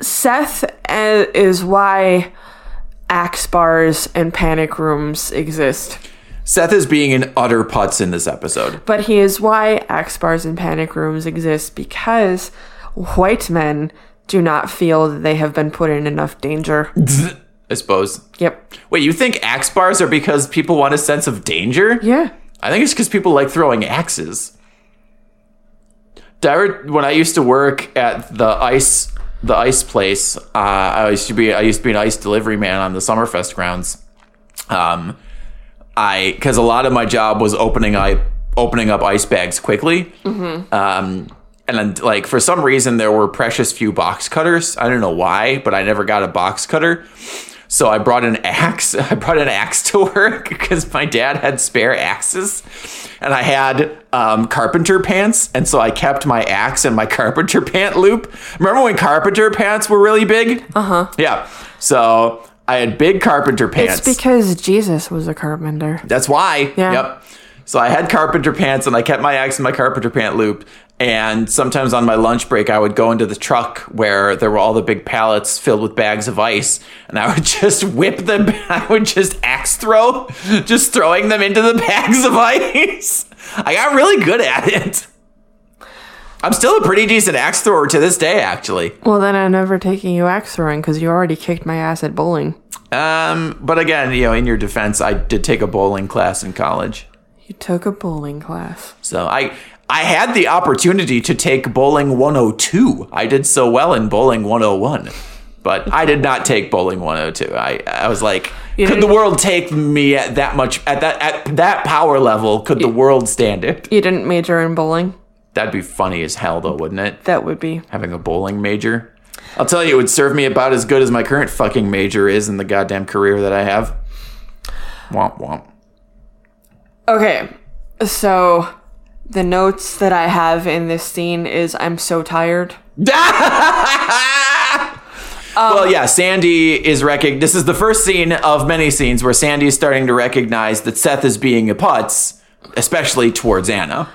Speaker 1: Seth uh, is why axe bars and panic rooms exist.
Speaker 2: Seth is being an utter putz in this episode.
Speaker 1: But he is why axe bars and panic rooms exist because white men do not feel that they have been put in enough danger.
Speaker 2: I suppose.
Speaker 1: yep.
Speaker 2: Wait, you think axe bars are because people want a sense of danger?
Speaker 1: Yeah.
Speaker 2: I think it's because people like throwing axes. Dire- When I used to work at the ice, the ice place, uh, I used to be I used to be an ice delivery man on the Summerfest grounds. Um, I because a lot of my job was opening I opening up ice bags quickly. Um, and then, like for some reason there were precious few box cutters. I don't know why, but I never got a box cutter. So I brought an axe. I brought an axe to work because my dad had spare axes, and I had um, carpenter pants, and so I kept my axe in my carpenter pant loop. Remember when carpenter pants were really big? Uh huh. Yeah. So I had big carpenter pants.
Speaker 1: It's because Jesus was a carpenter.
Speaker 2: That's why.
Speaker 1: Yeah.
Speaker 2: Yep. So I had carpenter pants and I kept my axe in my carpenter pant loop. And sometimes on my lunch break, I would go into the truck where there were all the big pallets filled with bags of ice, and I would just whip them. I would just axe throw, just throwing them into the bags of ice. I got really good at it. I'm still a pretty decent axe thrower to this day, actually.
Speaker 1: Well, then I'm never taking you axe throwing because you already kicked my ass at bowling.
Speaker 2: Um, but again, you know, in your defense, I did take a bowling class in college.
Speaker 1: You took a bowling class.
Speaker 2: So I I had the opportunity to take bowling 102. I did so well in bowling 101. But I did not take bowling 102. I, I was like,
Speaker 1: You
Speaker 2: could the
Speaker 1: didn't-
Speaker 2: world take me at that much at that at that power level? Could the world stand it?
Speaker 1: You didn't major in bowling.
Speaker 2: That'd be funny as hell, though, wouldn't it?
Speaker 1: That would be.
Speaker 2: Having a bowling major. I'll tell you, it would serve me about as good as my current fucking major is in the goddamn career that I have. Womp womp.
Speaker 1: Okay, so the notes that I have in this scene is I'm so tired.
Speaker 2: well,
Speaker 1: Uh-huh.
Speaker 2: yeah, Sandy is recog. This is the first scene of many scenes where Sandy is starting to recognize that Seth is being a putz, especially towards Anna.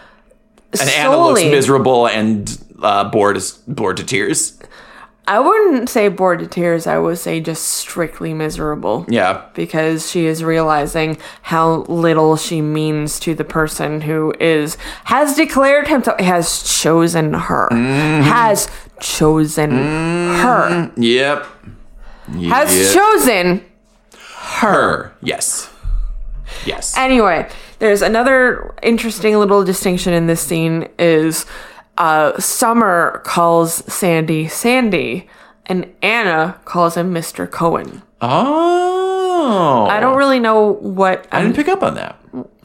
Speaker 2: And Anna looks
Speaker 1: Solely-
Speaker 2: miserable and uh, bored as bored to tears.
Speaker 1: I wouldn't say bored to tears, I would say just strictly miserable.
Speaker 2: Yeah,
Speaker 1: Because she is realizing how little she means to the person who is has declared himself has chosen her.
Speaker 2: Mm-hmm.
Speaker 1: Has chosen her.
Speaker 2: yep.
Speaker 1: Has
Speaker 2: Mm-hmm. Yeah.
Speaker 1: chosen
Speaker 2: her. Yes, yes.
Speaker 1: Anyway, there's another interesting little distinction in this scene is uh, Summer calls Sandy Sandy, and Anna calls him Mr. Cohen.
Speaker 2: oh,
Speaker 1: I don't really know what
Speaker 2: I
Speaker 1: I'm,
Speaker 2: didn't pick up on that.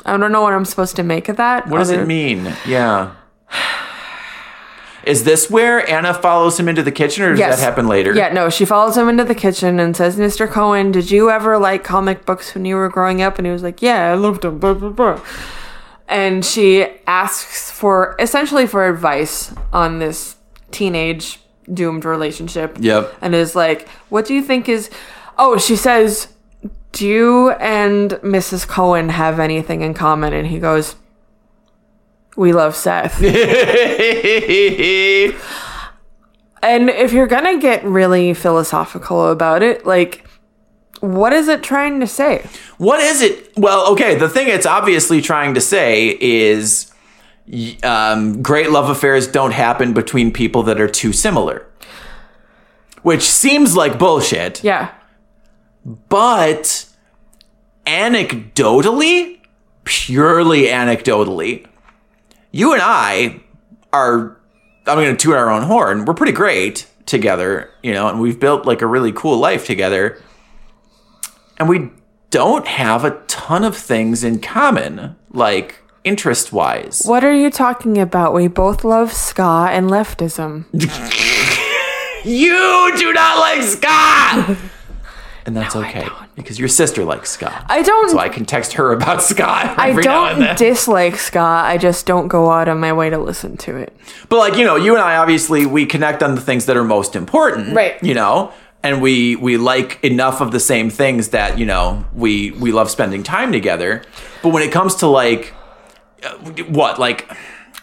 Speaker 1: I don't know what I'm supposed to make of that.
Speaker 2: What does
Speaker 1: other-
Speaker 2: it mean? Yeah. Is this where Anna follows him into the kitchen, or does
Speaker 1: Yes.
Speaker 2: that happen later?
Speaker 1: Yeah, no, she follows him into the kitchen and says, Mr. Cohen, did you ever like comic books when you were growing up? And he was like, Yeah, I loved them, blah, blah, blah. And she asks for essentially for advice on this teenage doomed relationship.
Speaker 2: Yep.
Speaker 1: And is like, What do you think is. Oh, she says, Do you and Mrs. Cohen have anything in common? And he goes, We love Seth. And if you're gonna get really philosophical about it, like, what is it trying to say?
Speaker 2: what is it? Well, okay. The thing it's obviously trying to say is y- um, great love affairs don't happen between people that are too similar, which seems like bullshit.
Speaker 1: Yeah.
Speaker 2: But anecdotally, purely anecdotally, you and I are, I'm going to toot our own horn. We're pretty great together, you know, and we've built like a really cool life together. And we don't have a ton of things in common, like interest wise.
Speaker 1: What are you talking about? We both love ska and leftism.
Speaker 2: You do not like Scott! And that's okay because your sister likes Scott.
Speaker 1: I don't.
Speaker 2: so I can text her about Scott
Speaker 1: I
Speaker 2: every now and then.
Speaker 1: don't dislike ska. I just don't go out on my way to listen to it.
Speaker 2: but like you know, you and I obviously we connect on the things that are most important,
Speaker 1: Right.
Speaker 2: You know, and we we like enough of the same things that you know we we love spending time together. But when it comes to like uh, what like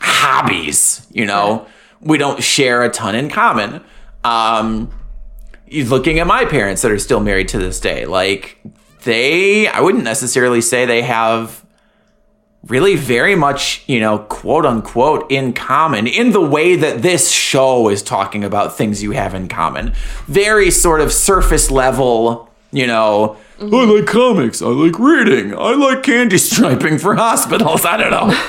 Speaker 2: hobbies, you know, we don't share a ton in common. Um, you- looking at my parents that are still married to this day, like they, I wouldn't necessarily say they have really very much, you know, quote unquote in common in the way that this show is talking about things you have in common. Very sort of surface level, you know. I like comics. I like reading. I like candy striping for hospitals. I don't know.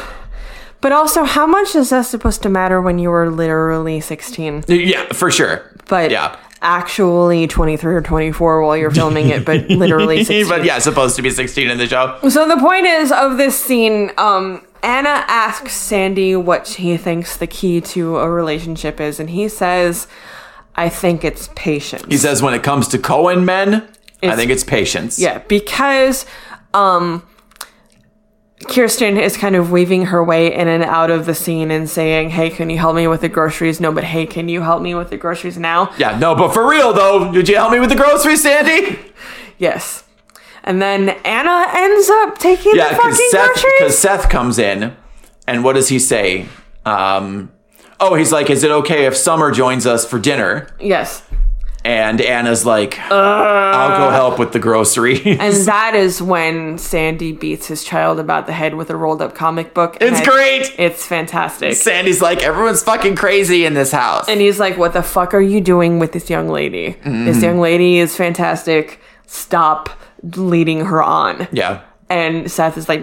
Speaker 1: But also, how much is that supposed to matter when you were literally 16?
Speaker 2: yeah, for sure.
Speaker 1: But
Speaker 2: yeah.
Speaker 1: actually 23 or 24 while you're filming it, but literally 16.
Speaker 2: But yeah, supposed to be 16 in the show.
Speaker 1: So the point is of this scene, um, Anna asks Sandy what she thinks the key to a relationship is, and he says, "I think it's patience."
Speaker 2: He says when it comes to Cohen men, I think it's patience.
Speaker 1: Yeah, because um Kirsten is kind of weaving her way in and out of the scene and saying, "Hey, can you help me with the groceries?" No, but hey, can you help me with the groceries now?
Speaker 2: Yeah, no, but for real though, did you help me with the groceries, Sandy?
Speaker 1: Yes. And then Anna ends up taking
Speaker 2: Yeah,
Speaker 1: the fucking
Speaker 2: because Seth,
Speaker 1: groceries.
Speaker 2: 'cause Seth comes in, and what does he say? Um, oh, he's like, "Is it okay if Summer joins us for dinner?"
Speaker 1: Yes.
Speaker 2: And Anna's like, "I'll go help with the grocery."
Speaker 1: And that is when Sandy beats his child about the head with a rolled up comic book. and
Speaker 2: it's
Speaker 1: I-
Speaker 2: great.
Speaker 1: It's fantastic.
Speaker 2: Sandy's like, "Everyone's fucking crazy in this house."
Speaker 1: And he's like, What the fuck are you doing with this young lady?
Speaker 2: Mm-hmm.
Speaker 1: This young lady is fantastic. Stop leading her on.
Speaker 2: yeah.
Speaker 1: And Seth is like,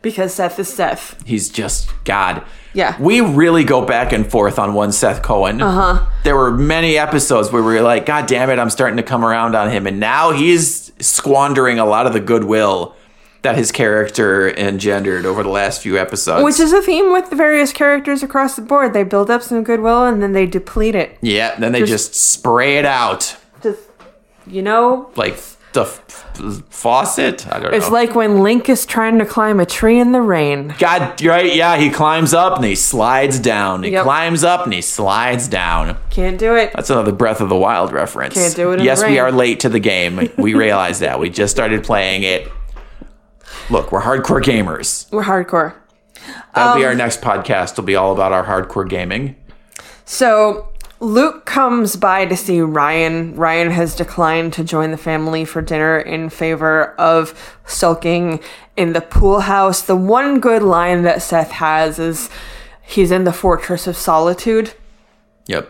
Speaker 1: Because Seth is Seth.
Speaker 2: He's just God.
Speaker 1: Yeah.
Speaker 2: We really go back and forth on one Seth Cohen. Uh
Speaker 1: Uh-huh.
Speaker 2: huh. There were many episodes where we were like, God damn it, I'm starting to come around on him. And now he's squandering a lot of the goodwill that his character engendered over the last few episodes.
Speaker 1: Which is a theme with the various characters across the board. They build up some goodwill and then they deplete it.
Speaker 2: yeah, then they just, spray it out
Speaker 1: Just, you know,
Speaker 2: like the f- f- faucet. I don't
Speaker 1: it's
Speaker 2: know.
Speaker 1: like when Link is trying to climb a tree in the rain.
Speaker 2: God, you're right? Yeah, he climbs up and he slides down. He
Speaker 1: Yep.
Speaker 2: climbs up and he slides down.
Speaker 1: Can't do it.
Speaker 2: That's another Breath of the Wild reference.
Speaker 1: Can't do it in
Speaker 2: yes,
Speaker 1: the
Speaker 2: we
Speaker 1: rain.
Speaker 2: are late to the game. We realize that. We just started playing it. Look, we're hardcore gamers.
Speaker 1: We're hardcore.
Speaker 2: That'll be our
Speaker 1: Um,
Speaker 2: next podcast. Will be all about our hardcore gaming.
Speaker 1: So Luke comes by to see Ryan. Ryan has declined to join the family for dinner in favor of sulking in the pool house. The one good line that Seth has is he's in the fortress of solitude,
Speaker 2: Yep.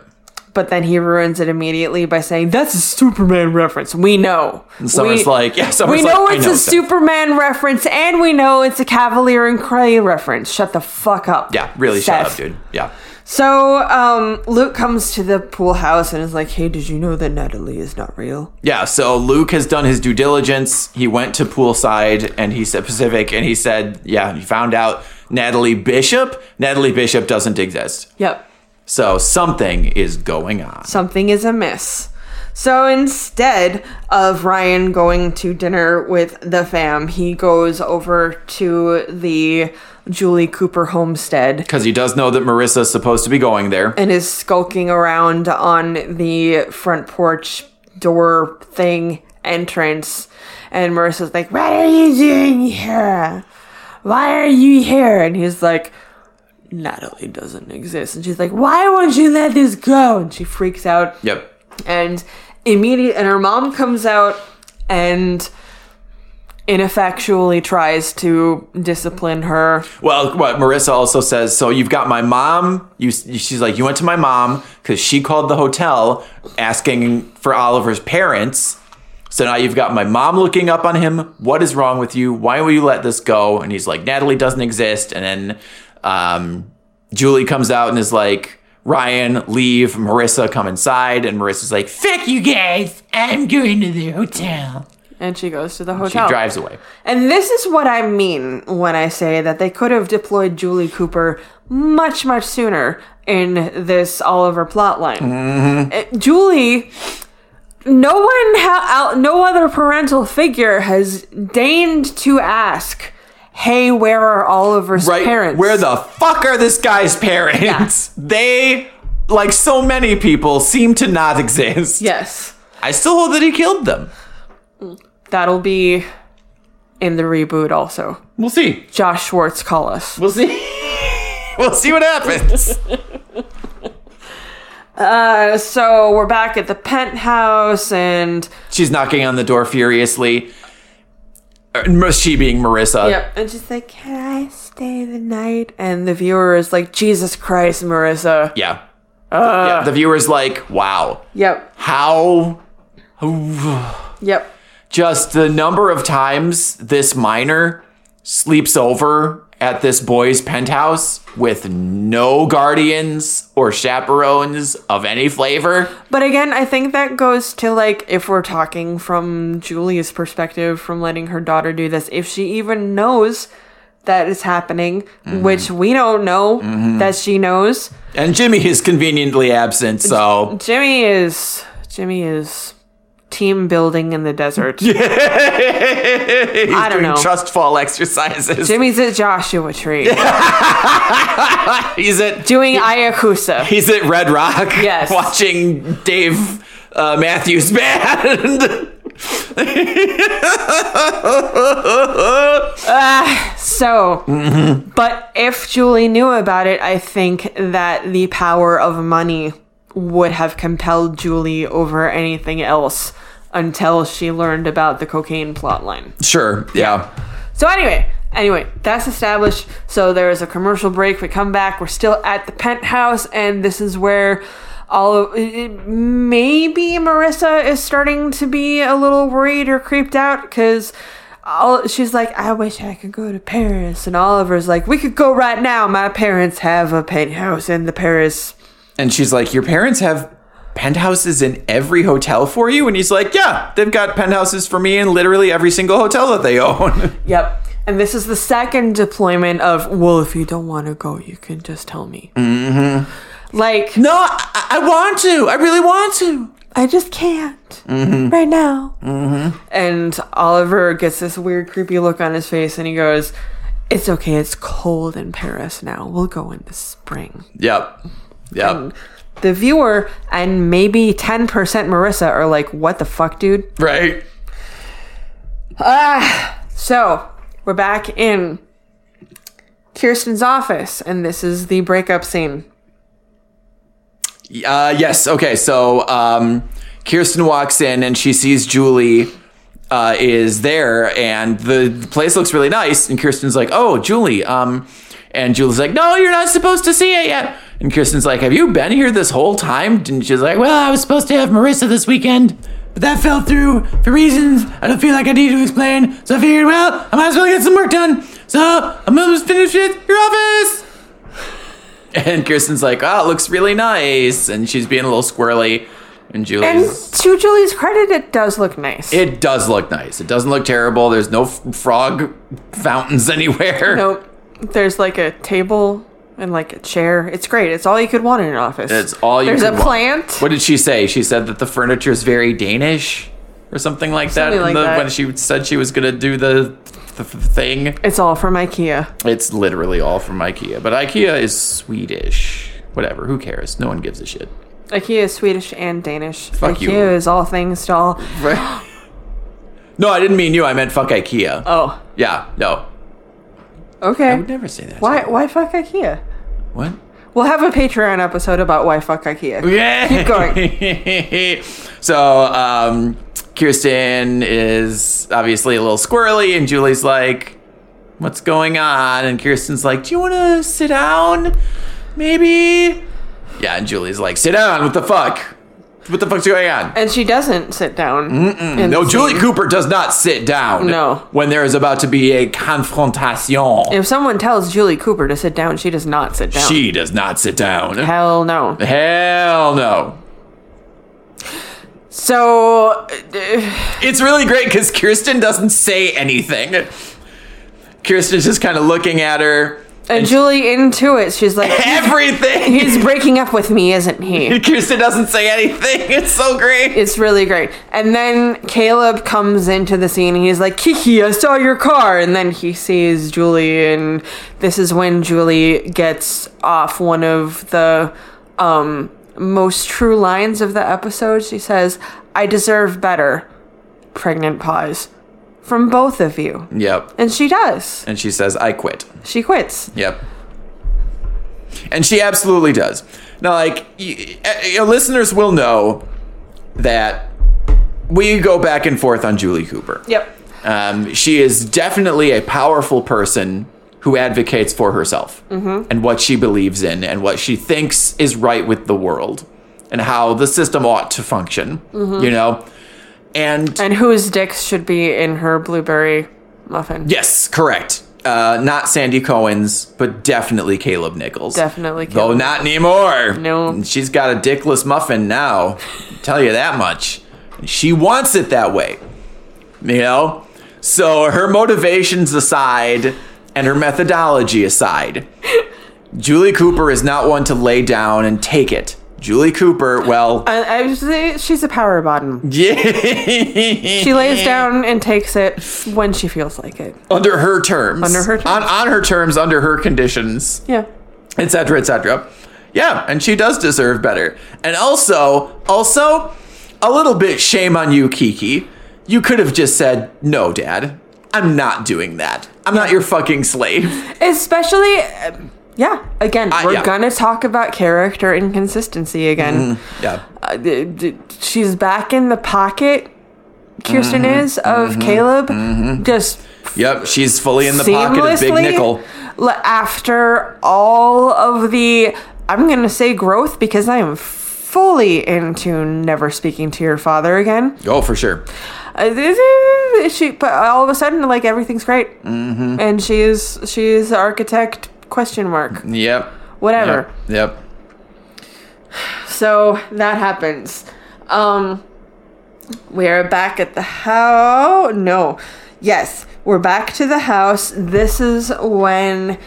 Speaker 1: but then he ruins it immediately by saying, That's a Superman reference. We know.
Speaker 2: Summer's
Speaker 1: we,
Speaker 2: like, yeah. Summer's
Speaker 1: we know
Speaker 2: like, I
Speaker 1: it's a
Speaker 2: Seth.
Speaker 1: Superman reference, and we know it's a Cavalier and Cray reference. Shut the fuck up.
Speaker 2: Yeah, really. Shut
Speaker 1: Seth.
Speaker 2: up, dude. Yeah.
Speaker 1: So, um, Luke comes to the pool house and is like, "Hey, did you know that Natalie is not real?"
Speaker 2: Yeah. So Luke has done his due diligence. He went to poolside and he said Pacific, and he said, yeah, he found out Natalie Bishop. Natalie Bishop doesn't exist.
Speaker 1: Yep,
Speaker 2: So something is going on.
Speaker 1: something is amiss. So instead of Ryan going to dinner with the fam, he goes over to the Julie Cooper homestead
Speaker 2: Because he does know that Marissa's supposed to be going there.
Speaker 1: and is skulking around on the front porch door thing entrance. And Marissa's like, "What are you doing here? Why are you here?" And he's like. Natalie doesn't exist. And she's like, why won't you let this go? And she freaks out.
Speaker 2: Yep.
Speaker 1: And immediate and her mom comes out and ineffectually tries to discipline her.
Speaker 2: Well, what Marissa also says, so you've got my mom. You, she's like, you went to my mom because she called the hotel asking for Oliver's parents. So now you've got my mom looking up on him. What is wrong with you? Why will you let this go? And he's like, Natalie doesn't exist. And then um, Julie comes out and is like, Ryan, leave. Marissa, come inside. And Marissa's like, fuck you guys. I'm going to the hotel.
Speaker 1: And she goes to the
Speaker 2: She
Speaker 1: hotel.
Speaker 2: drives away.
Speaker 1: And this is what I mean when I say that they could have deployed Julie Cooper much, much sooner in this Oliver plotline.
Speaker 2: Mm-hmm.
Speaker 1: Uh, Julie, no one, ha- out, no other parental figure has deigned to ask, "Hey, where are Oliver's
Speaker 2: right
Speaker 1: parents?"
Speaker 2: where the fuck are this guy's parents they like so many people seem to not exist
Speaker 1: yes,
Speaker 2: i still hold that he killed them
Speaker 1: that'll be in the reboot. Also,
Speaker 2: we'll see
Speaker 1: Josh Schwartz, call us.
Speaker 2: we'll see we'll see what happens
Speaker 1: Uh, so we're back at the penthouse, and
Speaker 2: she's knocking on the door furiously Er, she being marissa
Speaker 1: Yep. And she's like, Can I stay the night? And the viewer is like, Jesus Christ, Marissa.
Speaker 2: yeah yeah, the viewer's like, wow,
Speaker 1: Yep.
Speaker 2: how
Speaker 1: Yep.
Speaker 2: just the number of times this minor sleeps over at this boy's penthouse with no guardians or chaperones of any flavor.
Speaker 1: But again, I think that goes to like if we're talking from Julia's perspective, from letting her daughter do this, if she even knows that is happening, which we don't know that she knows.
Speaker 2: And Jimmy is conveniently absent, so
Speaker 1: Jimmy is Jimmy is team building in the desert.
Speaker 2: he's
Speaker 1: I don't
Speaker 2: doing
Speaker 1: know.
Speaker 2: trust fall exercises.
Speaker 1: Jimmy's at Joshua Tree
Speaker 2: he's at
Speaker 1: doing Ayakusa.
Speaker 2: he's at Red Rock.
Speaker 1: Yes.
Speaker 2: watching Dave uh, Matthews Band.
Speaker 1: So, but if Julie knew about it, I think that the power of money would have compelled Julie over anything else until she learned about the cocaine plotline.
Speaker 2: sure, yeah.
Speaker 1: So anyway, anyway, that's established. So there is a commercial break. We come back. We're still at the penthouse, and this is where all of, it- it- maybe Marissa is starting to be a little worried or creeped out because. All, she's like, I wish I could go to Paris. And Oliver's like, We could go right now. My parents have a penthouse in the Paris.
Speaker 2: And she's like, Your parents have penthouses in every hotel for you? And he's like, Yeah, they've got penthouses for me in literally every single hotel that they own.
Speaker 1: Yep. And this is the second deployment of, Well, if you don't want to go, you can just tell me. Mm-hmm. Like,
Speaker 2: no, I, I want to. I really want to.
Speaker 1: I just can't right now. And Oliver gets this weird, creepy look on his face, and he goes, "It's okay. It's cold in Paris now. We'll go in the spring."
Speaker 2: Yep. Yep.
Speaker 1: The viewer and maybe ten percent Marissa are like, "What the fuck, dude?"
Speaker 2: right.
Speaker 1: So we're back in Kirsten's office, and this is the breakup scene.
Speaker 2: Uh, yes. Okay. So um, Kirsten walks in and she sees Julie uh, is there, and the, the place looks really nice. And Kirsten's like, "Oh, Julie." Um, and Julie's like, "No, you're not supposed to see it yet." And Kirsten's like, "Have you been here this whole time?" And she's like, "Well, I was supposed to have Marissa this weekend." But that fell through for reasons I don't feel like I need to explain. So I figured, well, I might as well get some work done. So I'm almost finished with your office. And Kirsten's like, oh, it looks really nice. And she's being a little squirrely. And
Speaker 1: And
Speaker 2: Julie's.
Speaker 1: to Julie's credit, it does look nice.
Speaker 2: it does look nice. It doesn't look terrible. There's no f- frog fountains anywhere.
Speaker 1: nope. There's like a table and like a chair. It's great. It's all you could want in an office.
Speaker 2: It's all you
Speaker 1: There's
Speaker 2: could
Speaker 1: a
Speaker 2: want.
Speaker 1: plant.
Speaker 2: What did she say? She said that the furniture is very Danish or something like that,
Speaker 1: Something
Speaker 2: in
Speaker 1: like
Speaker 2: the-
Speaker 1: that.
Speaker 2: When she said she was going to do the, the, the thing.
Speaker 1: It's all from IKEA.
Speaker 2: It's literally all from IKEA. But IKEA is Swedish. Whatever. Who cares? No one gives a shit.
Speaker 1: IKEA is Swedish and Danish.
Speaker 2: Fuck
Speaker 1: IKEA
Speaker 2: you.
Speaker 1: is all things to all.
Speaker 2: no, I didn't mean you. I meant fuck IKEA.
Speaker 1: Oh,
Speaker 2: Yeah, no. I
Speaker 1: okay.
Speaker 2: would never say that.
Speaker 1: Why? Why fuck IKEA?
Speaker 2: What?
Speaker 1: We'll have a Patreon episode about why fuck IKEA.
Speaker 2: Yeah.
Speaker 1: Keep
Speaker 2: going. so, um, Kirsten is obviously a little squirrely, and Julie's like, "What's going on?" And Kirsten's like, "Do you want to sit down? Maybe." Yeah, and Julie's like, "Sit down. What the fuck? What the fuck's going on?"
Speaker 1: And she doesn't sit down. in
Speaker 2: No,
Speaker 1: the
Speaker 2: Julie
Speaker 1: scene.
Speaker 2: Cooper does not sit down.
Speaker 1: No.
Speaker 2: When there is about to be a confrontation,
Speaker 1: If someone tells Julie Cooper to sit down, she does not sit down.
Speaker 2: she does not sit down.
Speaker 1: Hell no.
Speaker 2: Hell no.
Speaker 1: So, uh,
Speaker 2: It's really great because Kirsten doesn't say anything. Kirsten's just kind of looking at her.
Speaker 1: and Julie into it. She's like,
Speaker 2: Everything.
Speaker 1: he's breaking up with me, isn't he?
Speaker 2: Kirsten doesn't say anything. It's so great.
Speaker 1: It's really great. And then Caleb comes into the scene and he's like, Kiki, I saw your car. And then he sees Julie, and this is when Julie gets off one of the um, most true lines of the episode. She says, I deserve better. Pregnant pause. From both of you.
Speaker 2: Yep.
Speaker 1: And she does.
Speaker 2: And she says, "I quit."
Speaker 1: She quits.
Speaker 2: Yep. And she absolutely does. Now, like, y- y- you know, listeners will know that we go back and forth on Julie Cooper.
Speaker 1: Yep.
Speaker 2: Um, she is definitely a powerful person who advocates for herself and what she believes in and what she thinks is right with the world and how the system ought to function, you know? And
Speaker 1: And whose dicks should be in her blueberry muffin?
Speaker 2: yes, correct. Uh, not Sandy Cohen's, but definitely Caleb Nichols.
Speaker 1: Definitely
Speaker 2: Though
Speaker 1: Caleb.
Speaker 2: not anymore.
Speaker 1: No.
Speaker 2: She's got a dickless muffin now. tell you that much. And she wants it that way. You know? So her motivations aside, and her methodology aside, Julie Cooper is not one to lay down and take it. Julie Cooper, well,
Speaker 1: I, I would say she's a power bottom.
Speaker 2: yeah.
Speaker 1: She lays down and takes it when she feels like it.
Speaker 2: under her terms.
Speaker 1: Under her terms.
Speaker 2: On, on her terms, under her conditions.
Speaker 1: Yeah.
Speaker 2: etc cetera, etc cetera. yeah and she does deserve better and also also a little bit shame on you kiki you could have just said no dad i'm not doing that i'm not your fucking slave
Speaker 1: Especially, uh, yeah, again,
Speaker 2: Uh,
Speaker 1: we're
Speaker 2: yeah.
Speaker 1: gonna talk about character inconsistency again.
Speaker 2: yeah
Speaker 1: Uh, d- d- she's back in the pocket, Kirsten
Speaker 2: Mm-hmm.
Speaker 1: is, of Caleb. Just
Speaker 2: yep she's fully Mm-hmm. in the pocket of big
Speaker 1: seamlessly,
Speaker 2: nickel
Speaker 1: l- After all of the, I'm going to say growth because I am fully into never speaking to your father again.
Speaker 2: oh for sure
Speaker 1: Uh, th- th- She, but all of a sudden, like everything's great, mm-hmm. and she is she is the architect question mark
Speaker 2: yep
Speaker 1: whatever.
Speaker 2: yep yep
Speaker 1: So that happens. Um, we are back at the house. No, yes, we're back to the house. This is when.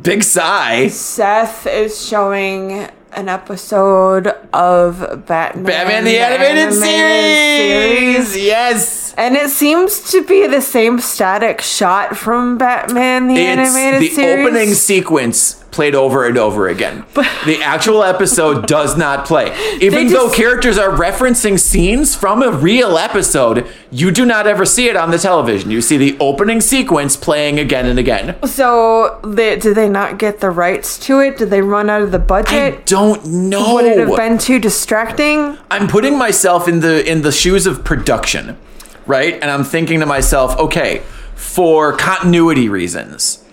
Speaker 2: big sigh
Speaker 1: Seth is showing an episode of Batman.
Speaker 2: batman the animated, series. yes
Speaker 1: And it seems to be the same static shot from Batman the
Speaker 2: it's
Speaker 1: animated
Speaker 2: the
Speaker 1: series.
Speaker 2: opening sequence played over and over again. the actual episode does not play. Even
Speaker 1: They
Speaker 2: though
Speaker 1: just-
Speaker 2: characters are referencing scenes from a real episode, you do not ever see it on the television. You see the opening sequence playing again and again.
Speaker 1: So, they, did they not get the rights to it? Did they run out of the
Speaker 2: I
Speaker 1: budget?
Speaker 2: don't know.
Speaker 1: Would it have been too distracting?
Speaker 2: I'm putting myself in the in the shoes of production, right? And I'm thinking to myself, okay, for continuity reasons,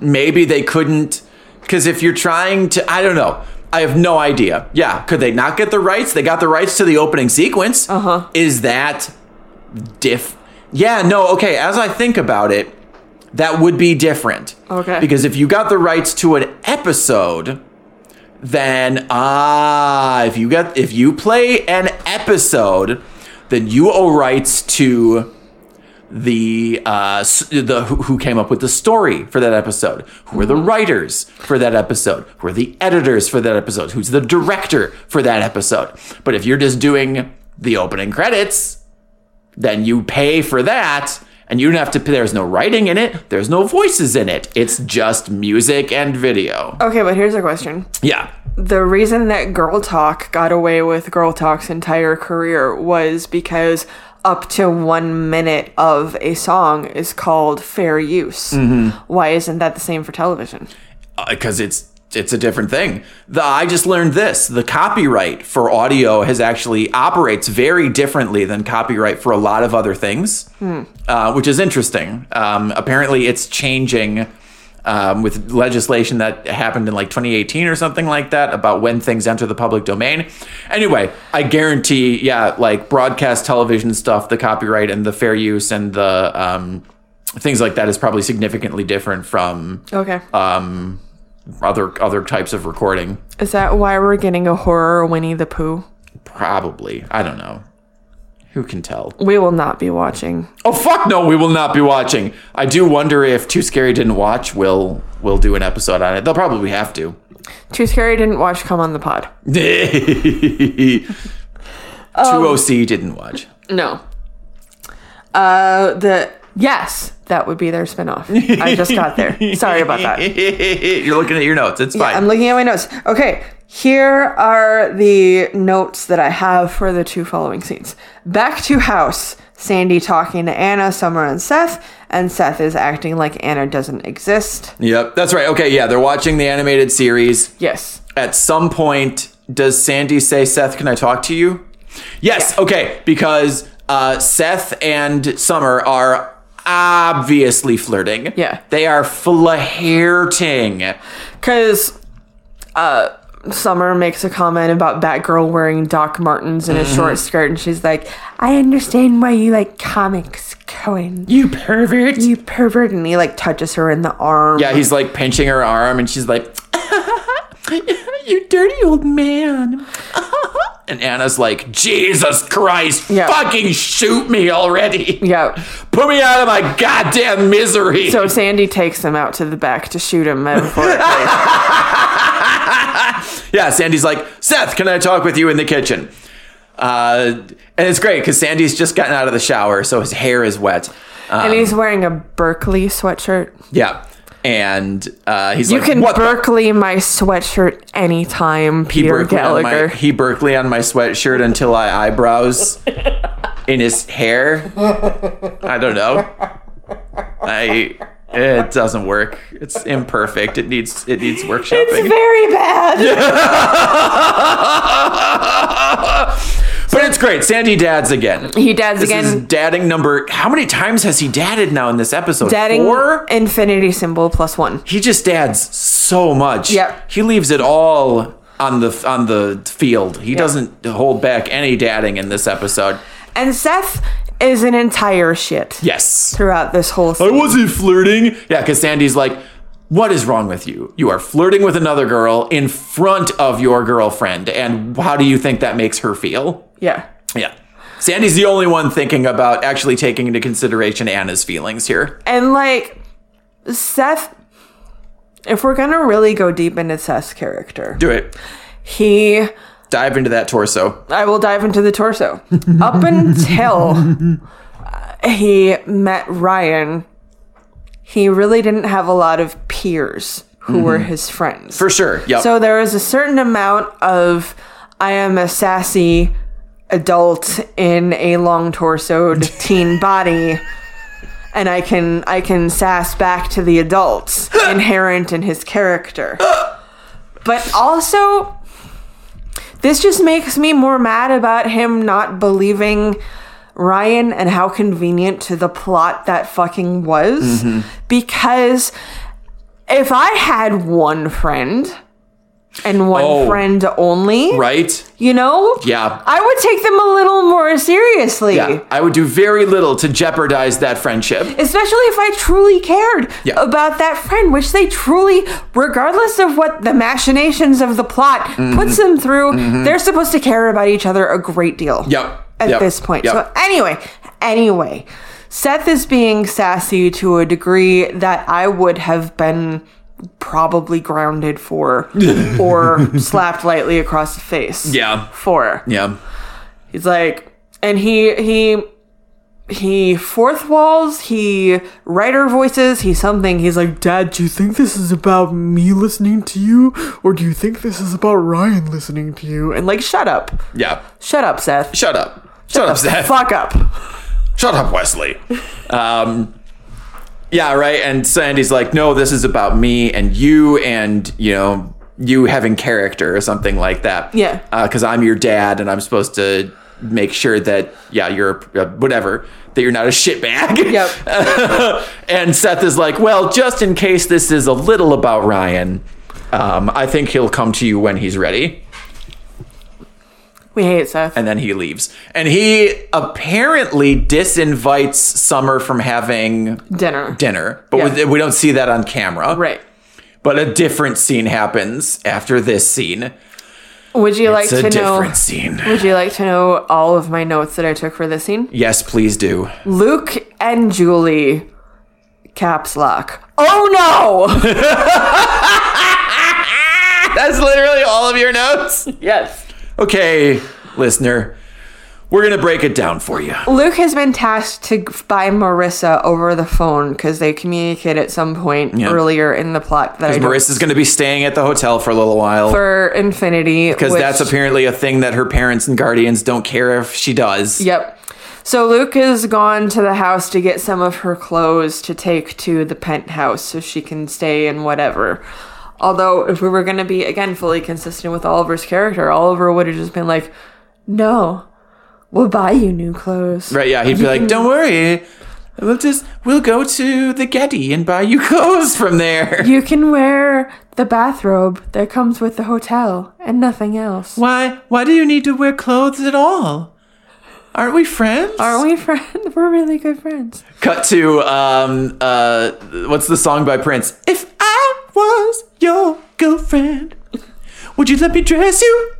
Speaker 2: maybe they couldn't because if you're trying to I don't know. I have no idea. Yeah, could they not get the rights? They got the rights to the opening sequence. Uh-huh. Is that diff Yeah, no, okay, as I think about it, that would be different.
Speaker 1: Okay.
Speaker 2: Because if you got the rights to an episode, then ah, if you get if you play an episode, then you owe rights to the uh s- the who who came up with the story for that episode who are the writers for that episode who are the editors for that episode who's the director for that episode but if you're just doing the opening credits then you pay for that and you don't have to pay there's no writing in it there's no voices in it it's just music and video
Speaker 1: Okay, but here's a question.
Speaker 2: yeah
Speaker 1: the reason that Girl Talk got away with Girl Talk's entire career was because up to one minute of a song is called fair use.
Speaker 2: Mm-hmm.
Speaker 1: Why isn't that the same for television?
Speaker 2: because Uh, it's it's a different thing. The I just learned this: the copyright for audio has actually operates very differently than copyright for a lot of other things, uh, which is interesting. Um, apparently, it's changing um, with legislation that happened in like 2018 or something like that about when things enter the public domain. Anyway, I guarantee, yeah, like broadcast television stuff, the copyright and the fair use and the um, things like that is probably significantly different from
Speaker 1: Okay.
Speaker 2: um, other other types of recording.
Speaker 1: is that why we're getting a horror Winnie the Pooh?
Speaker 2: Probably, I don't know. Who can tell?
Speaker 1: We will not be watching.
Speaker 2: Oh fuck no, we will not be watching. I do wonder if Too Scary Didn't Watch will will do an episode on it. They'll probably have to.
Speaker 1: Too Scary didn't watch Come on the Pod.
Speaker 2: Two OC didn't watch.
Speaker 1: No. Uh, the. Yes, that would be their spinoff. I just got there. Sorry about that.
Speaker 2: You're looking at your notes. It's fine.
Speaker 1: I'm looking at my notes. Okay, here are the notes that I have for the two following scenes. Back to house. Sandy talking to Anna, Summer, and Seth, and Seth is acting like Anna doesn't exist.
Speaker 2: yep, that's right. Okay, yeah, they're watching the animated series.
Speaker 1: Yes.
Speaker 2: at some point, does Sandy say, Seth, can I talk to you? Yes, okay, because uh, Seth and Summer are obviously flirting.
Speaker 1: Yeah.
Speaker 2: They are flirting.
Speaker 1: Because uh, Summer makes a comment about Batgirl wearing Doc Martens in a
Speaker 2: Mm-hmm.
Speaker 1: short skirt, and she's like, I understand why you like comics, Cohen.
Speaker 2: You pervert.
Speaker 1: You pervert. And he like touches her in the arm.
Speaker 2: Yeah, he's like pinching her arm and she's like, You dirty old man. and Anna's like, Jesus Christ,
Speaker 1: Yeah.
Speaker 2: fucking shoot me already.
Speaker 1: Yep.
Speaker 2: Put me out of my goddamn misery.
Speaker 1: So Sandy takes him out to the back to shoot him metaphorically.
Speaker 2: yeah, Sandy's like, Seth, can I talk with you in the kitchen? Uh, and it's great because Sandy's just gotten out of the shower, so his hair is wet.
Speaker 1: and he's wearing a Berkeley sweatshirt.
Speaker 2: Yeah. And uh, he's
Speaker 1: You
Speaker 2: like,
Speaker 1: can
Speaker 2: what the-
Speaker 1: Berkeley my sweatshirt anytime,
Speaker 2: he
Speaker 1: Peter
Speaker 2: Berkeley on my
Speaker 1: Gallagher.
Speaker 2: he Berkeley on my sweatshirt until I eyebrows in his hair. I don't know. I it doesn't work. It's imperfect. It needs it needs workshopping.
Speaker 1: very bad.
Speaker 2: but it's great. Sandy dads again.
Speaker 1: He dads
Speaker 2: This is
Speaker 1: again.
Speaker 2: dadding number. How many times has he dadded now in this episode?
Speaker 1: Dadding
Speaker 2: Four.
Speaker 1: infinity symbol plus one.
Speaker 2: He just dads so much.
Speaker 1: Yep.
Speaker 2: He leaves it all on the on the field. He doesn't hold back any dadding in this episode.
Speaker 1: And Seth is an entire shit
Speaker 2: Yes.
Speaker 1: throughout this whole
Speaker 2: I
Speaker 1: thing.
Speaker 2: wasn't flirting. Yeah, because Sandy's like, what is wrong with you? You are flirting with another girl in front of your girlfriend. And how do you think that makes her feel?
Speaker 1: Yeah.
Speaker 2: Yeah. Sandy's the only one thinking about actually taking into consideration Anna's feelings here.
Speaker 1: And like Seth if we're gonna really go deep into Seth's character,
Speaker 2: Do it.
Speaker 1: he
Speaker 2: Dive into that torso.
Speaker 1: I will dive into the torso. Up until uh, he met Ryan, he really didn't have a lot of peers who were his friends.
Speaker 2: Mm-hmm. For sure. Yep.
Speaker 1: So there is a certain amount of I am a sassy adult in a long torsoed teen body and I can I can sass back to the adults inherent in his character. But also this just makes me more mad about him not believing Ryan and how convenient to the plot that fucking was
Speaker 2: Mm-hmm.
Speaker 1: because if I had one friend and one
Speaker 2: Oh.
Speaker 1: friend only,
Speaker 2: right?
Speaker 1: you know,
Speaker 2: Yeah.
Speaker 1: I would take them a little more seriously.
Speaker 2: Yeah. I would do very little to jeopardize that friendship.
Speaker 1: Especially if I truly cared
Speaker 2: Yeah.
Speaker 1: about that friend, which they truly, regardless of what the machinations of the plot
Speaker 2: Mm-hmm.
Speaker 1: puts them through, they're supposed to care about each other a great deal.
Speaker 2: Yep.
Speaker 1: At
Speaker 2: Yep.
Speaker 1: this point.
Speaker 2: Yep.
Speaker 1: So, anyway, anyway, Seth is being sassy to a degree that I would have been probably grounded for or slapped lightly across the face
Speaker 2: Yeah.
Speaker 1: for.
Speaker 2: Yeah.
Speaker 1: He's like, and he he he fourth walls. He writer voices. He's something. He's like, Dad, do you think this is about me listening to you, or do you think this is about Ryan listening to you? And like, shut up,
Speaker 2: Yeah.
Speaker 1: shut up, Seth.
Speaker 2: Shut up. Shut, up, Seth.
Speaker 1: Fuck up.
Speaker 2: shut up wesley um yeah right and sandy's like no this is about me and you and you know you having character or something like that
Speaker 1: Yeah.
Speaker 2: because i'm your dad and i'm supposed to make sure that yeah you're uh, whatever that you're not a shitbag
Speaker 1: Yep.
Speaker 2: and seth is like well just in case this is a little about ryan um, i think he'll come to you when he's ready
Speaker 1: We hate Seth.
Speaker 2: and then he leaves and he apparently disinvites summer from having
Speaker 1: Dinner.
Speaker 2: dinner, but
Speaker 1: Yeah.
Speaker 2: with- we don't see that on camera.
Speaker 1: Right.
Speaker 2: But a different scene happens after this scene.
Speaker 1: Would you
Speaker 2: It's
Speaker 1: like
Speaker 2: a
Speaker 1: to
Speaker 2: different
Speaker 1: know?
Speaker 2: scene.
Speaker 1: Would you like to know all of my notes that I took for this scene?
Speaker 2: Yes, please do.
Speaker 1: Luke and Julie, caps lock. Oh no!
Speaker 2: That's literally all of your notes.
Speaker 1: yes.
Speaker 2: Okay, listener, we're gonna break it down for you.
Speaker 1: Luke has been tasked to by Marissa over the phone because they communicate at some point
Speaker 2: Yeah.
Speaker 1: earlier in the plot that I don't-
Speaker 2: Marissa's gonna be staying at the hotel for a little while
Speaker 1: for Infinity
Speaker 2: because that's
Speaker 1: which-
Speaker 2: apparently a thing that her parents and guardians don't care if she does.
Speaker 1: yep. So Luke has gone to the house to get some of her clothes to take to the penthouse so she can stay in whatever. Although if we were going to be again fully consistent with Oliver's character, Oliver would have just been like, "No, we'll buy you new clothes."
Speaker 2: Right? Yeah. He'd be like, "Don't worry." We'll just we'll go to the Getty and buy you clothes from there.
Speaker 1: You can wear the bathrobe that comes with the hotel and nothing else.
Speaker 2: Why? Why do you need to wear clothes at all? Aren't we friends?
Speaker 1: Aren't we friends? We're really good friends.
Speaker 2: Cut to um uh, what's the song by Prince? If I was your girlfriend, would you let me dress you?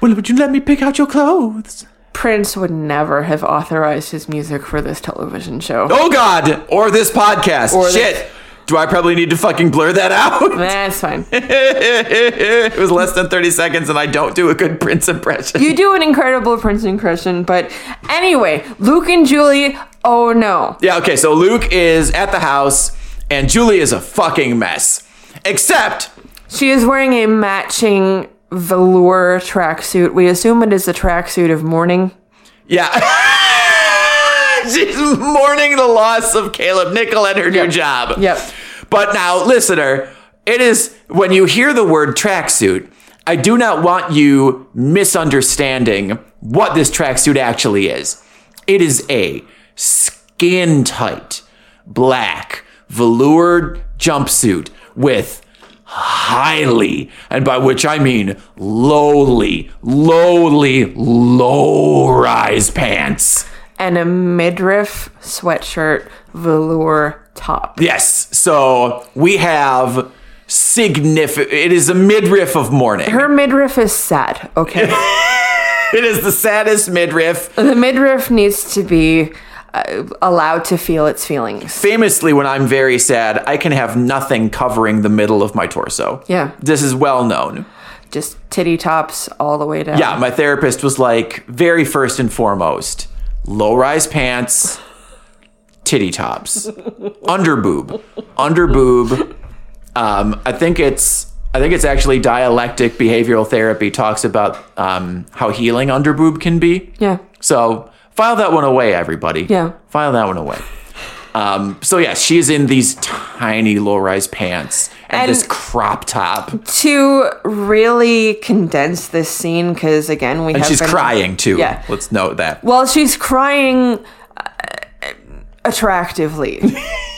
Speaker 2: Well, would you let me pick out your clothes?
Speaker 1: Prince would never have authorized his music for this television show.
Speaker 2: Oh God! Or this podcast.
Speaker 1: Or this-
Speaker 2: Shit. Do I probably need to fucking blur that out?
Speaker 1: That's fine.
Speaker 2: it was less than 30 seconds and I don't do a good Prince impression.
Speaker 1: You do an incredible Prince impression, but anyway, Luke and Julie, oh no.
Speaker 2: Yeah, okay, so Luke is at the house and Julie is a fucking mess. Except
Speaker 1: She is wearing a matching velour tracksuit. We assume it is the tracksuit of mourning.
Speaker 2: Yeah. She's mourning the loss of Caleb Nickel and her new job.
Speaker 1: Yep.
Speaker 2: But now, listener, it is when you hear the word tracksuit, I do not want you misunderstanding what this tracksuit actually is. It is a skin tight, black, velour jumpsuit with highly, and by which I mean lowly, lowly, low rise pants.
Speaker 1: And a midriff sweatshirt velour top.
Speaker 2: Yes, so we have significant. It is a midriff of mourning.
Speaker 1: Her midriff is sad, okay?
Speaker 2: it is the saddest midriff.
Speaker 1: the midriff needs to be uh, allowed to feel its feelings.
Speaker 2: Famously, when I'm very sad, I can have nothing covering the middle of my torso.
Speaker 1: Yeah.
Speaker 2: This is well known.
Speaker 1: Just titty tops all the way down.
Speaker 2: Yeah, my therapist was like, very first and foremost, low rise pants, titty tops, under boob, under boob. Um, I think it's. I think it's actually dialectic behavioral therapy talks about um, how healing under boob can be.
Speaker 1: Yeah.
Speaker 2: So file that one away, everybody.
Speaker 1: Yeah.
Speaker 2: File that one away. Um, so yeah, she's in these tiny low-rise pants and,
Speaker 1: And-
Speaker 2: this crop top, and
Speaker 1: To really condense this scene, because again, we have.
Speaker 2: she's
Speaker 1: been-
Speaker 2: crying too.
Speaker 1: Yeah.
Speaker 2: Let's note that.
Speaker 1: Well, she's crying uh, attractively,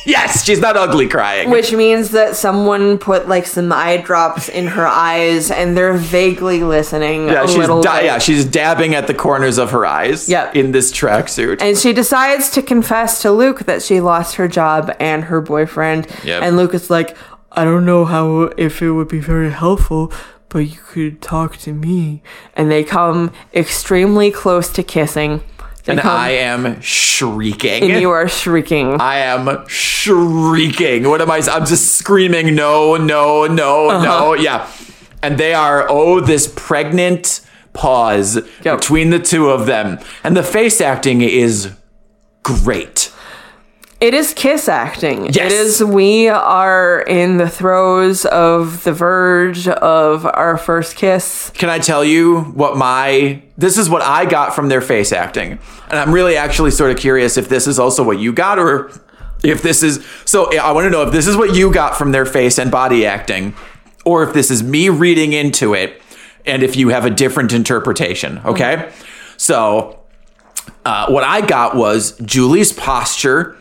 Speaker 2: Yes, she's not ugly crying.
Speaker 1: which means that someone put like some eye drops in her eyes and they're vaguely listening.
Speaker 2: yeah,
Speaker 1: a
Speaker 2: she's
Speaker 1: little
Speaker 2: di-
Speaker 1: bit.
Speaker 2: yeah, she's dabbing at the corners of her eyes.
Speaker 1: Yep.
Speaker 2: in this tracksuit.
Speaker 1: And she decides to confess to Luke that she lost her job and her boyfriend.
Speaker 2: Yep.
Speaker 1: And Luke is like, uh, I don't know how, if it would be very helpful, but you could talk to me. And they come extremely close to kissing. They
Speaker 2: And
Speaker 1: come,
Speaker 2: I am shrieking.
Speaker 1: and you are shrieking.
Speaker 2: I am shrieking. What am I? I'm just screaming, no, no, no,
Speaker 1: Uh-huh.
Speaker 2: no. Yeah. And they are, oh, this pregnant pause
Speaker 1: Yep.
Speaker 2: between the two of them. And the face acting is great.
Speaker 1: It is kiss acting.
Speaker 2: Yes.
Speaker 1: It is we are in the throes of the verge of our first kiss.
Speaker 2: Can I tell you what my. This is what I got from their face acting. And I'm really actually sort of curious if this is also what you got or if this is. So I want to know if this is what you got from their face and body acting or if this is me reading into it and if you have a different interpretation. Okay. So uh, what I got was Julie's posture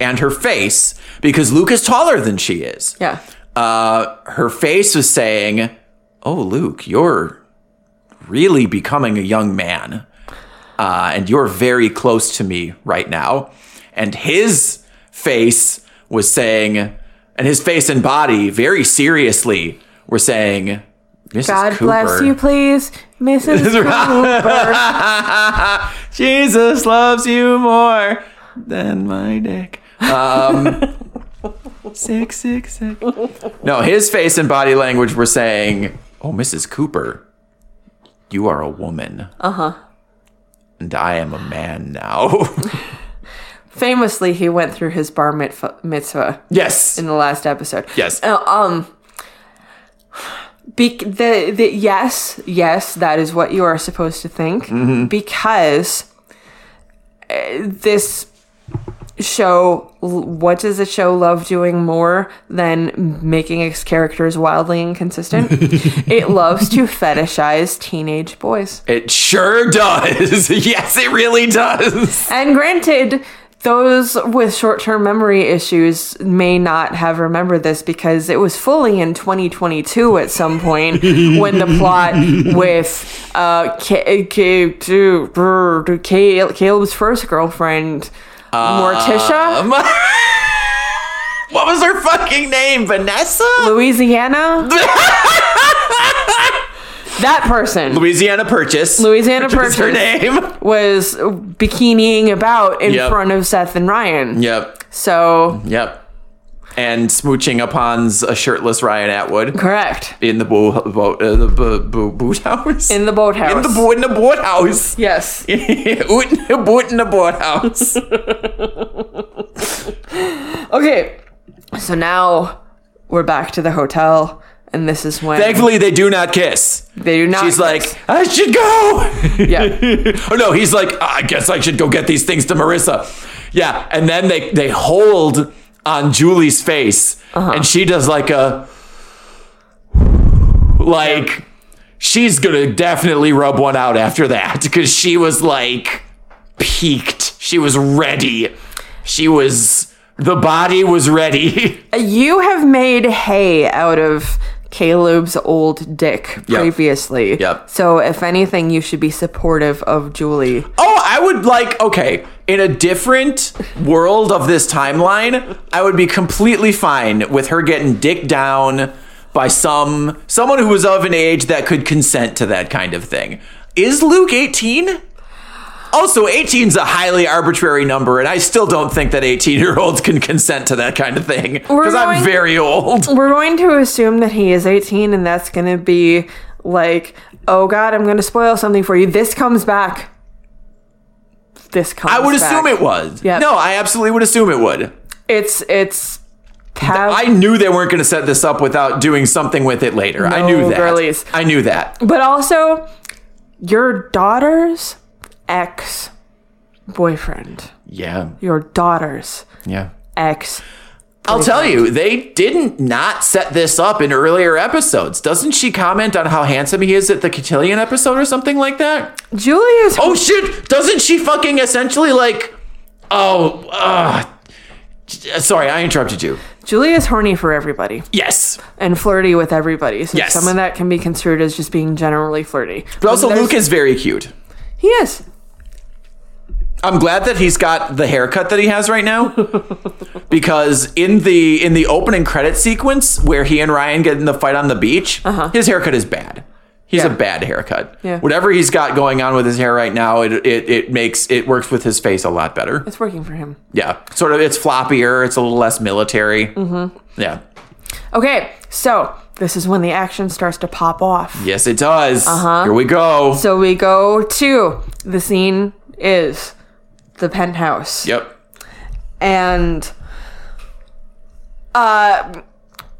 Speaker 2: and her face because Luke is taller than she is
Speaker 1: Yeah.
Speaker 2: uh, her face was saying, "Oh, Luke, you're really becoming a young man, uh, and you're very close to me right now." And his face was saying, and his face and body very seriously were saying, "Mrs.
Speaker 1: God
Speaker 2: Cooper,
Speaker 1: bless you, please, Mrs. Cooper.
Speaker 2: Jesus loves you more than my dick. Um, sick, sick, sick. No, his face and body language were saying, "Oh, Mrs. Cooper, you are a woman." Uh
Speaker 1: Uh-huh.
Speaker 2: huh. And I am a man now.
Speaker 1: Famously, he went through his bar mitf- mitzvah
Speaker 2: yes.
Speaker 1: in the last episode.
Speaker 2: Yes.
Speaker 1: Uh, um. Be- the, the yes yes that is what you are supposed to think because uh, this show l- what does the show love doing more than making its characters wildly inconsistent it loves to fetishize teenage boys
Speaker 2: It sure does. yes, it really does.
Speaker 1: and granted those with short-term memory issues may not have remembered this because it was fully in 2022 at some point when the plot with uh, Ca- Ca- to- brr, to Ca- Caleb's first girlfriend Morticia
Speaker 2: Um, what was her fucking name? Vanessa?
Speaker 1: Louisiana That person,
Speaker 2: Louisiana Purchase.
Speaker 1: Louisiana
Speaker 2: Which is
Speaker 1: Purchase,
Speaker 2: her name.
Speaker 1: was bikiniing about in
Speaker 2: Yep.
Speaker 1: front of Seth and Ryan.
Speaker 2: Yep.
Speaker 1: So
Speaker 2: Yep. And smooching upon a shirtless Ryan Atwood
Speaker 1: correct
Speaker 2: in the boo, bo uh, the boo, boo, boot house.
Speaker 1: in the boathouse.
Speaker 2: in the boot in the boot house.
Speaker 1: Yes.
Speaker 2: Oot in the boot in the boot house.
Speaker 1: Okay. So now we're back to the hotel, and this is when
Speaker 2: Thankfully, they do not kiss.
Speaker 1: they do not.
Speaker 2: She's like, I should go.
Speaker 1: yeah,
Speaker 2: oh no, he's like, I guess I should go get these things to Marissa. Yeah, and then they they hold on Julie's face,
Speaker 1: Uh-huh.
Speaker 2: and she does like a like she's gonna definitely rub one out after that because she was like peaked. She was ready. She was the body was ready.
Speaker 1: Uh, you have made hay out of Caleb's old dick
Speaker 2: Yep.
Speaker 1: previously.
Speaker 2: Yep.
Speaker 1: So if anything, you should be supportive of Julie.
Speaker 2: Oh, I would like, okay, in a different world of this timeline, I would be completely fine with her getting dick down by some someone who was of an age that could consent to that kind of thing. Is Luke 18? Also, 18's a highly arbitrary number, and I still don't think that 18 year olds can consent to that kind of thing. Because I'm
Speaker 1: going-
Speaker 2: very old.
Speaker 1: We're going to assume that he is 18, and that's going to be like, oh God, I'm going to spoil something for you. This comes back. This comes.
Speaker 2: I would
Speaker 1: back.
Speaker 2: assume it would.
Speaker 1: Yep.
Speaker 2: No, I absolutely would assume it would.
Speaker 1: It's it's. Have,
Speaker 2: I knew they weren't going to set this up without doing something with it later. I knew
Speaker 1: No,
Speaker 2: that.
Speaker 1: girlies.
Speaker 2: I knew that.
Speaker 1: But also, your daughter's ex boyfriend.
Speaker 2: Yeah.
Speaker 1: Your daughter's
Speaker 2: Yeah.
Speaker 1: ex.
Speaker 2: I'll tell you, they didn't not set this up in earlier episodes. Doesn't she comment on how handsome he is at the cotillion episode or something like that?
Speaker 1: Julie is.
Speaker 2: Oh shit! Doesn't she fucking essentially like? Oh, uh, sorry, I interrupted you.
Speaker 1: Julie is horny for everybody
Speaker 2: Yes,
Speaker 1: and flirty with everybody. So
Speaker 2: Yes.
Speaker 1: some of that can be construed as just being generally flirty.
Speaker 2: but also
Speaker 1: There's-
Speaker 2: Luke is very cute.
Speaker 1: He is.
Speaker 2: I'm glad that he's got the haircut that he has right now because in the in the opening credit sequence where he and Ryan get in the fight on the beach, his haircut is bad. He's a
Speaker 1: Uh-huh. Yeah.
Speaker 2: bad haircut.
Speaker 1: Yeah.
Speaker 2: Whatever he's got going on with his hair right now, it, it it makes it works with his face a lot better.
Speaker 1: It's working for him.
Speaker 2: Yeah. Sort of it's floppier, it's a little less military. Mm-hmm. Yeah.
Speaker 1: Okay, so this is when the action starts to pop off.
Speaker 2: Yes, it does. Uh-huh. Here we go.
Speaker 1: So we go to the scene is the penthouse.
Speaker 2: yep.
Speaker 1: and uh,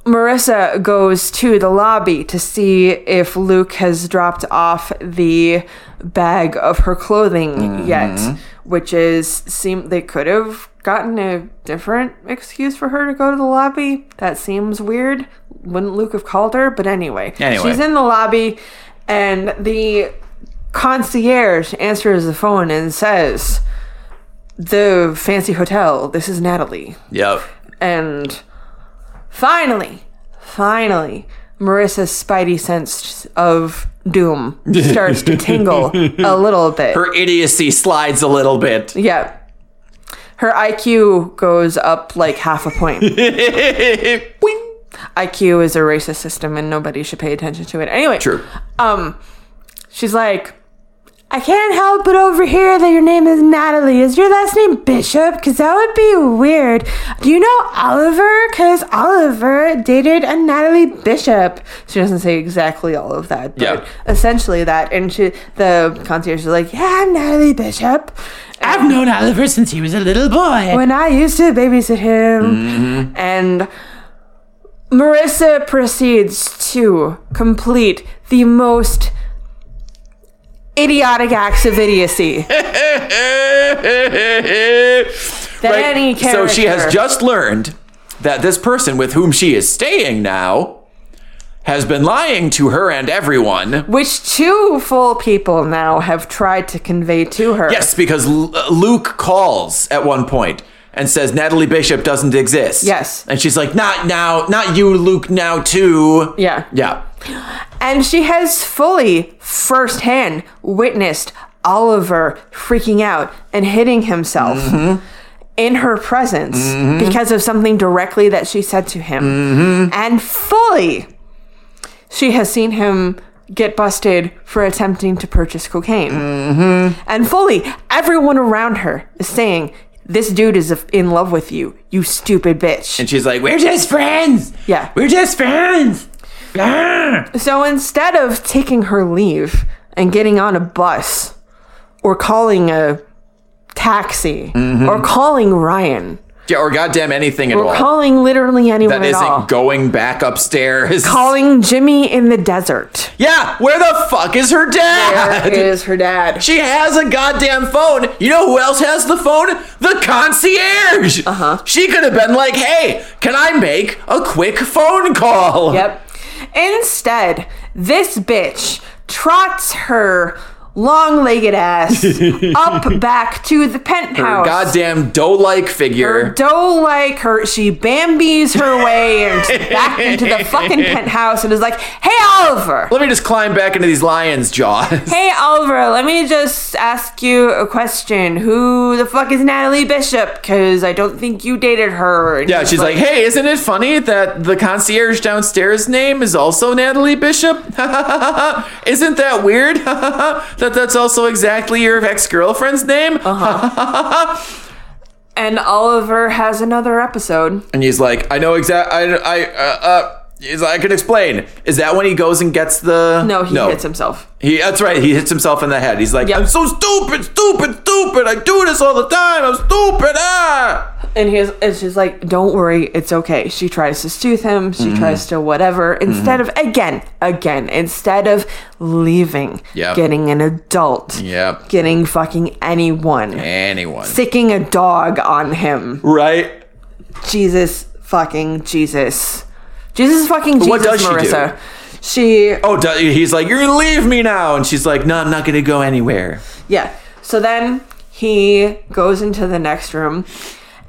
Speaker 1: Marissa goes to the lobby to see if Luke has dropped off the bag of her clothing yet, which is seem they could have gotten a different excuse for her to go to the lobby. That seems weird. Wouldn't Luke have called her? But anyway,
Speaker 2: Anyway.
Speaker 1: she's in the lobby, and the concierge answers the phone and says the fancy hotel. This is Natalie.
Speaker 2: Yep.
Speaker 1: And finally, finally, Marissa's spidey sense of doom starts to tingle a little bit.
Speaker 2: Her idiocy slides a little bit.
Speaker 1: yeah. Her IQ goes up like half a point.
Speaker 2: Boing.
Speaker 1: IQ is a racist system and nobody should pay attention to it. Anyway.
Speaker 2: True.
Speaker 1: Um, she's like, I can't help but overhear that your name is Natalie. Is your last name Bishop? Because that would be weird. Do you know Oliver? Because Oliver dated a Natalie Bishop. She doesn't say exactly all of that, but
Speaker 2: Yeah.
Speaker 1: essentially that. And she, the concierge is like, Yeah, I'm Natalie Bishop.
Speaker 2: I've known Oliver since he was a little boy.
Speaker 1: when I used to babysit him. And Marissa proceeds to complete the most idiotic acts of idiocy. any
Speaker 2: So she
Speaker 1: character.
Speaker 2: has just learned that this person with whom she is staying now has been lying to her and everyone.
Speaker 1: Which two full people now have tried to convey to her.
Speaker 2: Yes, because L- uh, Luke calls at one point and says Natalie Bishop doesn't exist.
Speaker 1: Yes.
Speaker 2: And she's like, not now, not you, Luke, now too.
Speaker 1: Yeah.
Speaker 2: Yeah.
Speaker 1: And she has fully, firsthand, witnessed Oliver freaking out and hitting himself in her presence because of something directly that she said to him. And fully, she has seen him get busted for attempting to purchase cocaine. And fully, everyone around her is saying, This dude is in love with you, you stupid bitch.
Speaker 2: And she's like, "We're just friends.
Speaker 1: Yeah.
Speaker 2: we're just friends." Ah.
Speaker 1: So instead of taking her leave and getting on a bus or calling a taxi
Speaker 2: Mm-hmm.
Speaker 1: or calling Ryan
Speaker 2: Yeah, or goddamn anything at
Speaker 1: or
Speaker 2: all
Speaker 1: calling literally anyone
Speaker 2: that
Speaker 1: at all,
Speaker 2: isn't going back upstairs.
Speaker 1: calling Jimmy in the desert.
Speaker 2: yeah, where the fuck is her dad?
Speaker 1: is her dad.
Speaker 2: She has a goddamn phone. You know who else has the phone? The concierge. Uh
Speaker 1: Uh-huh.
Speaker 2: huh. She could have been like, "Hey, can I make a quick phone call?"
Speaker 1: Yep. Instead, this bitch trots her long legged ass up back to the
Speaker 2: Her
Speaker 1: penthouse.
Speaker 2: goddamn doe-like
Speaker 1: Her
Speaker 2: figure.
Speaker 1: dough like her, she bambies her way and back into the fucking penthouse and is like, "Hey Oliver,
Speaker 2: Let me just climb back into these lions' jaws.
Speaker 1: hey Oliver, let me just ask you a question. Who the fuck is Natalie Bishop? Cause I don't think you dated her." And
Speaker 2: Yeah,
Speaker 1: he's
Speaker 2: she's like, hey, isn't it funny that the concierge downstairs name is also Natalie Bishop? isn't that weird? that that's also exactly your ex girlfriend's name?
Speaker 1: Uh-huh. and Oliver has another episode.
Speaker 2: And he's like, I know exact. I, I, uh, uh, he's like, I can explain. Is that when he goes and gets the?
Speaker 1: No, he hits himself.
Speaker 2: He, that's right. He hits himself in the head. He's like,
Speaker 1: Yep.
Speaker 2: I'm so stupid, stupid, stupid. I do this all the time. I'm stupid. Ah.
Speaker 1: And he's and she's like, "Don't worry, it's okay." She tries to soothe him.
Speaker 2: Mm-hmm.
Speaker 1: She tries to whatever. Instead of again, again, instead of leaving,
Speaker 2: Yep.
Speaker 1: getting an adult,
Speaker 2: Yep.
Speaker 1: getting fucking anyone,
Speaker 2: Anyone.
Speaker 1: sticking a dog on him.
Speaker 2: Right.
Speaker 1: Jesus fucking Jesus, Jesus fucking Jesus,
Speaker 2: What does she do?
Speaker 1: Marissa. She
Speaker 2: Oh, do- he's like, you're gonna leave me now, and she's like, no, I'm not gonna go anywhere.
Speaker 1: Yeah. So then he goes into the next room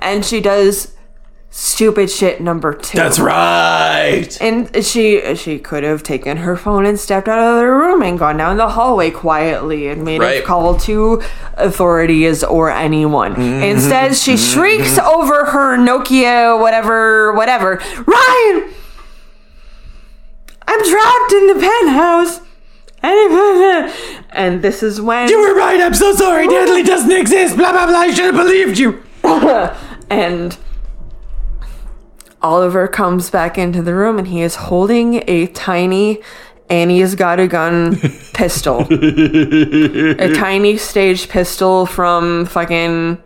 Speaker 1: and she does stupid shit number two.
Speaker 2: That's right.
Speaker 1: And she she could have taken her phone and stepped out of the room and gone down the hallway quietly and made
Speaker 2: Right.
Speaker 1: a call to authorities or anyone. Instead, she
Speaker 2: Mm-hmm.
Speaker 1: shrieks over her Nokia, whatever, whatever. Ryan, I'm trapped in the penthouse. And- And this is when
Speaker 2: You were right. I'm so sorry. Natalie doesn't exist. Blah blah blah. I should have believed you.
Speaker 1: And Oliver comes back into the room and he is holding a tiny Annie's Got a Gun pistol. a tiny stage pistol from fucking.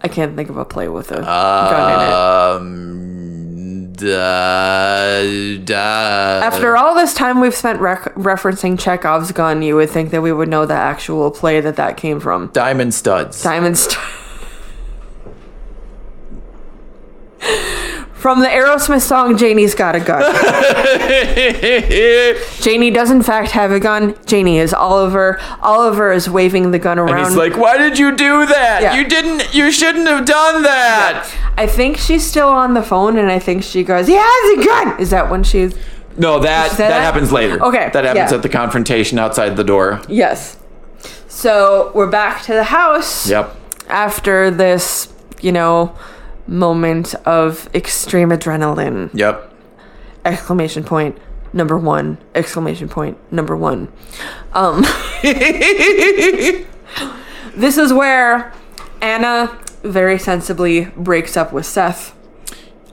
Speaker 1: I can't think of a play with a gun in it.
Speaker 2: Um. Da, da.
Speaker 1: After all this time we've spent rec- referencing Chekhov's gun, you would think that we would know the actual play that that came from.
Speaker 2: Diamond studs.
Speaker 1: Diamond Star. From the Aerosmith song Janie's Got a Gun.
Speaker 2: and
Speaker 1: Janie does, in fact, have a gun. Janie is Oliver. Oliver is waving the gun around.
Speaker 2: he's like, "Why did you do that?
Speaker 1: Yeah.
Speaker 2: You didn't. You shouldn't have done that."
Speaker 1: I think she's still on the phone, and I think she goes, He has a gun! Is that when she's.
Speaker 2: No, that that,
Speaker 1: that-
Speaker 2: happens later.
Speaker 1: Okay,
Speaker 2: That happens
Speaker 1: yeah.
Speaker 2: at the confrontation outside the door.
Speaker 1: Yes. So we're back to the house
Speaker 2: Yep.
Speaker 1: after this, you know, moment of extreme adrenaline.
Speaker 2: Yep.
Speaker 1: exclamation point number one exclamation point number one um this is where anna very sensibly breaks up with seth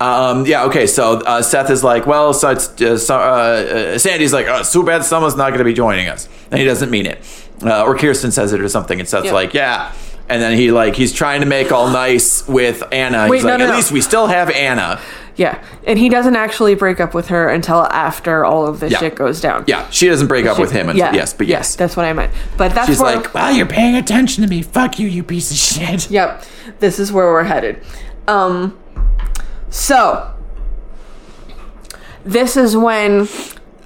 Speaker 2: Um, yeah, okay, so uh, Seth is like, well, so it's, uh, so, uh, uh, Sandy's like, oh, it's too bad someone's not going to be joining us. And he doesn't mean it. Uh, or Kirsten says it or something, and Seth's
Speaker 1: Yep.
Speaker 2: like, yeah. And then he like he's trying to make all nice with Anna.
Speaker 1: Wait,
Speaker 2: he's
Speaker 1: no,
Speaker 2: like,
Speaker 1: no,
Speaker 2: at
Speaker 1: no.
Speaker 2: least we still have Anna.
Speaker 1: yeah and he doesn't actually break up with her until after all of this
Speaker 2: Yeah.
Speaker 1: shit goes down
Speaker 2: Yeah, she doesn't break up with him. And, Yes, but
Speaker 1: yeah,
Speaker 2: yes.
Speaker 1: that's what i meant but that's
Speaker 2: She's
Speaker 1: where,
Speaker 2: like, well, you're paying attention to me. Fuck you, you piece of shit.
Speaker 1: Yep. This is where we're headed. Um so this is when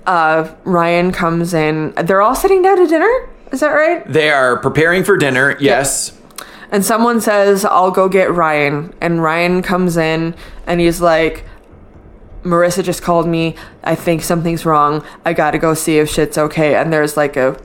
Speaker 1: uh Ryan comes in. They're all sitting down to dinner? Is that right?
Speaker 2: They are preparing for dinner. Yes.
Speaker 1: And someone says, "I'll go get Ryan." And Ryan comes in and he's like Marissa just called me. I think something's wrong. I got to go see if shit's okay. And there's like a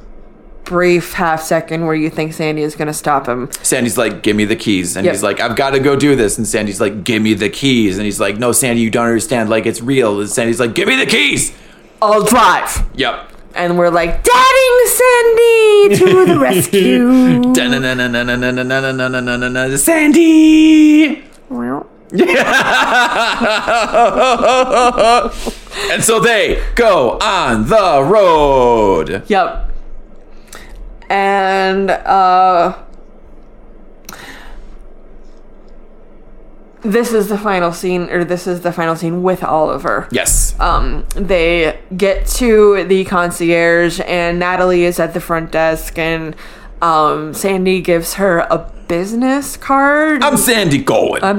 Speaker 1: brief half second where you think Sandy is going to stop him.
Speaker 2: Sandy's like, give me the keys. And
Speaker 1: Yep.
Speaker 2: he's like, I've got to go do this. And Sandy's like, give me the keys. And he's like, no, Sandy, you don't understand. Like, it's real. And Sandy's like, give me the keys.
Speaker 1: I'll drive.
Speaker 2: Yep.
Speaker 1: and we're like, "Dadding Sandy to the rescue!"
Speaker 2: Da-na-na-na-na-na-na-na-na-na-na-na-na, Sandy. And so they go on the road.
Speaker 1: Yep. And uh this is the final scene or this is the final scene with Oliver.
Speaker 2: Yes.
Speaker 1: Um they get to the concierge and Natalie is at the front desk and um Sandy gives her a business card.
Speaker 2: I'm Sandy Cohen.
Speaker 1: Um,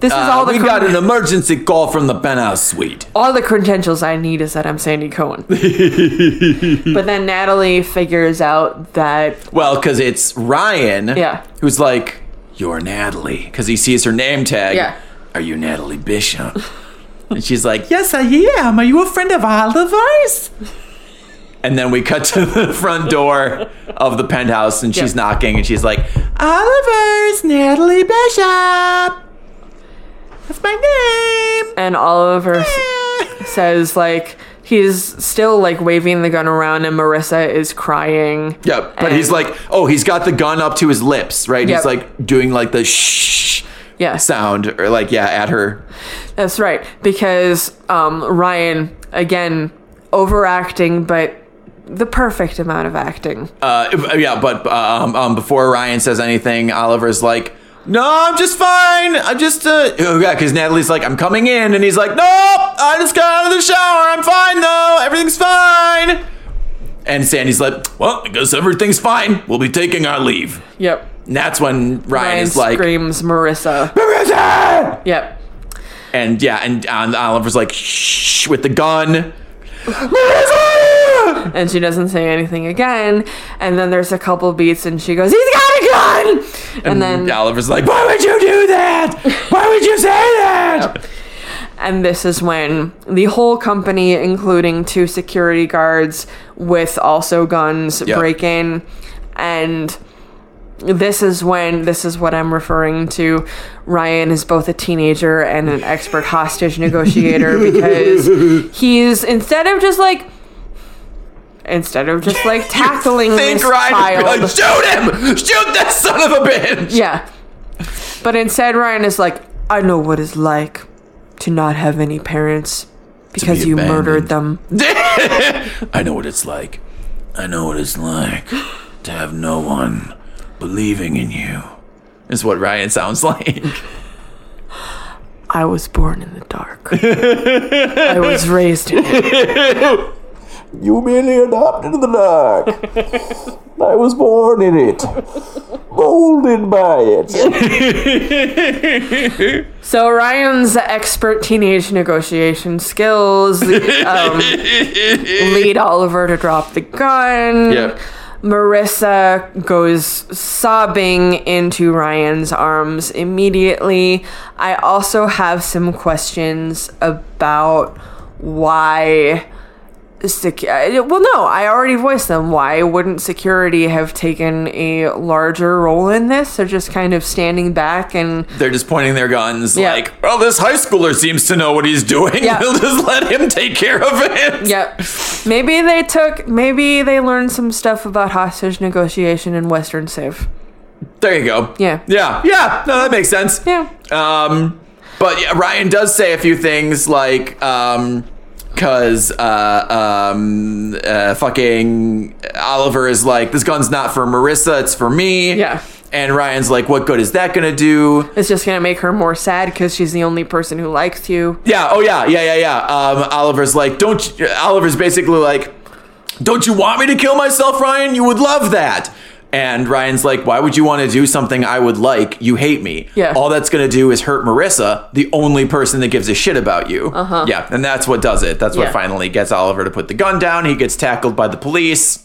Speaker 1: this is all
Speaker 2: Uh,
Speaker 1: the
Speaker 2: we
Speaker 1: con-
Speaker 2: got an emergency call from the penthouse suite.
Speaker 1: all the credentials I need is that I'm Sandy Cohen. but then Natalie figures out that
Speaker 2: Well, because it's Ryan.
Speaker 1: Yeah.
Speaker 2: Who's like, you're Natalie, because he sees her name tag.
Speaker 1: Yeah.
Speaker 2: Are you Natalie Bishop? and she's like, yes, I am. Are you a friend of Oliver's? And then we cut to the front door of the penthouse, and she's
Speaker 1: Yeah.
Speaker 2: knocking, and she's like, Oliver's Natalie Bishop. That's my name.
Speaker 1: and Oliver s- says like he's still like waving the gun around and Marissa is crying.
Speaker 2: Yeah, but he's
Speaker 1: And-
Speaker 2: like, oh, he's got the gun up to his lips, right?
Speaker 1: Yep.
Speaker 2: He's like doing like the shh
Speaker 1: Yeah.
Speaker 2: sound, or like yeah, at her.
Speaker 1: That's right because um Ryan again overacting but the perfect amount of acting.
Speaker 2: Uh, yeah, but um, um, before Ryan says anything, Oliver's like, no, I'm just fine. I'm just uh, oh yeah, because Natalie's like, I'm coming in, and he's like, nope, I just got out of the shower. I'm fine though. Everything's fine. And Sandy's like, well, I guess everything's fine. We'll be taking our leave.
Speaker 1: Yep.
Speaker 2: And that's when Ryan,
Speaker 1: Ryan
Speaker 2: is like,
Speaker 1: screams Marissa.
Speaker 2: "Marissa!"
Speaker 1: Yep.
Speaker 2: And yeah, and um, Oliver's like, shh, with the gun. Marissa!
Speaker 1: And she doesn't say anything again. And then there's a couple beats and she goes, He's got a gun! And, then,
Speaker 2: Oliver's like, why would you do that? Why would you say that?
Speaker 1: and this is when the whole company, including two security guards with also guns,
Speaker 2: Yeah.
Speaker 1: break in. And this is when, this is what I'm referring to. Ryan is both a teenager and an expert hostage negotiator because he's, instead of just like, instead of just like tackling
Speaker 2: Think
Speaker 1: this
Speaker 2: Ryan would
Speaker 1: child,
Speaker 2: be like, shoot him! Shoot that son of a bitch!
Speaker 1: Yeah. But instead, Ryan is like, I know what it's like to not have any parents because
Speaker 2: be
Speaker 1: you
Speaker 2: abandoned.
Speaker 1: murdered them.
Speaker 2: I know what it's like. I know what it's like to have no one believing in you. Is what Ryan sounds like.
Speaker 1: I was born in the dark. I was raised in it.
Speaker 4: You merely adopted the dark. I was born in it, molded by it.
Speaker 1: So Ryan's expert teenage negotiation skills um, lead Oliver to drop the gun.
Speaker 2: Yep.
Speaker 1: Marissa goes sobbing into Ryan's arms immediately. I also have some questions about why. Sec- uh, well, no, I already voiced them. Why wouldn't security have taken a larger role in this? They're just kind of standing back and
Speaker 2: They're just pointing their guns
Speaker 1: Yeah.
Speaker 2: like, well, this high schooler seems to know what he's doing.
Speaker 1: Yeah.
Speaker 2: We'll just let him take care of it.
Speaker 1: Yep. Maybe they took. Maybe they learned some stuff about hostage negotiation in Western Civ.
Speaker 2: There you go.
Speaker 1: Yeah.
Speaker 2: Yeah. Yeah. No, that makes sense.
Speaker 1: Yeah.
Speaker 2: Um, but yeah, Ryan does say a few things like, um, cause, uh, um, uh, fucking Oliver is like, this gun's not for Marissa, it's for me.
Speaker 1: Yeah.
Speaker 2: And Ryan's like, what good is that gonna do?
Speaker 1: It's just gonna make her more sad because she's the only person who likes you.
Speaker 2: Yeah. Oh yeah. Yeah. Yeah. Yeah. Um, Oliver's like, don't. You, Oliver's basically like, don't you want me to kill myself, Ryan? You would love that. And Ryan's like, why would you want to do something I would like? You hate me.
Speaker 1: Yeah.
Speaker 2: All that's gonna do is hurt Marissa, the only person that gives a shit about you. Uh huh. Yeah. And that's what does it. That's
Speaker 1: Uh-huh. Yeah.
Speaker 2: what finally gets Oliver to put the gun down. He gets tackled by the police.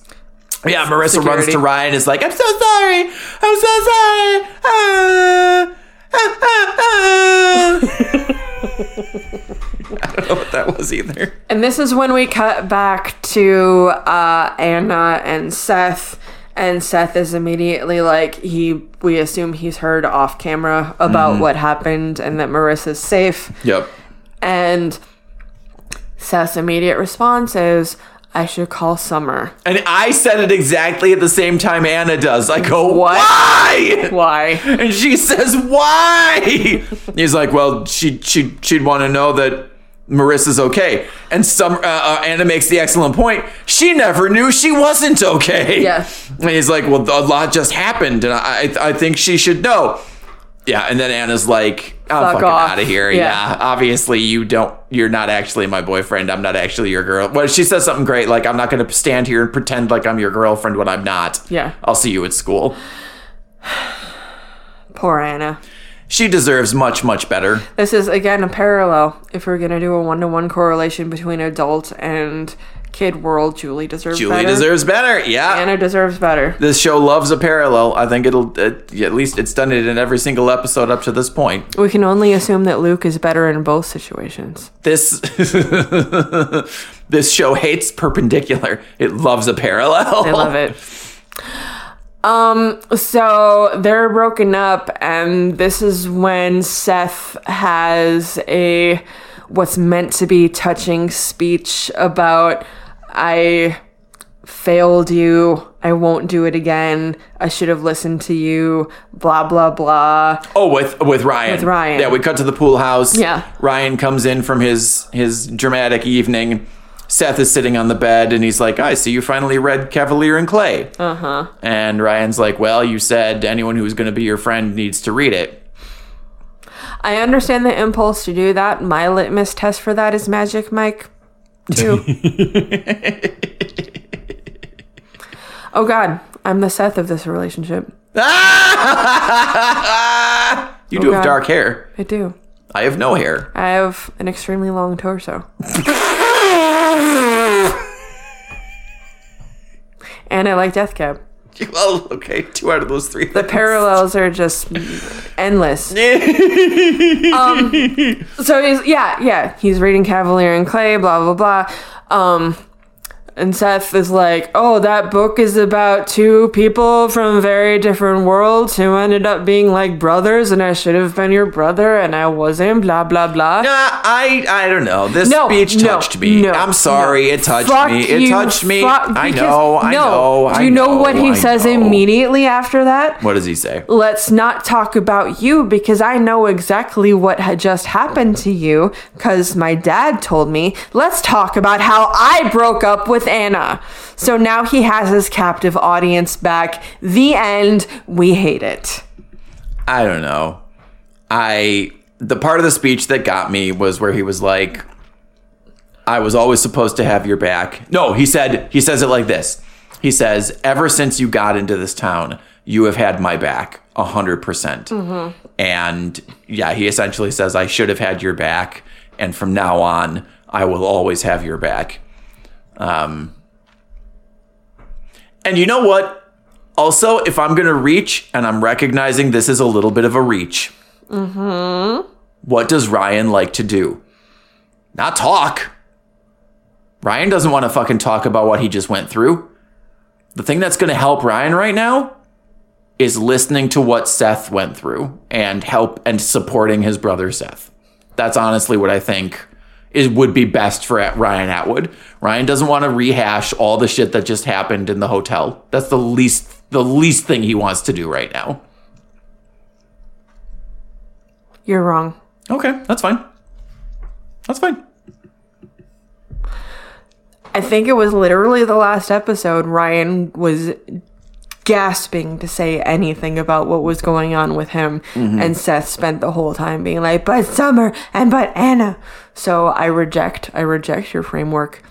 Speaker 2: Yeah, Marissa runs
Speaker 1: Security.
Speaker 2: to Ryan and is like, I'm so sorry. I'm so sorry. Ah, ah, ah, ah." I don't know what that was either.
Speaker 1: And this is when we cut back to uh, Anna and Seth. And Seth is immediately like he. We assume he's heard off camera about what happened and that Marissa's safe.
Speaker 2: Yep.
Speaker 1: And Seth's immediate response is, I should call Summer.
Speaker 2: And I said it exactly at the same time Anna does. I go,
Speaker 1: What?
Speaker 2: Why?
Speaker 1: Why?
Speaker 2: And she says, "Why?" He's like, "Well, she she she'd want to know that Marissa's okay." And some uh, uh, Anna makes the excellent point. She never knew she wasn't okay.
Speaker 1: Yeah.
Speaker 2: And he's like, "Well, a lot just happened, and I I I think she should know." Yeah. And then Anna's like, "I'm
Speaker 1: Fuck
Speaker 2: fucking
Speaker 1: off.
Speaker 2: out of here."
Speaker 1: Yeah.
Speaker 2: yeah. Obviously, you don't. You're not actually my boyfriend. I'm not actually your girl. Well, she says something great like, "I'm not going to stand here and pretend like I'm your girlfriend when I'm not."
Speaker 1: Yeah.
Speaker 2: I'll see you at school.
Speaker 1: Poor Anna.
Speaker 2: She deserves much, much better.
Speaker 1: This is again a parallel. If we're gonna do a one to one correlation between adult and kid world, Julie deserves
Speaker 2: Julie
Speaker 1: better.
Speaker 2: deserves better. Yeah.
Speaker 1: Anna deserves better.
Speaker 2: this show loves a parallel. I think it'll it, at least it's done it in every single episode up to this point.
Speaker 1: We can only assume that Luke is better in both situations.
Speaker 2: This this show hates perpendicular. It loves a parallel.
Speaker 1: I love it. Um, so they're broken up, and this is when Seth has a what's meant to be touching speech about I failed you, I won't do it again, I should have listened to you, blah blah blah.
Speaker 2: Oh, with with Ryan.
Speaker 1: With Ryan.
Speaker 2: Yeah, we cut to the pool house.
Speaker 1: Yeah.
Speaker 2: Ryan comes in from his his dramatic evening. Seth is sitting on the bed and he's like, "I see you finally read Cavalier and Clay." Uh
Speaker 1: Uh-huh.
Speaker 2: huh. And Ryan's like, "Well, you said anyone who's going to be your friend needs to read it."
Speaker 1: I understand the impulse to do that. My litmus test for that is Magic Mike 2. oh, God. I'm the Seth of this relationship.
Speaker 2: you do have
Speaker 1: God.
Speaker 2: dark hair.
Speaker 1: I do.
Speaker 2: I have no hair.
Speaker 1: I have an extremely long torso. and I like Death Cab.
Speaker 2: Well, okay, two out of those three.
Speaker 1: The parallels are just endless. um, so he's yeah, yeah. He's reading Cavalier and Clay, blah blah blah. Um, and Seth is like, "Oh, that book is about two people from very different worlds who ended up being like brothers, and I should have been your brother, and I wasn't." Blah blah blah.
Speaker 2: Uh, I I don't know. This
Speaker 1: No,
Speaker 2: speech
Speaker 1: no,
Speaker 2: touched me.
Speaker 1: no,
Speaker 2: I'm sorry,
Speaker 1: no.
Speaker 2: it touched
Speaker 1: Fuck
Speaker 2: me. It
Speaker 1: you,
Speaker 2: touched me.
Speaker 1: fuck-
Speaker 2: I
Speaker 1: because-
Speaker 2: know. I know.
Speaker 1: Do
Speaker 2: I
Speaker 1: you know, what he
Speaker 2: I
Speaker 1: says
Speaker 2: know.
Speaker 1: immediately after that?
Speaker 2: What does he say?
Speaker 1: let's not talk about you because I know exactly what had just happened to you because my dad told me. Let's talk about how I broke up with Anna. So now he has his captive audience back. The end. We hate it.
Speaker 2: I don't know. I the part of the speech that got me was where he was like, "I was always supposed to have your back." No, he said he says it like this. He says, "Ever since you got into this town, you have had my back a hundred percent." And yeah, he essentially says, "I should have had your back, and from now on, I will always have your back." Um, and you know what? Also, if I'm going to reach, and I'm recognizing this is a little bit of a reach, what does Ryan like to do? Not talk. Ryan doesn't want to fucking talk about what he just went through. The thing that's going to help Ryan right now is listening to what Seth went through and help and supporting his brother Seth. That's honestly what I think is would be best for Ryan Atwood. Ryan doesn't want to rehash all the shit that just happened in the hotel. That's the least the least thing he wants to do right now.
Speaker 1: You're wrong.
Speaker 2: Okay, that's fine. That's fine.
Speaker 1: I think it was literally the last episode Ryan was gasping to say anything about what was going on with him and Seth spent the whole time being like but Summer and but Anna. So I reject I reject your framework.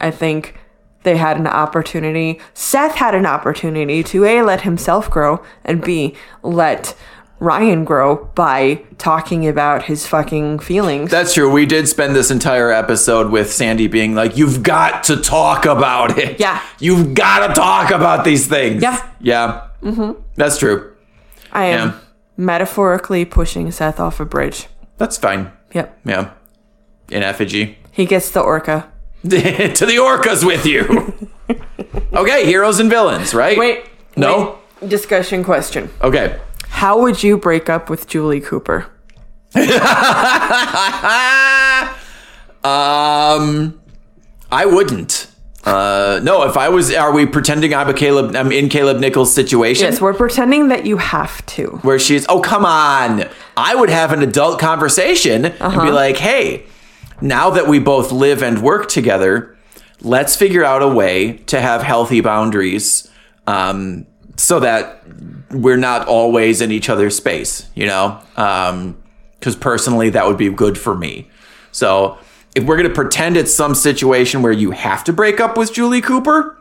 Speaker 1: I think they had an opportunity. Seth had an opportunity to A let himself grow and B let Ryan grow by talking about his fucking feelings.
Speaker 2: That's true. We did spend this entire episode with Sandy being like, "You've got to talk about it.
Speaker 1: Yeah.
Speaker 2: you've got to talk about these things.
Speaker 1: Yeah.
Speaker 2: yeah. Mm-hmm. That's true.
Speaker 1: I am
Speaker 2: yeah.
Speaker 1: metaphorically pushing Seth off a bridge.
Speaker 2: That's fine.
Speaker 1: Yep.
Speaker 2: Yeah, in effigy.
Speaker 1: He gets the orca.
Speaker 2: to the orcas with you. okay, heroes and villains, right?
Speaker 1: Wait.
Speaker 2: No?
Speaker 1: wait. Discussion question.
Speaker 2: Okay.
Speaker 1: How would you break up with Julie Cooper?
Speaker 2: um, I wouldn't. Uh, no, if I was, are we pretending I'm a Caleb? I'm in Caleb Nichols' situation.
Speaker 1: Yes, we're pretending that you have to.
Speaker 2: where she's, oh, come on. I would have an adult conversation and be like, hey, now that we both live and work together, let's figure out a way to have healthy boundaries um, so that we're not always in each other's space, you know? Because personally, that would be good for me. So if we're going to pretend it's some situation where you have to break up with Julie Cooper,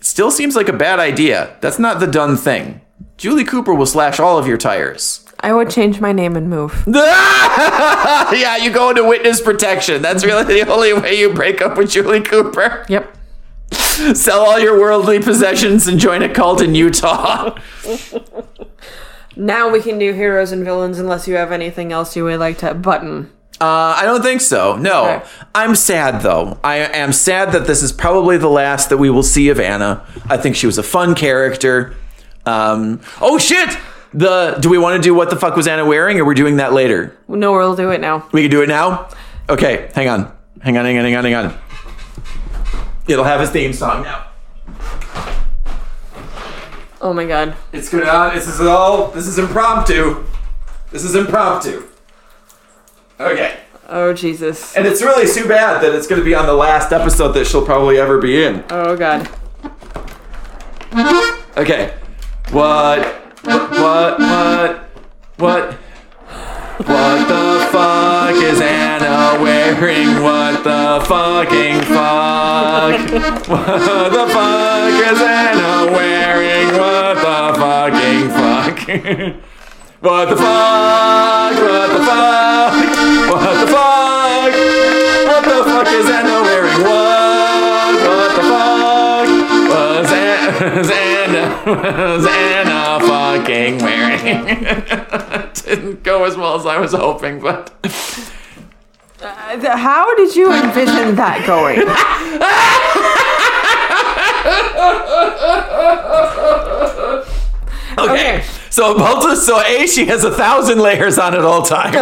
Speaker 2: still seems like a bad idea. That's not the done thing. Julie Cooper will slash all of your tires.
Speaker 1: I would change my name and move.
Speaker 2: yeah, you go into witness protection. That's really the only way you break up with Julie Cooper.
Speaker 1: Yep.
Speaker 2: Sell all your worldly possessions and join a cult in Utah.
Speaker 1: Now we can do heroes and villains unless you have anything else you would like to button.
Speaker 2: Uh, I don't think so. No.
Speaker 1: Okay.
Speaker 2: I'm sad, though. I am sad that this is probably the last that we will see of Anna. I think she was a fun character. Um, oh, shit! The Do we want to do what the fuck was Anna wearing, or we're doing that later?
Speaker 1: No, we'll do it now.
Speaker 2: We can do it now? Okay, hang on. Hang on, hang on, hang on, hang on. It'll have a theme song now.
Speaker 1: Oh my god.
Speaker 2: It's good. Uh, this is all. This is impromptu. This is impromptu. Okay.
Speaker 1: Oh Jesus.
Speaker 2: And it's really too bad that it's going to be on the last episode that she'll probably ever be in.
Speaker 1: Oh god.
Speaker 2: Okay. What? What? What? What? What the fuck is Anna wearing? What the fucking fuck? What the fuck is Anna wearing? What the fucking fuck? What the fuck? What the fuck? What the fuck? What the fuck is Anna wearing? What? What the fuck? Was Anna, was Anna, was Anna fucking wearing? Didn't go as well as I was hoping, but.
Speaker 1: Uh, th- How did you envision that going?
Speaker 2: Okay.
Speaker 1: Okay.
Speaker 2: So, multi- so A, she has a thousand layers on at all times.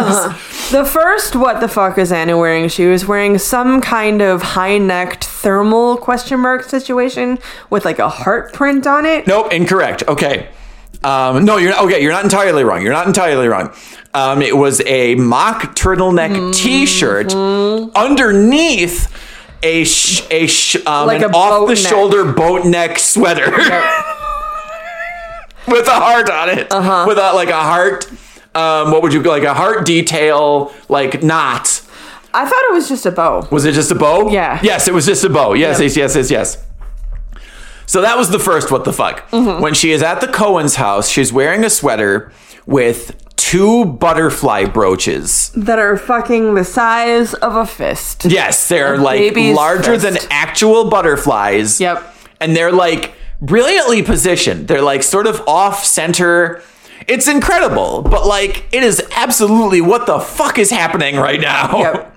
Speaker 1: The first what the fuck is Anna wearing? She was wearing some kind of high-necked thermal question mark situation with like a heart print on it.
Speaker 2: Nope, incorrect. Okay. Um, no, you're okay. You're not entirely wrong. You're not entirely wrong. Um, it was a mock turtleneck
Speaker 1: Mm-hmm.
Speaker 2: T-shirt underneath a sh- a sh- um,
Speaker 1: Like
Speaker 2: an
Speaker 1: a boat
Speaker 2: off the shoulder boat neck sweater with a heart on it. Uh-huh. With a, like a heart. Um, what would you like a heart detail like knot?
Speaker 1: I thought it was just a bow.
Speaker 2: Was it just a bow?
Speaker 1: Yeah.
Speaker 2: Yes, it was just a bow. Yes,
Speaker 1: Yep.
Speaker 2: yes, yes, yes, yes. So that was the first what the fuck. When she is at the Cohen's house, she's wearing a sweater with two butterfly brooches.
Speaker 1: that are fucking the size of a fist.
Speaker 2: Yes, they're like
Speaker 1: baby's
Speaker 2: larger than
Speaker 1: fist.
Speaker 2: actual butterflies.
Speaker 1: Yep.
Speaker 2: And they're like brilliantly positioned. They're like sort of off center. It's incredible, but like it is absolutely what the fuck is happening right now.
Speaker 1: Yep.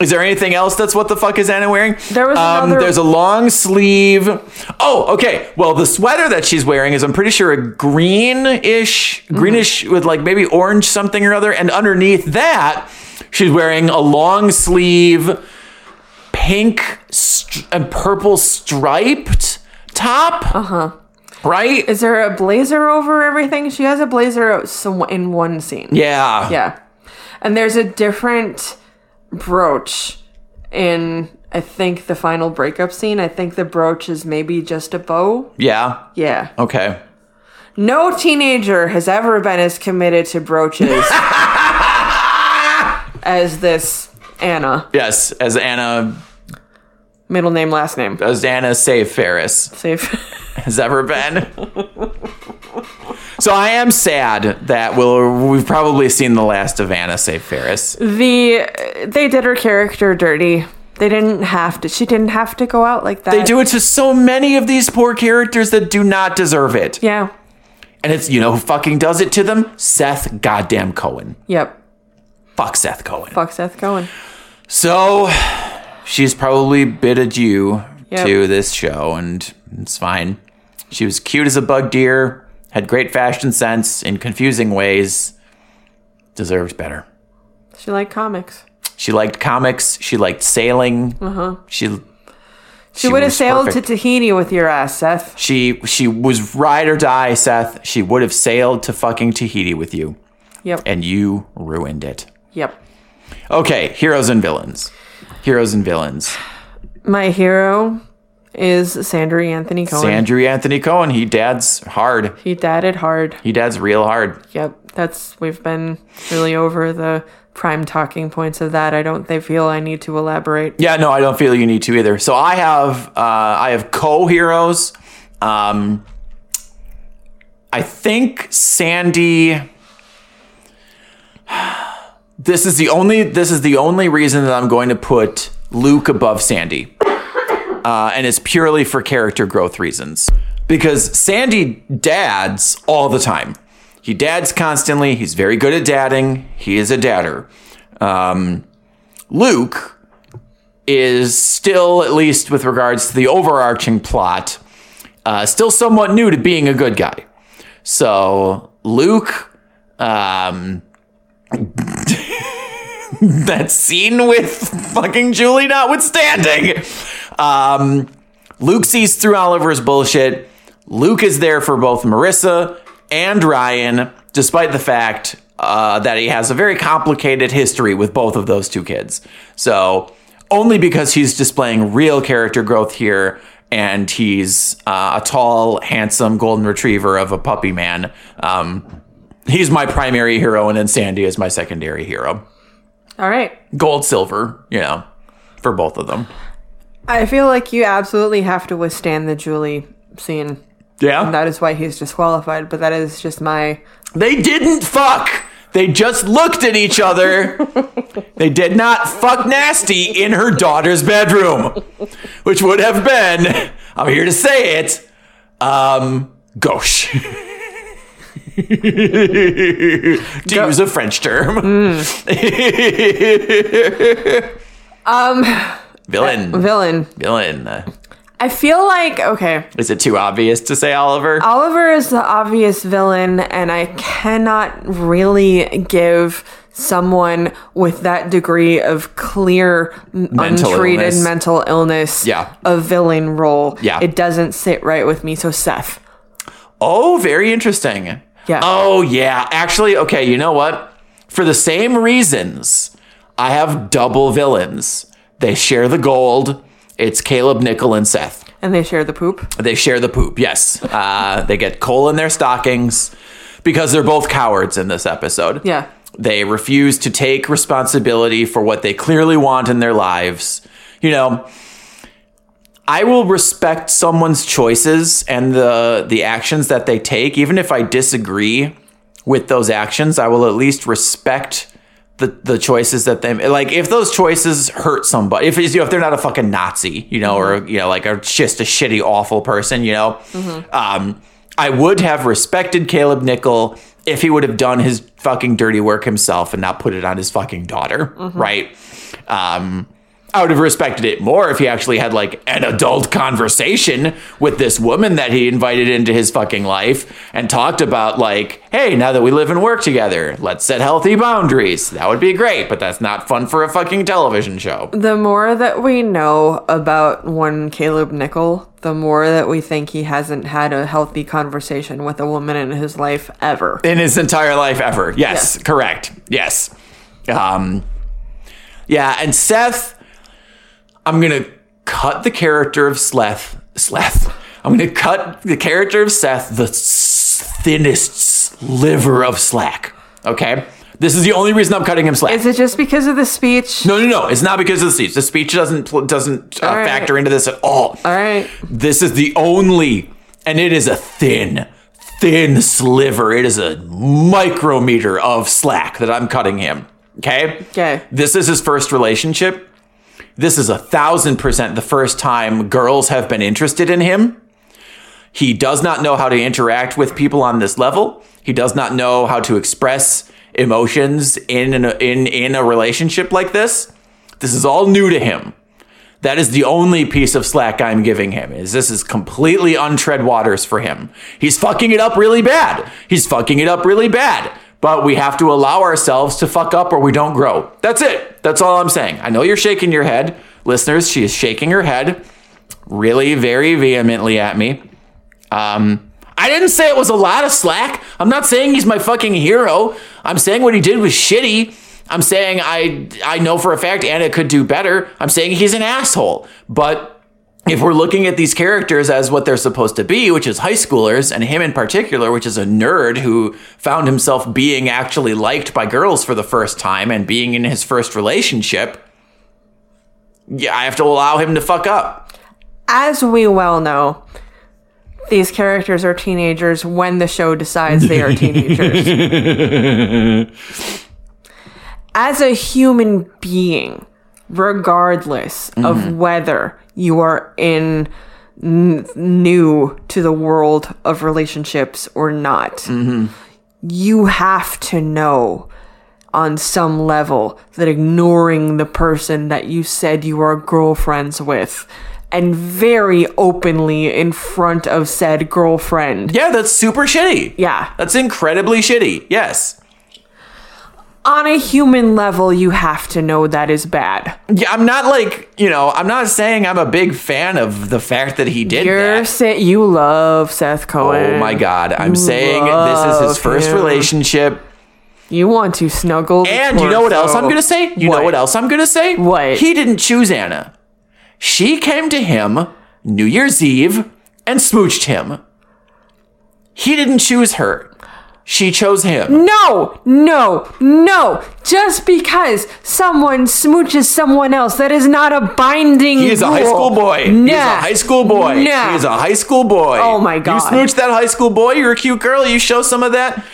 Speaker 2: Is there anything else that's what the fuck is Anna wearing? Um,
Speaker 1: There was another-
Speaker 2: There's a long sleeve. Oh, okay. Well, the sweater that she's wearing is, I'm pretty sure, a greenish,
Speaker 1: Mm-hmm.
Speaker 2: greenish with like maybe orange something or other. And underneath that, she's wearing a long sleeve, pink st- and purple striped top. Uh huh. Right?
Speaker 1: Uh-huh. Is there a blazer over everything? She has a blazer some- in one scene.
Speaker 2: yeah.
Speaker 1: Yeah. And there's a different brooch in, I think, the final breakup scene. I think the brooch is maybe just a bow.
Speaker 2: Yeah.
Speaker 1: Yeah.
Speaker 2: Okay.
Speaker 1: No teenager has ever been as committed to brooches as this Anna.
Speaker 2: Yes. As Anna,
Speaker 1: Middle name, last name.
Speaker 2: as Anna Save Ferris.
Speaker 1: Safe.
Speaker 2: has ever been. so I am sad that we'll, we've probably seen the last of Anna Save Ferris.
Speaker 1: the they did her character dirty. They didn't have to. She didn't have to go out like that.
Speaker 2: They do it to so many of these poor characters that do not deserve it.
Speaker 1: Yeah.
Speaker 2: And it's, you know, who fucking does it to them? Seth goddamn Cohen.
Speaker 1: Yep.
Speaker 2: Fuck Seth Cohen.
Speaker 1: Fuck Seth Cohen.
Speaker 2: So she's probably bid adieu
Speaker 1: Yep.
Speaker 2: to this show, and it's fine. She was cute as a bug deer, had great fashion sense in confusing ways, deserved better.
Speaker 1: She liked comics.
Speaker 2: She liked comics. She liked sailing. Uh-huh. She she,
Speaker 1: She would have
Speaker 2: was
Speaker 1: sailed
Speaker 2: perfect.
Speaker 1: to Tahiti with your ass, Seth.
Speaker 2: She she was ride or die, Seth. She would have sailed to fucking Tahiti with you,
Speaker 1: Yep.
Speaker 2: and you ruined it.
Speaker 1: yep.
Speaker 2: Okay, heroes and villains. Heroes and villains.
Speaker 1: My hero is Sandry Anthony Cohen.
Speaker 2: Andrew Anthony Cohen. He dads hard.
Speaker 1: he dadded hard.
Speaker 2: He dads real hard.
Speaker 1: Yep. That's we've been really over the prime talking points of that. I don't they feel I need to elaborate.
Speaker 2: Yeah, no, I don't feel you need to either. So I have uh, I have co-heroes. Um, I think Sandy. This is the only this is the only reason that I'm going to put Luke above Sandy, uh, and it's purely for character growth reasons. Because Sandy dads all the time. He dads constantly. He's very good at dadding. He is a dadder. Um, Luke is still, at least with regards to the overarching plot, uh, still somewhat new to being a good guy. So Luke, um, that scene with fucking Julie notwithstanding, um, Luke sees through Oliver's bullshit. Luke is there for both Marissa and Ryan, despite the fact uh, that he has a very complicated history with both of those two kids. So, only because he's displaying real character growth here, and he's uh, a tall, handsome golden retriever of a puppy man. Um, he's my primary hero, and then Sandy is my secondary hero.
Speaker 1: All right.
Speaker 2: Gold, silver, you know, for both of them.
Speaker 1: I feel like you absolutely have to withstand the Julie scene.
Speaker 2: Yeah.
Speaker 1: That is why he's disqualified, but that is just my
Speaker 2: They didn't fuck. They just looked at each other. they did not fuck nasty in her daughter's bedroom, which would have been, I'm here to say it, um, gauche. to use a French term.
Speaker 1: um uh,
Speaker 2: Villain.
Speaker 1: villain.
Speaker 2: Villain.
Speaker 1: I feel like okay,
Speaker 2: Is it too obvious to say Oliver?
Speaker 1: Oliver is the obvious villain, and I cannot really give someone with that degree of clear, m-
Speaker 2: Mental
Speaker 1: untreated
Speaker 2: illness.
Speaker 1: mental illness
Speaker 2: Yeah.
Speaker 1: a villain role.
Speaker 2: Yeah.
Speaker 1: It doesn't sit right with me. So, Seth.
Speaker 2: Oh, very interesting.
Speaker 1: Yeah.
Speaker 2: Oh, yeah. Actually, okay, you know what? For the same reasons, I have double villains. They share the gold. It's Caleb, Nickel, and Seth.
Speaker 1: And they share the poop.
Speaker 2: They share the poop, yes. Uh, they get coal in their stockings because they're both cowards in this episode.
Speaker 1: Yeah.
Speaker 2: They refuse to take responsibility for what they clearly want in their lives. You know, I will respect someone's choices and the the actions that they take even if I disagree with those actions. I will at least respect the, the choices that they like if those choices hurt somebody if it's, you know, if they're not a fucking Nazi you know or you know like a just a shitty awful person you know um, I would have respected Caleb Nickel if he would have done his fucking dirty work himself and not put it on his fucking daughter right um, I would have respected it more if he actually had like an adult conversation with this woman that he invited into his fucking life and talked about like, hey, now that we live and work together, let's set healthy boundaries. That would be great, but that's not fun for a fucking television show.
Speaker 1: The more that we know about one Caleb Nickel, the more that we think he hasn't had a healthy conversation with a woman in his life ever.
Speaker 2: in his entire life ever. Yes, correct. Yes. Um Yeah, and Seth I'm going to cut the character of Sleth Sleth. I'm going to cut the character of Seth the s- thinnest sliver of slack. Okay? This is the only reason I'm cutting him slack.
Speaker 1: Is it just because of the speech?
Speaker 2: no, no, no. It's not because of the speech. The speech doesn't pl- doesn't uh,
Speaker 1: All right.
Speaker 2: factor into this at all.
Speaker 1: All right.
Speaker 2: This is the only, and it is a thin, thin sliver. It is a micrometer of slack that I'm cutting him. Okay?
Speaker 1: Okay.
Speaker 2: This is his first relationship. This is a thousand percent the first time girls have been interested in him. He does not know how to interact with people on this level. He does not know how to express emotions in an, in in a relationship like this. This is all new to him. That is the only piece of slack I'm giving him. Is this is completely untread waters for him. He's fucking it up really bad. He's fucking it up really bad. But we have to allow ourselves to fuck up or we don't grow. That's it. That's all I'm saying. I know you're shaking your head. Listeners, she is shaking her head really very vehemently at me. Um, I didn't say it was a lot of slack. I'm not saying he's my fucking hero. I'm saying what he did was shitty. I'm saying I I know for a fact Anna could do better. I'm saying he's an asshole. But if we're looking at these characters as what they're supposed to be, which is high schoolers, and him in particular, which is a nerd who found himself being actually liked by girls for the first time and being in his first relationship, yeah, I have to allow him to fuck up.
Speaker 1: As we well know, these characters are teenagers when the show decides they are teenagers. As a human being, regardless of whether you are in n- new to the world of relationships or not, you have to know on some level that ignoring the person that you said you are girlfriends with and very openly in front of said girlfriend.
Speaker 2: Yeah, that's super shitty.
Speaker 1: Yeah.
Speaker 2: That's incredibly shitty. Yes.
Speaker 1: On a human level, you have to know that is bad.
Speaker 2: Yeah, I'm not like, you know, I'm not saying I'm a big fan of the fact that he did
Speaker 1: You're
Speaker 2: that.
Speaker 1: sa- you love Seth Cohen.
Speaker 2: Oh my god. I'm saying this is his
Speaker 1: love
Speaker 2: first
Speaker 1: him.
Speaker 2: relationship.
Speaker 1: You want to snuggle. the
Speaker 2: And you know what else I'm
Speaker 1: torso.
Speaker 2: going to say? You know what else I'm going to say?
Speaker 1: What?
Speaker 2: He didn't choose Anna. She came to him New Year's Eve and smooched him. He didn't choose her. She chose him.
Speaker 1: No, no, no. Just because someone smooches someone else, that is not a binding.
Speaker 2: He is a high
Speaker 1: rule.
Speaker 2: school boy.
Speaker 1: Nah.
Speaker 2: He is a high school boy.
Speaker 1: Nah.
Speaker 2: He is a high school boy.
Speaker 1: Oh my God.
Speaker 2: You smooch that high school boy, you're a cute girl, you show some of that.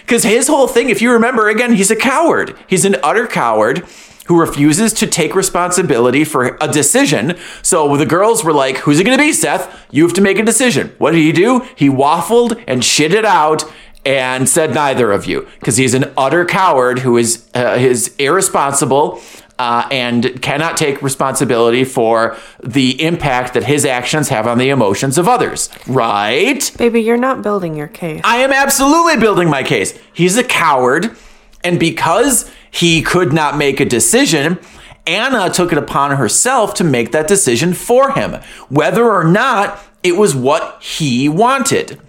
Speaker 2: Because his whole thing, if you remember, again, he's a coward. He's an utter coward who refuses to take responsibility for a decision. So the girls were like, Who's it going to be, Seth? You have to make a decision. What did he do? He waffled and shit it out and said neither of you because he's an utter coward who is uh, is irresponsible uh, and cannot take responsibility for the impact that his actions have on the emotions of others. Right?
Speaker 1: Baby, you're not building your case.
Speaker 2: I am absolutely building my case. He's a coward. And because he could not make a decision, Anna took it upon herself to make that decision for him, whether or not it was what he wanted.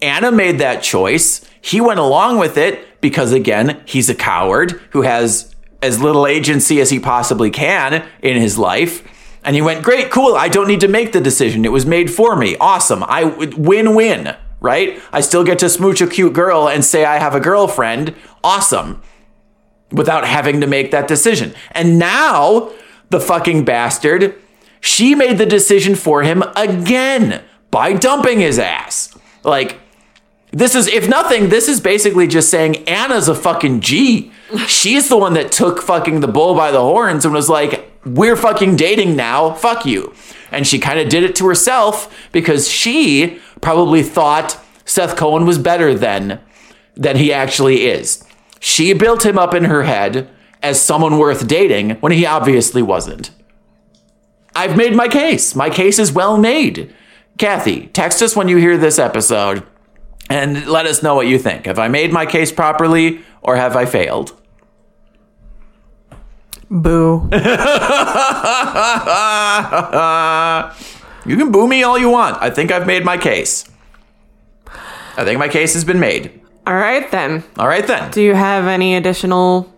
Speaker 2: Anna made that choice. He went along with it because, again, he's a coward who has as little agency as he possibly can in his life. And he went, Great, cool. I don't need to make the decision. It was made for me. Awesome. I win win, right? I still get to smooch a cute girl and say I have a girlfriend. Awesome. Without having to make that decision. And now the fucking bastard, she made the decision for him again by dumping his ass. Like, this is, if nothing, this is basically just saying Anna's a fucking G. She's the one that took fucking the bull by the horns and was like, we're fucking dating now, fuck you. And she kind of did it to herself because she probably thought Seth Cohen was better than than he actually is. She built him up in her head as someone worth dating when he obviously wasn't. I've made my case. My case is well made. Kathy, text us when you hear this episode and let us know what you think. Have I made my case properly or have I failed?
Speaker 1: Boo.
Speaker 2: You can boo me all you want. I think I've made my case. I think my case has been made.
Speaker 1: All right then.
Speaker 2: All right then.
Speaker 1: Do you have any additional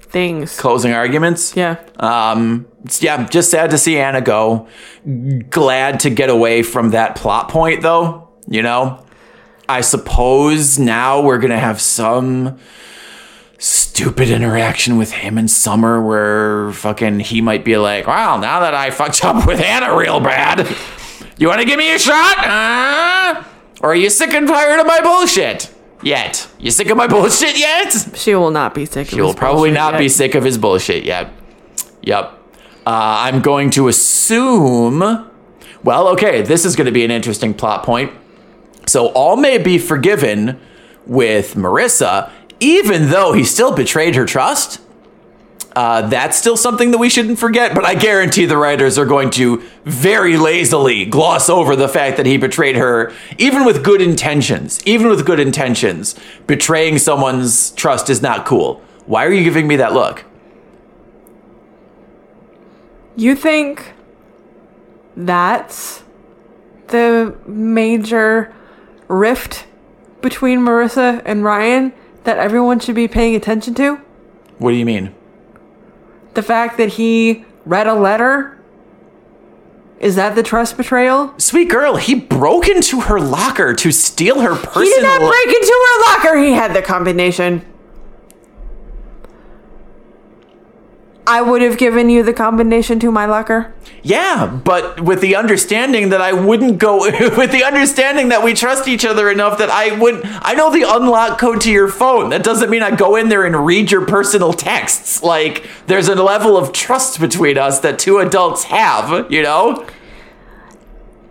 Speaker 1: things?
Speaker 2: Closing arguments.
Speaker 1: Yeah.
Speaker 2: Um, it's- yeah, just sad to see Anna go. Glad to get away from that plot point, though. You know, I suppose now we're gonna have some stupid interaction with him and Summer, where fucking he might be like, "Well, now that I fucked up with Anna real bad, you want to give me a shot? Huh? Or are you sick and tired of my bullshit?" Yet, you sick of my bullshit yet?
Speaker 1: She will not be sick.
Speaker 2: He will probably not be sick of his bullshit yet. Yep. Uh, I'm going to assume. Well, okay, this is going to be an interesting plot point. So, all may be forgiven with Marissa, even though he still betrayed her trust. Uh, that's still something that we shouldn't forget, but I guarantee the writers are going to very lazily gloss over the fact that he betrayed her, even with good intentions. Even with good intentions, betraying someone's trust is not cool. Why are you giving me that look?
Speaker 1: You think that's the major rift between Marissa and Ryan that everyone should be paying attention to?
Speaker 2: What do you mean?
Speaker 1: The fact that he read a letter? Is that the trust betrayal?
Speaker 2: Sweet girl, he broke into her locker to steal her personal.
Speaker 1: He did not break into her locker. He had the combination. I would have given you the combination to my locker.
Speaker 2: Yeah, but with the understanding that I wouldn't go with the understanding that we trust each other enough that I would I know the unlock code to your phone. That doesn't mean I go in there and read your personal texts. Like there's a level of trust between us that two adults have, you know?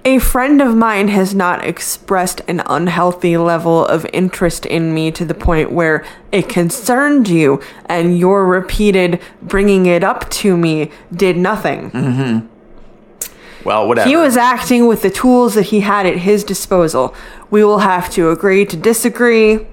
Speaker 1: A friend of mine has not expressed an unhealthy level of interest in me to the point where it concerned you and your repeated bringing it up to me did nothing.
Speaker 2: Well, whatever.
Speaker 1: He was acting with the tools that he had at his disposal. We will have to agree to disagree.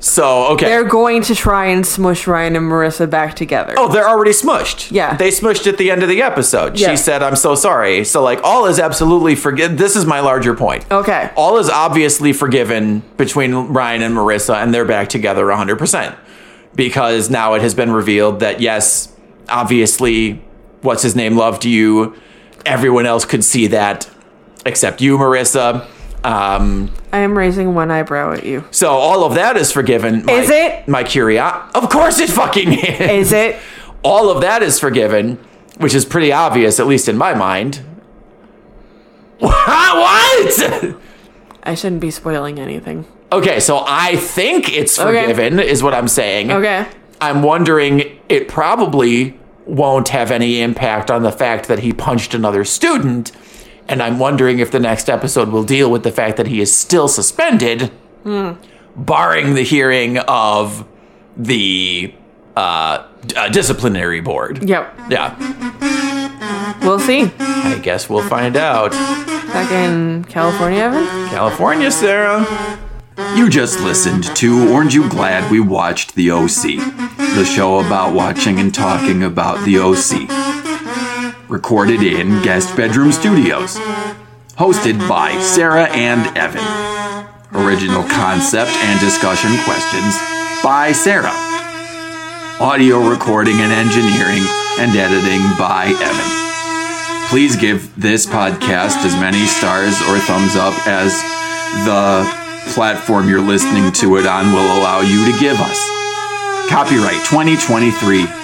Speaker 2: so, okay.
Speaker 1: They're going to try and smush Ryan and Marissa back together.
Speaker 2: Oh, they're already smushed.
Speaker 1: Yeah.
Speaker 2: They smushed at the end of the episode.
Speaker 1: Yeah.
Speaker 2: She said, I'm so sorry. So, like, all is absolutely forgiven. This is my larger point.
Speaker 1: Okay.
Speaker 2: All is obviously forgiven between Ryan and Marissa, and they're back together 100%. Because now it has been revealed that, yes, obviously, what's his name loved you. Everyone else could see that except you, Marissa. Um,
Speaker 1: I am raising one eyebrow at you.
Speaker 2: so all of that is forgiven. My,
Speaker 1: Is it?
Speaker 2: My curio- Of course it fucking is
Speaker 1: Is it?
Speaker 2: all of that is forgiven, which is pretty obvious, at least in my mind. what?
Speaker 1: I shouldn't be spoiling anything.
Speaker 2: okay, so I think it's
Speaker 1: Okay.
Speaker 2: forgiven, is what I'm saying.
Speaker 1: Okay.
Speaker 2: I'm wondering, it probably won't have any impact on the fact that he punched another student. And I'm wondering if the next episode will deal with the fact that he is still suspended, barring the hearing of the uh, d- uh, disciplinary board.
Speaker 1: Yep.
Speaker 2: Yeah.
Speaker 1: We'll see.
Speaker 2: I guess we'll find out.
Speaker 1: Back in California, Evan?
Speaker 2: California, Sarah.
Speaker 5: You just listened to Orange You Glad We Watched The OC, the show about watching and talking about The OC. Recorded in Guest Bedroom Studios. Hosted by Sarah and Evan. Original concept and discussion questions by Sarah. Audio recording and engineering and editing by Evan please give this podcast as many stars or thumbs up as the platform you're listening to it on will allow you to give us. Copyright 2023